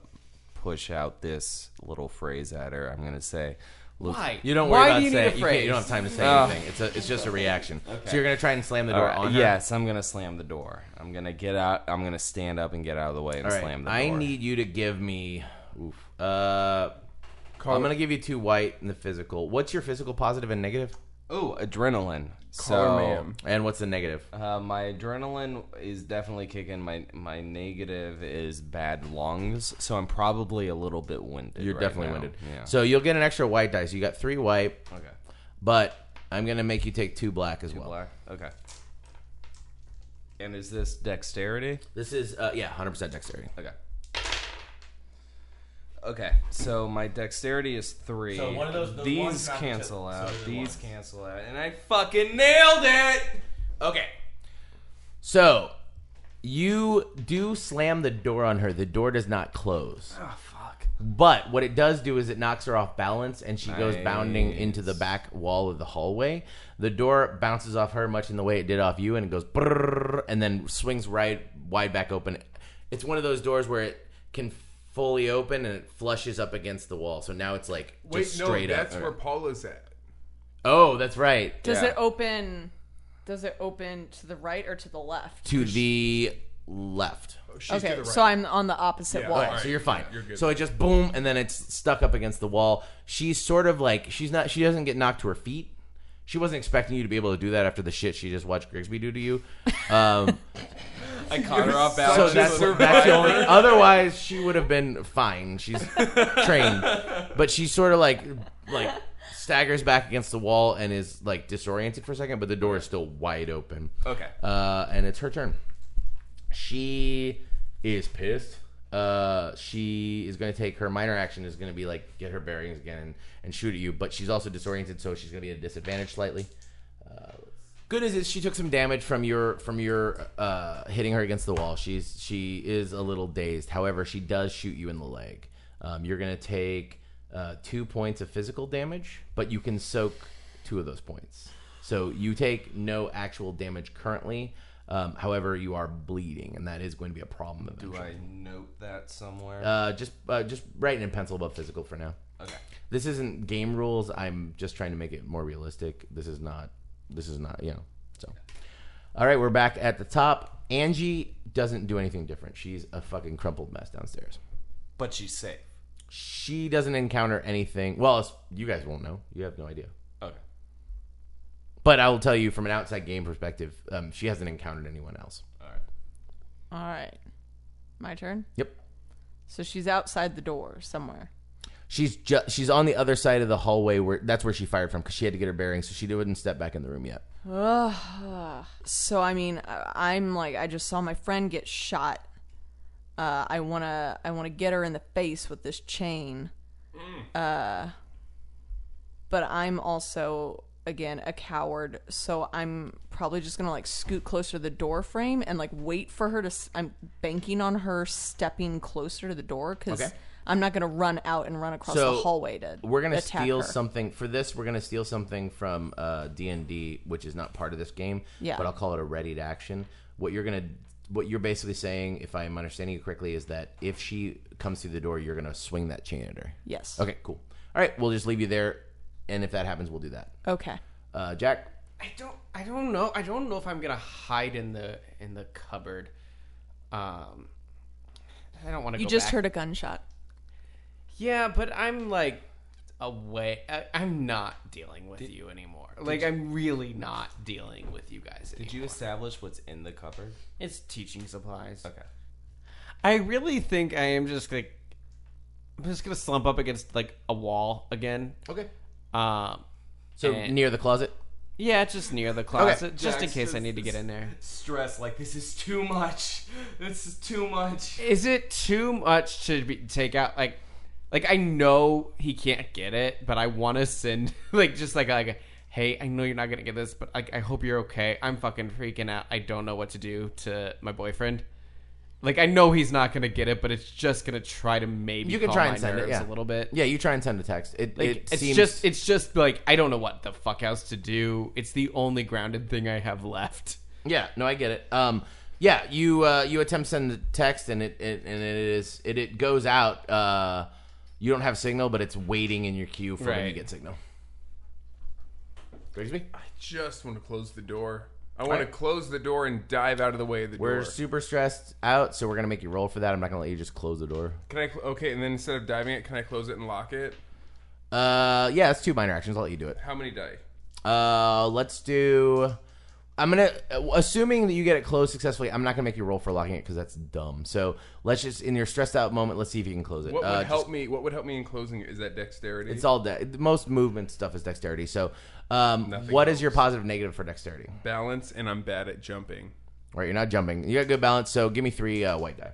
push out this little phrase at her. I'm gonna say, "Look, Why? You don't worry Why about do you need saying. a you, can't- you phrase? don't have time to say anything. It's a, it's just a reaction. So you're gonna try and slam the Oh. All door right, on her. Yes, I'm gonna slam the door. I'm gonna get out. I'm gonna stand up and get out of the way and All right, slam the door. I need you to give me. Oof. Uh, I'm gonna give you two white in the physical. What's your physical positive and negative? Ooh, adrenaline. so, ma'am. And what's the negative? Uh, my adrenaline is definitely kicking. My my negative is bad lungs, so I'm probably a little bit winded. You're right definitely now. winded. Yeah. So you'll get an extra white dice. You got three white, okay, but I'm gonna make you take two black as well. black. Okay. And is this dexterity? This is uh, yeah, 100 percent dexterity. Okay. Okay, so my dexterity is three. So one of those- those ones These not- cancel so out. they're the These ones. cancel out, and I fucking nailed it. Okay. So you do slam the door on her. The door does not close. Ah, Oh, fuck. But what it does do is it knocks her off balance and she goes bounding Nice. into the back wall of the hallway. The door bounces off her much in the way it did off you and it goes brrrr and then swings right wide back open. It's one of those doors where it can fully open and it flushes up against the wall. So now it's like just Wait, no, straight that's up. where Paula's at. oh, that's right. Does Yeah. it open? Does it open to the right or to the left? To the left. She's okay, to the right. so I'm on the opposite Yeah. wall. Alright. So you're fine. You're good. So it just boom, and then it's stuck up against the wall. She's sort of like she's not. She doesn't get knocked to her feet. She wasn't expecting you to be able to do that after the shit she just watched Grigsby do to you. Um, I caught her off balance. so that's, that's the only. Otherwise, she would have been fine. She's trained, but she sort of like like staggers back against the wall and is like disoriented for a second. But the door is still wide open. Okay. Uh, and it's her turn. She is pissed. Uh, she is going to take her minor action is going to be like get her bearings again and, and shoot at you, but she's also disoriented, so she's going to be at a disadvantage slightly. Uh, good news is she took some damage from your from your uh, hitting her against the wall. She's she is a little dazed. However, she does shoot you in the leg. Um, you're going to take uh, two points of physical damage, but you can soak two of those points. So you take no actual damage currently. Um, however, you are bleeding, and that is going to be a problem. Eventually. Do I note that somewhere? Uh, just uh, just writing in pencil above physical for now. okay. This isn't game rules. I'm just trying to make it more realistic. This is not. This is not. You know. So. All right, we're back at the top. Angie doesn't do anything different. She's a fucking crumpled mess downstairs. But she's safe. She doesn't encounter anything. Well, it's, you guys won't know. You have no idea. Okay. But I will tell you from an outside game perspective, um, she hasn't encountered anyone else. All right, my turn. Yep. So she's outside the door somewhere. She's ju- she's on the other side of the hallway where that's where she fired from because she had to get her bearings, so she didn't step back in the room yet. Ugh. so I mean, I, I'm like, I just saw my friend get shot. Uh, I wanna, I wanna get her in the face with Mm. this chain. Uh, but I'm also again a coward, so I'm probably just gonna like scoot closer to the door frame and like wait for her to. S- I'm banking on her stepping closer to the door because Okay. I'm not gonna run out and run across the hallway to. We're gonna attack steal her. something for this. We're gonna steal something from uh, D and D, which is not part of this game. Yeah. But I'll call it a ready to action. What you're gonna, what you're basically saying, if I'm understanding you correctly, is that if she comes through the door, you're gonna swing that chain at her. Yes. Okay. Cool. All right. We'll just leave you there, and if that happens, we'll do that. Okay. Uh, Jack. I don't I don't know. I don't know if I'm gonna hide in the in the cupboard. Um I don't want to You go just back. heard a gunshot. Yeah, but I'm like away. I, I'm not dealing with you anymore. Like I'm really not dealing with you guys anymore. Did you establish what's in the cupboard? It's teaching supplies. Okay. I really think I am just like I'm just gonna slump up against like a wall again. Okay. Um, So And- near the closet. yeah, just near the closet, just in Jack's case I just- need to get in there. Stress like this is too much. This is too much. Is it too much to be, take out like? Like I know he can't get it, but I want to send like just like like, a, hey, I know you're not gonna get this, but like I hope you're okay. I'm fucking freaking out. I don't know what to do to my boyfriend. Like I know he's not gonna get it, but it's just gonna try to maybe You can calm try my and send it, nerves yeah. a little bit. Yeah. You try and send a text. It, Like, it it's seems just it's just like I don't know what the fuck else to do. It's the only grounded thing I have left. Yeah, no, I get it. Um, yeah, you uh, you attempt to send the text, and it, it and it is it, it goes out. Uh, you don't have signal, but it's waiting in your queue for when you Right. get signal. Grigsby, Just want to close the door. I want to close the door and dive out of the way of the we're door. super stressed out, so we're gonna make you roll for that. I'm not gonna let you just close the door. Can I? Cl- okay, and then instead of diving it, can I close it and lock it? Uh, yeah, that's two minor actions. I'll let you do it. How many die? Uh, let's do. I'm gonna assuming that you get it closed successfully. I'm not gonna make you roll for locking it because that's dumb. So let's just in your stressed out moment, let's see if you can close it. What would Uh, just help me? What would help me in closing it is that dexterity. It's all de- most movement stuff is dexterity. So, um, what Nothing is your positive negative for dexterity? balance, and I'm bad at jumping. Right, you're not jumping. You got good balance. So, give me three uh, white die.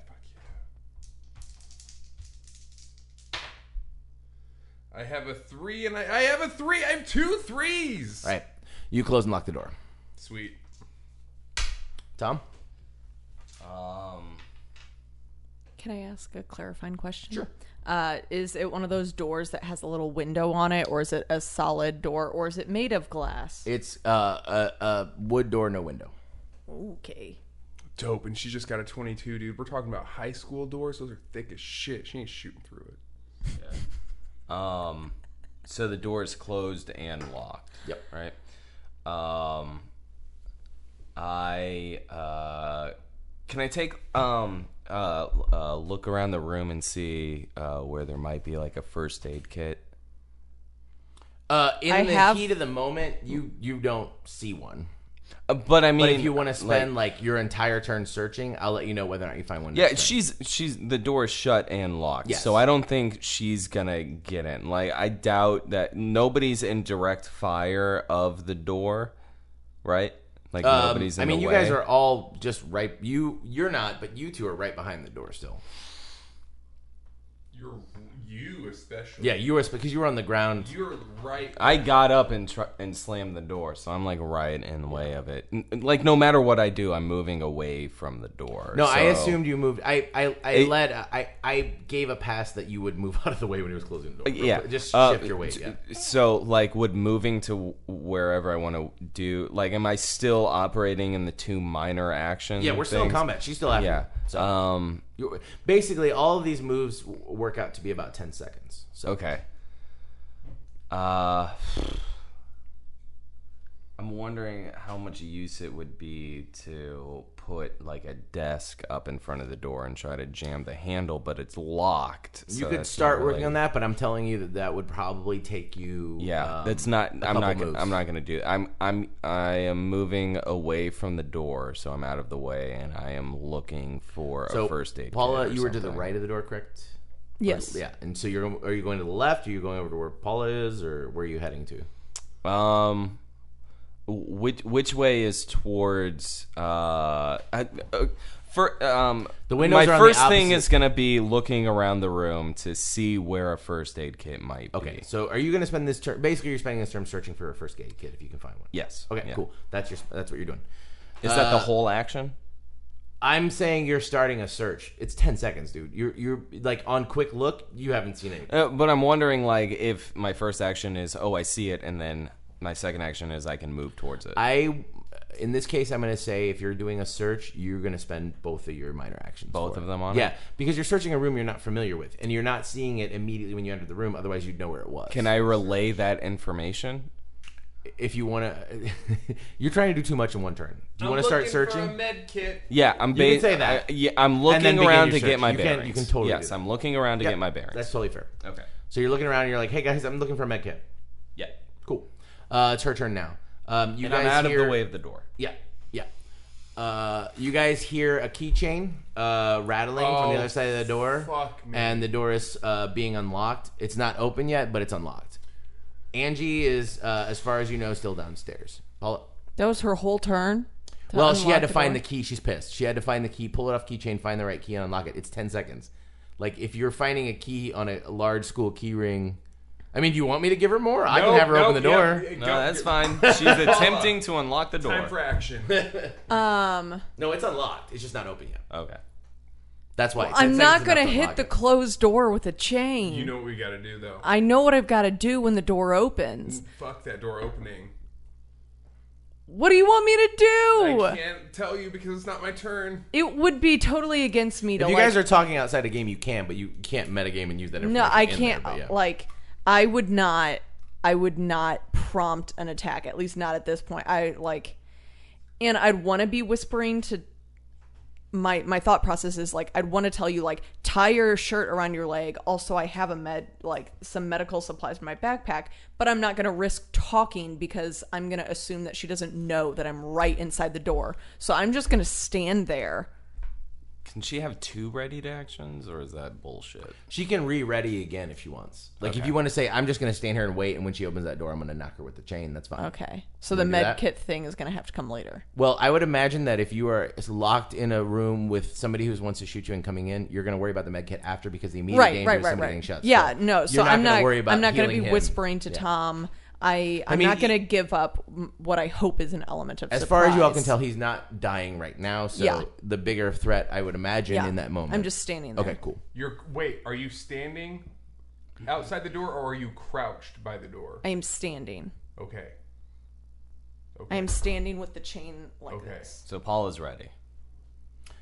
I have a three, and I, I have a three. I have two threes. All right, you close and lock the door. Sweet. Tom, Um, Can I ask a clarifying question? Sure. Uh, is it one of those doors that has a little window on it, or is it a solid door, or is it made of glass? it's uh, a, a wood door, no window. Okay. Dope. And she just got a 22, dude. We're talking about high school doors. Those are thick as shit. She ain't shooting through it. um, so the door is closed and locked. Yep. Right. Um, I uh, can I take um uh, uh look around the room and see uh where there might be like a first aid kit. Uh, in I the have- heat of the moment, you you don't see one. Uh, but I mean, But if you want to spend like, your entire turn searching, I'll let you know whether or not you find one. Yeah, next turn. she's she's the door is shut and locked. Yes. So I don't think she's gonna get in. Like I doubt that nobody's in direct fire of the door, right? Like Um, nobody's in I mean, the you way. guys are all just right. You you're not, but you two are right behind the door still. You're you especially. Yeah, you were because you were on the ground. You're right. I got up and tr- and slammed the door, so I'm like right in the way of it. N- like no matter what I do, I'm moving away from the door. No, I so- assumed you moved. I I, I It- led. I I gave a pass that you would move out of the way when he was closing the door. Yeah, just shift uh, your weight. j- Yeah. So, like, would moving to wherever I want to do, like, am I still operating in the two minor actions? Yeah, we're still in combat. She's still after. Yeah. you. So Um. you- basically, all of these moves w- work out to be about ten seconds. So Okay. Uh, I'm wondering how much use it would be to put like a desk up in front of the door and try to jam the handle, but it's locked. you could start working on that, but I'm telling you that that would probably take you. Yeah, um, that's not. I'm couple not. Gonna, moves. I'm not going to do. I'm. I'm. I am moving away from the door, so I'm out of the way, and I am looking for so a first aid. kit Paula, or you were to the something. right of the door, correct? Yes. Yeah, and so you're are you going to the left? Are you going over to where Paula is, or where are you heading to? Um, which which way is towards uh, I, uh for um The windows my are on the first thing opposite- is gonna be looking around the room to see where a first aid kit might Okay, be. so are you going to spend this term? Basically, you're spending this term searching for a first aid kit if you can find one. Yes. Okay. Yeah. Cool. Uh, That's your. That's what you're doing. Is that the whole action? I'm saying you're starting a search. It's ten seconds, dude. You're you're like on quick look. You haven't seen anything. Uh, but I'm wondering like if my first action is oh I see it and then my second action is I can move towards it. I, in this case, I'm going to say if you're doing a search, you're going to spend both of your minor actions. Both for of it. them on Yeah, it? because you're searching a room you're not familiar with, and you're not seeing it immediately when you enter the room. Otherwise, you'd know where it was. can I relay that information? If you want to, you're trying to do too much in one turn. Do you want to start searching? med kit. Yeah, I'm. can ba- say that. I, yeah, I'm And then looking begin around your to search. get my You can- bearings. you can totally Yes, do that. I'm looking around to Yeah, get my bearings. That's totally fair. okay. So you're looking around and you're like, hey guys, I'm looking for a med kit. Yeah, Cool. Uh, it's her turn now. Um, you and guys I'm out of hear- the way of the door. Yeah, yeah. Uh, you guys hear a keychain uh, rattling from the Oh, other side of the door, fuck me. and the door is uh, being unlocked. It's not open yet, but it's unlocked. Angie is, uh, as far as you know, still downstairs. Paula. That was her whole turn. to Well, she unlock had to find the door. key. She's pissed. She had to find the key, pull it off keychain, find the right key, and unlock it. It's ten seconds. Like if you're finding a key on a large school key ring, I mean, do you want me to give her more? I can Nope, have her open the nope, door. yeah, No, go- that's fine. She's attempting to unlock the Time for door. action. Um, No, it's unlocked. It's just not open yet. Okay. That's why. 10 I'm not seconds is gonna enough to hit unlock the it. closed door with a chain. you know what we gotta do though. I know what I've got to do when the door Mm. opens. Fuck that door opening. What do you want me to I do? can't tell you because it's not my turn. It would be totally against me to If you like guys are talking outside a game, you can, but you can't metagame and use that. No, information I in there, can't. but yeah. Like, I would not. I would not prompt an attack. At least not at this point. I like, and I'd want to be whispering to. My my thought process is like I'd want to tell you like tie your shirt around your leg. Also, I have a med like some medical supplies in my backpack, but I'm not gonna risk talking because I'm gonna assume that she doesn't know that I'm right inside the door. So I'm just gonna stand there. Can she have two ready to actions, or is that bullshit? she can re-ready again if she wants. Like if you want to say, I'm just going to stand here and wait, and when she opens that door, I'm going to knock her with the chain. That's fine. Okay, so the do med that? kit thing is gonna have to come later. Well, I would imagine that if you are locked in a room with somebody who wants to shoot you and coming in, you're going to worry about the med kit after because the immediate right, danger right, is right, somebody right. getting shot. Yeah, no. So you're I'm gonna not. worry about I'm not going to healing be him. whispering to Yeah. Tom. I. I'm mean, not going to he- give up m- what I hope is an element of. As far as you all surprise. can tell, he's not dying right now. So Yeah. the bigger threat, I would imagine, Yeah. in that moment. I'm just standing there. okay. Cool. You're wait, are you standing outside the door or are you crouched by the door? I am standing. Okay. Okay. I am standing with the chain like Okay. this. So Paula's ready.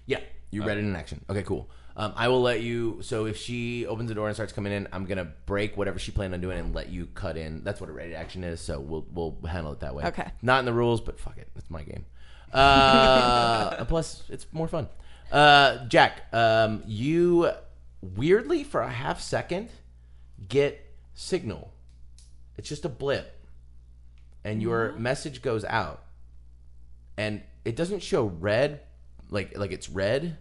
Yeah, you read it in action. Okay, cool. Um, I will let you. So if she opens the door and starts coming in, I'm gonna break whatever she planned on doing and let you cut in. That's what a ready action is. So we'll we'll handle it that way. Okay. Not in the rules, but fuck it, it's my game. Uh, plus, it's more fun. Uh, Jack, um, you weirdly for a half second get signal. It's just a blip, and your message goes out, and it doesn't show red, like like it's red,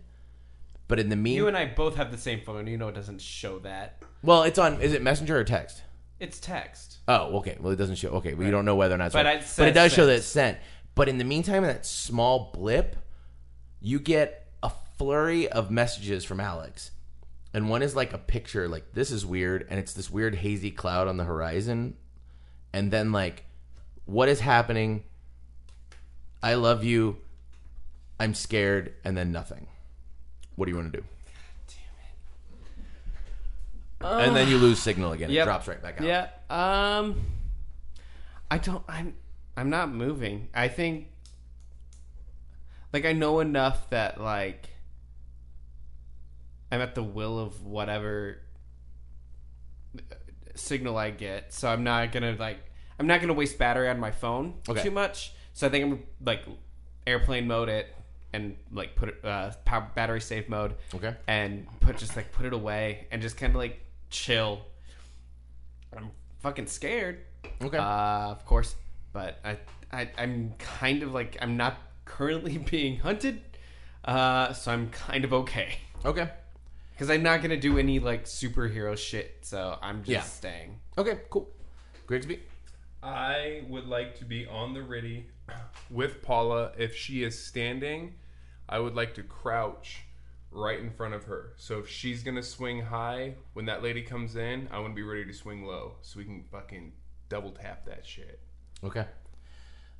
but in the mean, You and I both have the same phone. You know it doesn't show that. well, it's on. Is it messenger or text? It's text. Oh, okay. Well, it doesn't show. Okay, well, you don't know whether or not. It's But red. it but it says does show sent. that it's sent. But in the meantime, in that small blip, you get a flurry of messages from Alex, and one is like a picture, like this is weird, and it's this weird hazy cloud on the horizon, and then like, what is happening? I love you. I'm scared, and then nothing. What do you want to do? God damn it! And then you lose signal again. Yep. It drops right back out. Yeah. Um. I don't. I'm. I'm not moving. I think. Like I know enough that like. I'm at the will of whatever uh, signal I get, so I'm not gonna like. I'm not gonna waste battery on my phone Okay. too much. So I think I'm like airplane mode it and like put it uh, power, battery safe mode. Okay. And put just like put it away and just kind of like chill I'm fucking scared, Okay. uh, of course, but I, I, I'm kind of like I'm not currently being hunted, uh, so I'm kind of okay okay. because I'm not gonna do any like superhero shit. So I'm just Yeah. staying. Okay, cool. Grigsby? I would like to be on the riddy with Paula. If she is standing, I would like to crouch right in front of her. So if she's gonna swing high when that lady comes in, I want to be ready to swing low so we can fucking double tap that shit. Okay.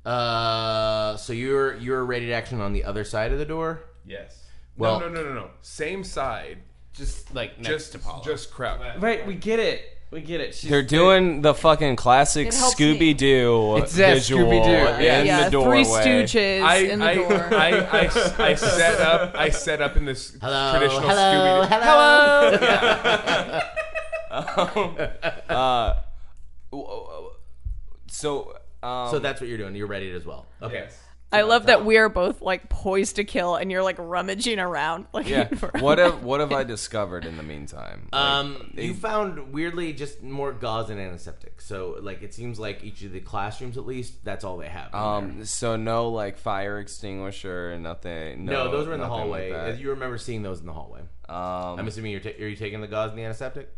Uh, so you're you're ready to action on the other side of the door. Yes. Well- no, no, no, no, no. Same side. Just like next Just to Paula. just crouch. Right, we get it. We get it. She's They're doing the fucking classic It helps me. Scooby Doo It's that visual Scooby-Doo, yeah. in yeah, the doorway. Three Stooges I, in the I, door. I, I, I set up. I set up in this Uh, Hello, traditional hello, Scooby. hello. So, um, So that's what you're doing. You're ready as well. Okay. I love that we are both like poised to kill, and you're like rummaging around. Like, yeah. What have what have I discovered in the meantime? Like, Um, you found weirdly just more gauze and antiseptic. So like it seems like each of the classrooms, at least, that's all they have. in there. um, so no like fire extinguisher, nothing. No, no, those were in the nothing hallway. Like you remember seeing those in the hallway. that. Um, I'm assuming you're ta- are you taking the gauze and the antiseptic?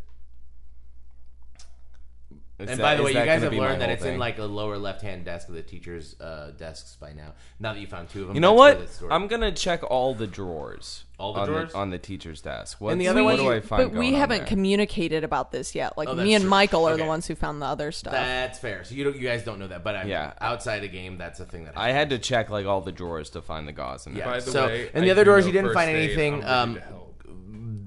is And that- by the is way, you that guys gonna have be my learned that whole it's in thing? like a lower left-hand desk of the teachers' uh, desks by now. Now that you found two of them, You know that's where what? that's stored. I'm gonna check all the drawers. All the on drawers? on the teacher's desk. What, And the other one what do you- I find? but we going on haven't there? communicated about this yet. Like, Oh, that's me and true. Michael are Okay. the ones who found the other stuff. That's fair. So you don't, you guys don't know that, but I'm, Yeah. outside a game, that's a thing that I had to check like all the drawers to find the gauze. In Yeah. there. By the So, way, and the I other do doors, know you didn't first find aid. anything, I'm ready um, to help.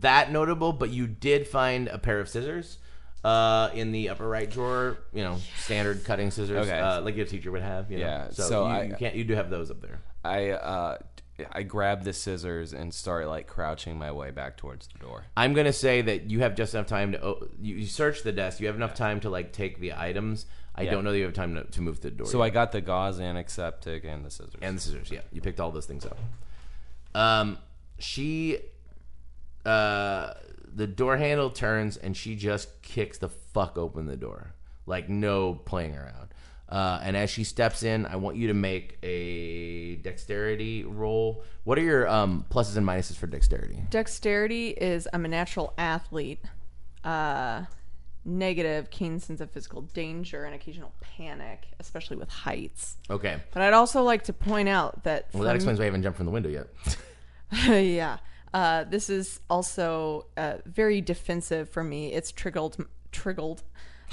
that notable, but you did find a pair of scissors uh, in the upper right drawer. You know, standard cutting scissors, Okay. uh, like your teacher would have. You know? Yeah, So, so you, I- you can't. You do have those up there. I uh, I grab the scissors and start like crouching my way back towards the door. I'm gonna say that you have just enough time to o- you, you search the desk. You have enough time to like take the items. I don't know that you have time to, to move to the door. So yet. I got the gauze, antiseptic, and the scissors. and the scissors. Yeah, you picked all those things up. Um, she, uh, the door handle turns and she just kicks the fuck open the door, like no playing around. Uh, and as she steps in, I want you to make a dexterity roll. What are your um, pluses and minuses for dexterity? Dexterity is I'm a natural athlete. Uh, negative, keen sense of physical danger and occasional panic, especially with heights. Okay, But I'd also like to point out that well from- that explains why I haven't jumped from the window yet. yeah. Uh, this is also uh, very defensive for me. It's triggered, triggered,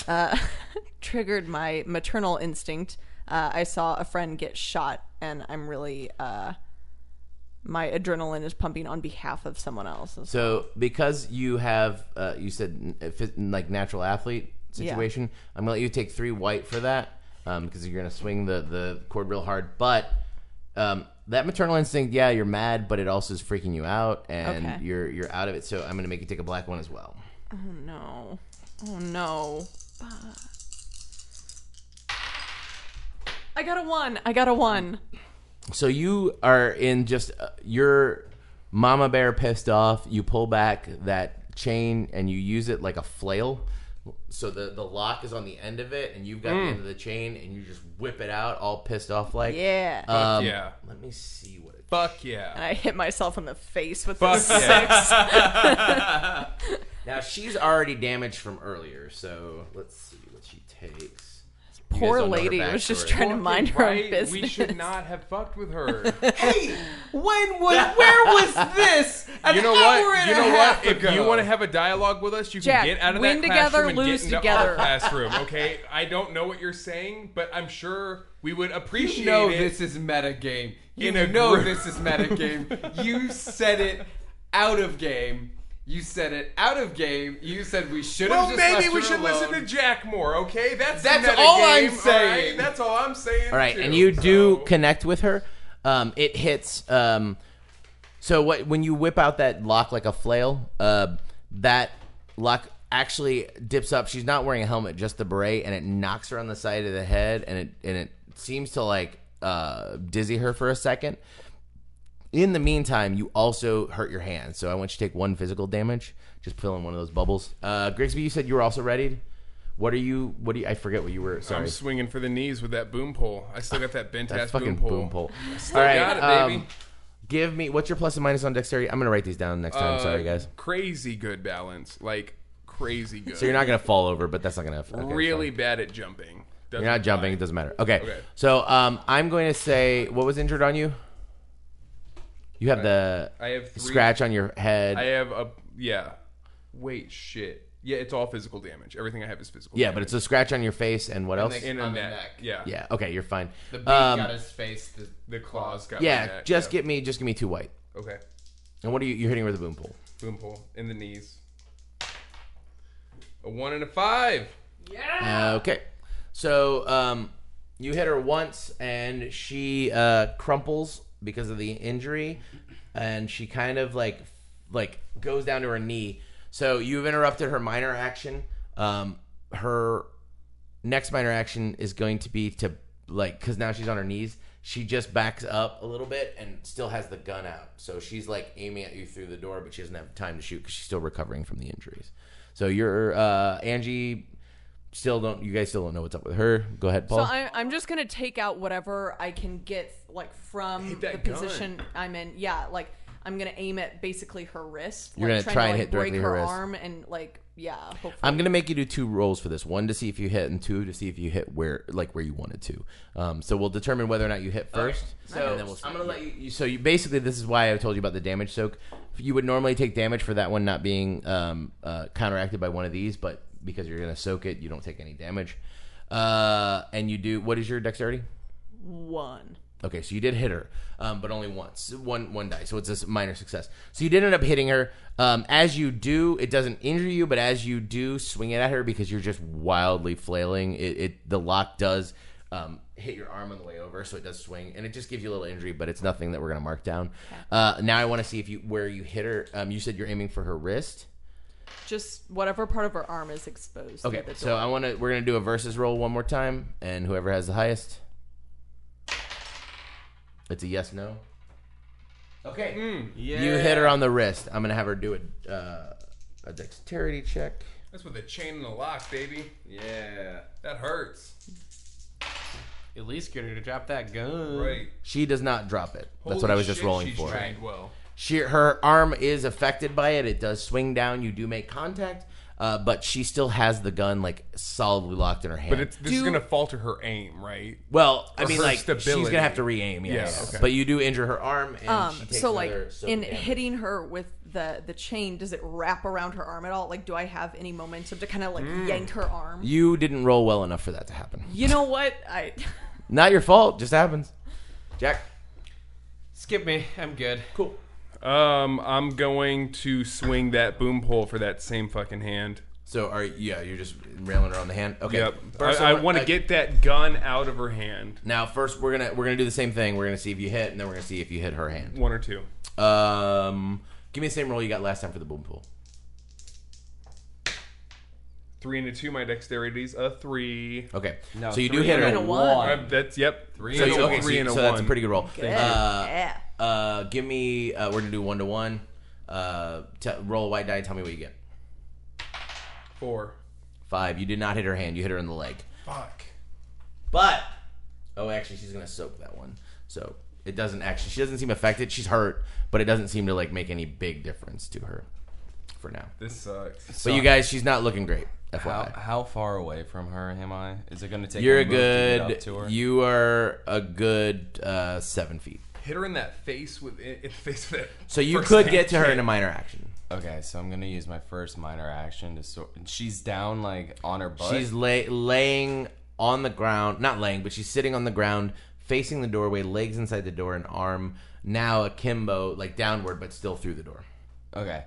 uh, triggered my maternal instinct. Uh, I saw a friend get shot, and I'm really uh, my adrenaline is pumping on behalf of someone else. It's- So because you have, uh, you said n- uh, phys- like natural athlete situation, I'm gonna let you take three white for that um, because you're gonna swing the the cord real hard. But um, that maternal instinct, yeah, you're mad, but it also is freaking you out, and Okay. you're you're out of it. So I'm gonna make you take a black one as well. Oh no! Oh no! Fuck. I got a one. I got a one. So you are in just uh, your mama bear pissed off. You pull back that chain and you use it like a flail. So the the lock is on the end of it, and you've got the end of the chain, and you just whip it out, all pissed off like. Mm. Yeah. Um, yeah. Let me see what it. Fuck yeah. and I hit myself in the face with Fuck this yeah. six. Now she's already damaged from earlier, so let's see what she takes. You guys Poor don't know her lady was just backstory. trying to mind her own Right? business. We should not have fucked with her. When was where was this? An you know hour what? and You a know half what? If ago. you want to have a dialogue with us, you Jack, can get out of win that together, classroom and lose get into together. our classroom. Okay? I don't know what you're saying, but I'm sure we would appreciate you know it. this is metagame. You in a know group. this is metagame. you said it out of game. You said it out of game. You said we should have well, just maybe left we her should alone. listen to Jack more, okay? That's That's the all I'm metagame, all saying. right? That's all I'm saying. All right, too, and you do so- connect with her. Um, it hits. Um, so what? When you whip out that lock like a flail, uh, that lock actually dips up. She's not wearing a helmet, just the beret, and it knocks her on the side of the head, and it and it seems to like uh, dizzy her for a second. In the meantime, you also hurt your hand, so I want you to take one physical damage. Just fill in one of those bubbles. Uh, Grigsby, you said you were also readied. What are you? What do you? I forget what you were. Sorry. I'm swinging for the knees with that boom pole. I still got that bent That ass fucking boom boom, pole. pole. All right, got it, baby. um, give me what's your plus and minus on dexterity. I'm gonna write these down next time. Uh, Sorry, guys. Crazy good balance. Like, crazy good. So you're not gonna fall over, but that's not gonna. Okay, really fine. bad at jumping. Doesn't You're not apply. jumping. It doesn't matter. Okay. Okay. So um, I'm going to say what was injured on you. You have the I have three- scratch on your head. I have a yeah. Wait, shit. Yeah, it's all physical damage. Everything I have is physical. yeah, but it's a scratch on your face and what else? they- in a On the neck. neck. Yeah. yeah. Okay, you're fine. The bee Um, got his face. The, The claws got. my yeah. neck, just get me. Just give me two white. Okay. And what are you? You're hitting with a boom pole. Boom pole in the knees. A one and a five. Okay. So um, you hit her once, and she uh, crumples because of the injury, and she kind of like like goes down to her knee. So you've interrupted her minor action. Um, her next minor action is going to be to like because now she's on her knees. She just backs up a little bit and still has the gun out. So she's like aiming at you through the door, but she doesn't have time to shoot because she's still recovering from the injuries. So you're uh, Angie. Still don't you guys still don't know what's up with her? Go ahead, So Paul. I'm, I'm just gonna take out whatever I can get like from the that gun. position I'm in. Yeah, like I'm gonna aim at basically her wrist. You're like, gonna trying try to, and like, hit directly break her her, wrist. arm and like yeah. Hopefully. I'm gonna make you do two rolls for this. One to see if you hit, and two to see if you hit where, like where you wanted to. Um, so we'll determine whether or not you hit first. So and then we'll I'm gonna let you, you. So you basically, this is why I told you about the damage soak. You would normally take damage for that one not being um, uh, counteracted by one of these, but because you're gonna soak it, you don't take any damage. Uh, and you do. What is your dexterity? one. Okay, so you did hit her, um, but only once, one one die. So it's a s- minor success. So you did end up hitting her. Um, as you do, it doesn't injure you, but as you do swing it at her because you're just wildly flailing, it, it the lock does um, hit your arm on the way over, so it does swing, and it just gives you a little injury, but it's nothing that we're gonna mark down. Uh, now I want to see if you where you hit her. Um, you said you're aiming for her wrist. Just whatever part of her arm is exposed. Okay, to the so I want to we're gonna do a versus roll one more time, and whoever has the highest, it's a yes no. Okay. Hmm, You hit her on the wrist. I'm gonna have her do a uh, a dexterity check. That's with a chain and a lock, baby. Yeah. That hurts. at least get her to drop that gun. Right. She does not drop it. That's what Holy I was just shit, rolling she's for. Trained well. She her arm is affected by it. It does swing down. You do make contact, uh, but she still has the gun like solidly locked in her hand. But it's, this is Do- gonna falter her aim, right? Well, I Or mean, her like she's stability. gonna have to re-aim, yeah. Yeah, yeah. okay. But you do injure her arm, and Um, she takes so like another soak in damage. hitting her with the the chain, does it wrap around her arm at all? Like, do I have any momentum to kind of like Mm. yank her arm? You didn't roll well enough for that to happen. You know what? I Not your fault. Just happens. Jack. Skip me. I'm good. Cool. Um, I'm going to swing that boom pole for that same fucking hand. So are yeah, you're just railing her on the hand. Okay. Yep. First, I, I wanna- want to get that gun out of her hand. now. First, we're gonna we're gonna do the same thing. We're gonna see if you hit, and then we're gonna see if you hit her hand. One or two. Um, give me the same roll you got last time for the boom pool. Three and a two. My dexterity's a three. Okay. so you do hit her. and a one. Uh, that's yep. Three So, and you, a okay, so, three you, and a so one. that's a pretty good roll. Uh, yeah. Uh, give me. Uh, we're gonna do one to one. Uh, t- roll a white die. Tell me what you get. four. Five. You did not hit her hand. You hit her in the leg. Fuck. But oh, actually, she's gonna soak that one. So it doesn't actually. She doesn't seem affected. She's hurt, but it doesn't seem to like make any big difference to her for now. This sucks. But you guys, she's not looking great. How, FYI. how far away from her am I? Is it going to take? You're a move to get up good. to her? You are a good uh, seven feet. Hit her in that face with in, in the face with that. So you first could hand get to her kick. in a minor action. Okay, so I'm gonna use my first minor action to sort. and She's down like on her butt. She's lay, laying on the ground, not laying, but she's sitting on the ground, facing the doorway, legs inside the door, and arm now akimbo, like downward, but still through the door. okay.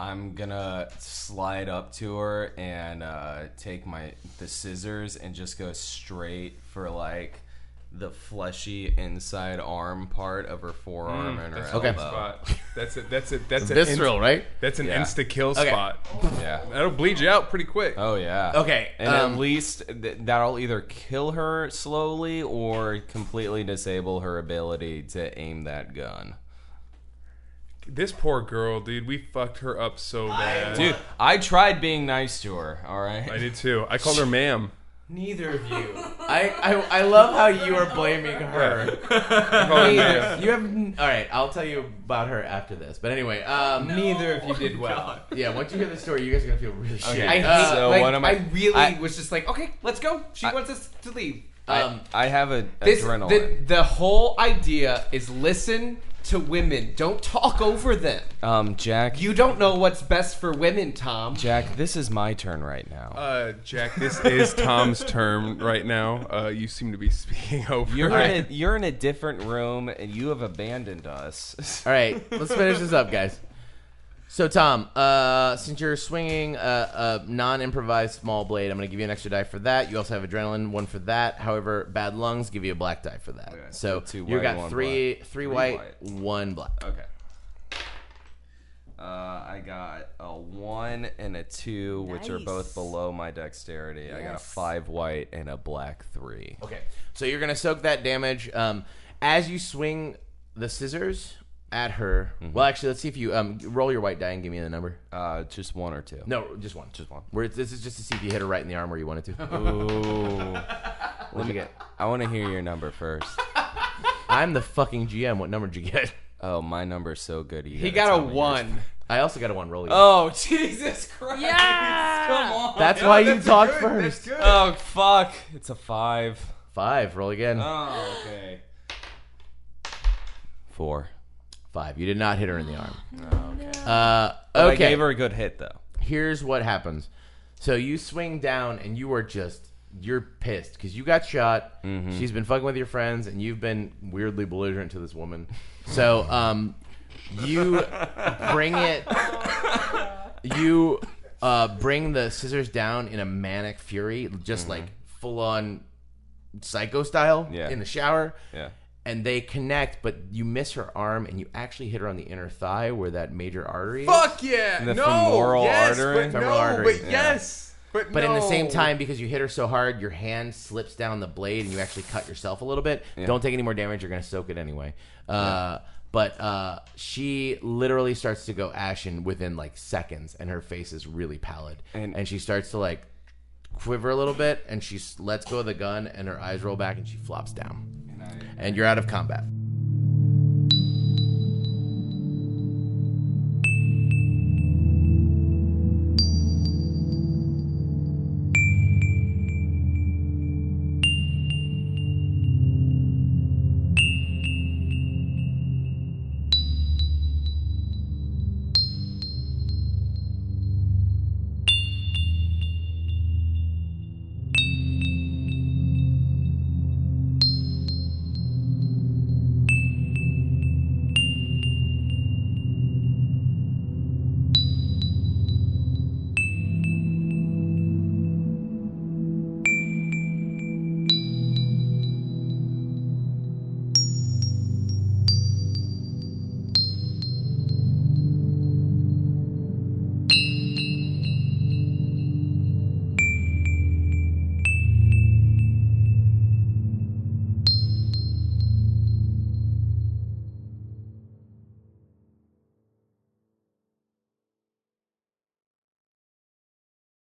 I'm gonna slide up to her and uh, take my the scissors and just go straight for like the fleshy inside arm part of her forearm and her okay. elbow. Spot. That's it. That's it. That's an Visceral, inst- right? That's an Yeah. insta kill Okay. spot. Yeah. That'll bleed you out pretty quick. Oh yeah. Okay, And um, at least th- that'll either kill her slowly or completely disable her ability to aim that gun. This poor girl, dude. We fucked her up so bad. Dude, I tried being nice to her. All right. I did too. I called her ma'am. Neither of you. I, I, I love how you are blaming her. Oh, Neither- yeah. You have all right. I'll tell you about her after this. But anyway, um, Neither of you did Oh, well. yeah. Once you hear the story, you guys are gonna feel really shit. I hate. Uh, so like, one of my- I really I- was just like, okay, let's go. She wants us to leave. um, I have a This, adrenaline. the, the whole idea is listen to women. Don't talk over them. um, Jack, You don't know what's best for women, Tom. Jack, this is my turn right now. Uh, Jack, this is Tom's term right now. Uh, you seem to be speaking over. you're it. in a, you're in a different room and you have abandoned us. all right. Let's finish this up, guys. So Tom, uh, since you're swinging a, a non-improvised small blade, I'm gonna give you an extra die for that. You also have adrenaline, one for that. However, bad lungs give you a black die for that. so two you white, got one three, black. three Three white, white. one black. Okay. Uh, I got a one and a two, which are both Nice. below my dexterity. I got a Yes. five white and a black three. Okay. So you're gonna soak that damage. Um, as you swing the scissors at her. Mm-hmm. Well, actually, let's see if you um roll your white die and give me the number. Uh, just one or two. No, just one. Just one. We're, this is just to see if you hit her right in the arm where you wanted to. Let me get. I want to hear your number first. I'm the fucking GM. What number did you get? Oh, my number's so good. You He gotta got a tell me yours. one. I also got a one roll. you. Oh Jesus Christ! Yeah. Come on. that's why you talked first. Oh fuck! It's a five. Five. Roll again. Oh okay. Four. Five. You did not hit her in the arm. Uh, okay. I gave her a good hit though. here's what happens. So you swing down and you are just you're pissed because you got shot. Mm-hmm. She's been fucking with your friends and you've been weirdly belligerent to this woman. So um, you bring it. You uh, bring the scissors down in a manic fury, just like full on psycho style Mm-hmm. Yeah. in the shower Yeah. and they connect, but you miss her arm and you actually hit her on the inner thigh where that major artery is. Fuck yeah! The no, femoral yes, artery? but Femoral no, artery, but yeah. yes, but But in the same no. time, because you hit her so hard, your hand slips down the blade and you actually cut yourself a little bit. Don't take any more damage. You're going to soak it anyway. Uh, But uh, she literally starts to go ashen within like seconds, and her face is really pallid. And, And- she starts to like quiver a little bit, and she s- lets go of the gun, and her eyes roll back, and she flops down. and you're out of combat.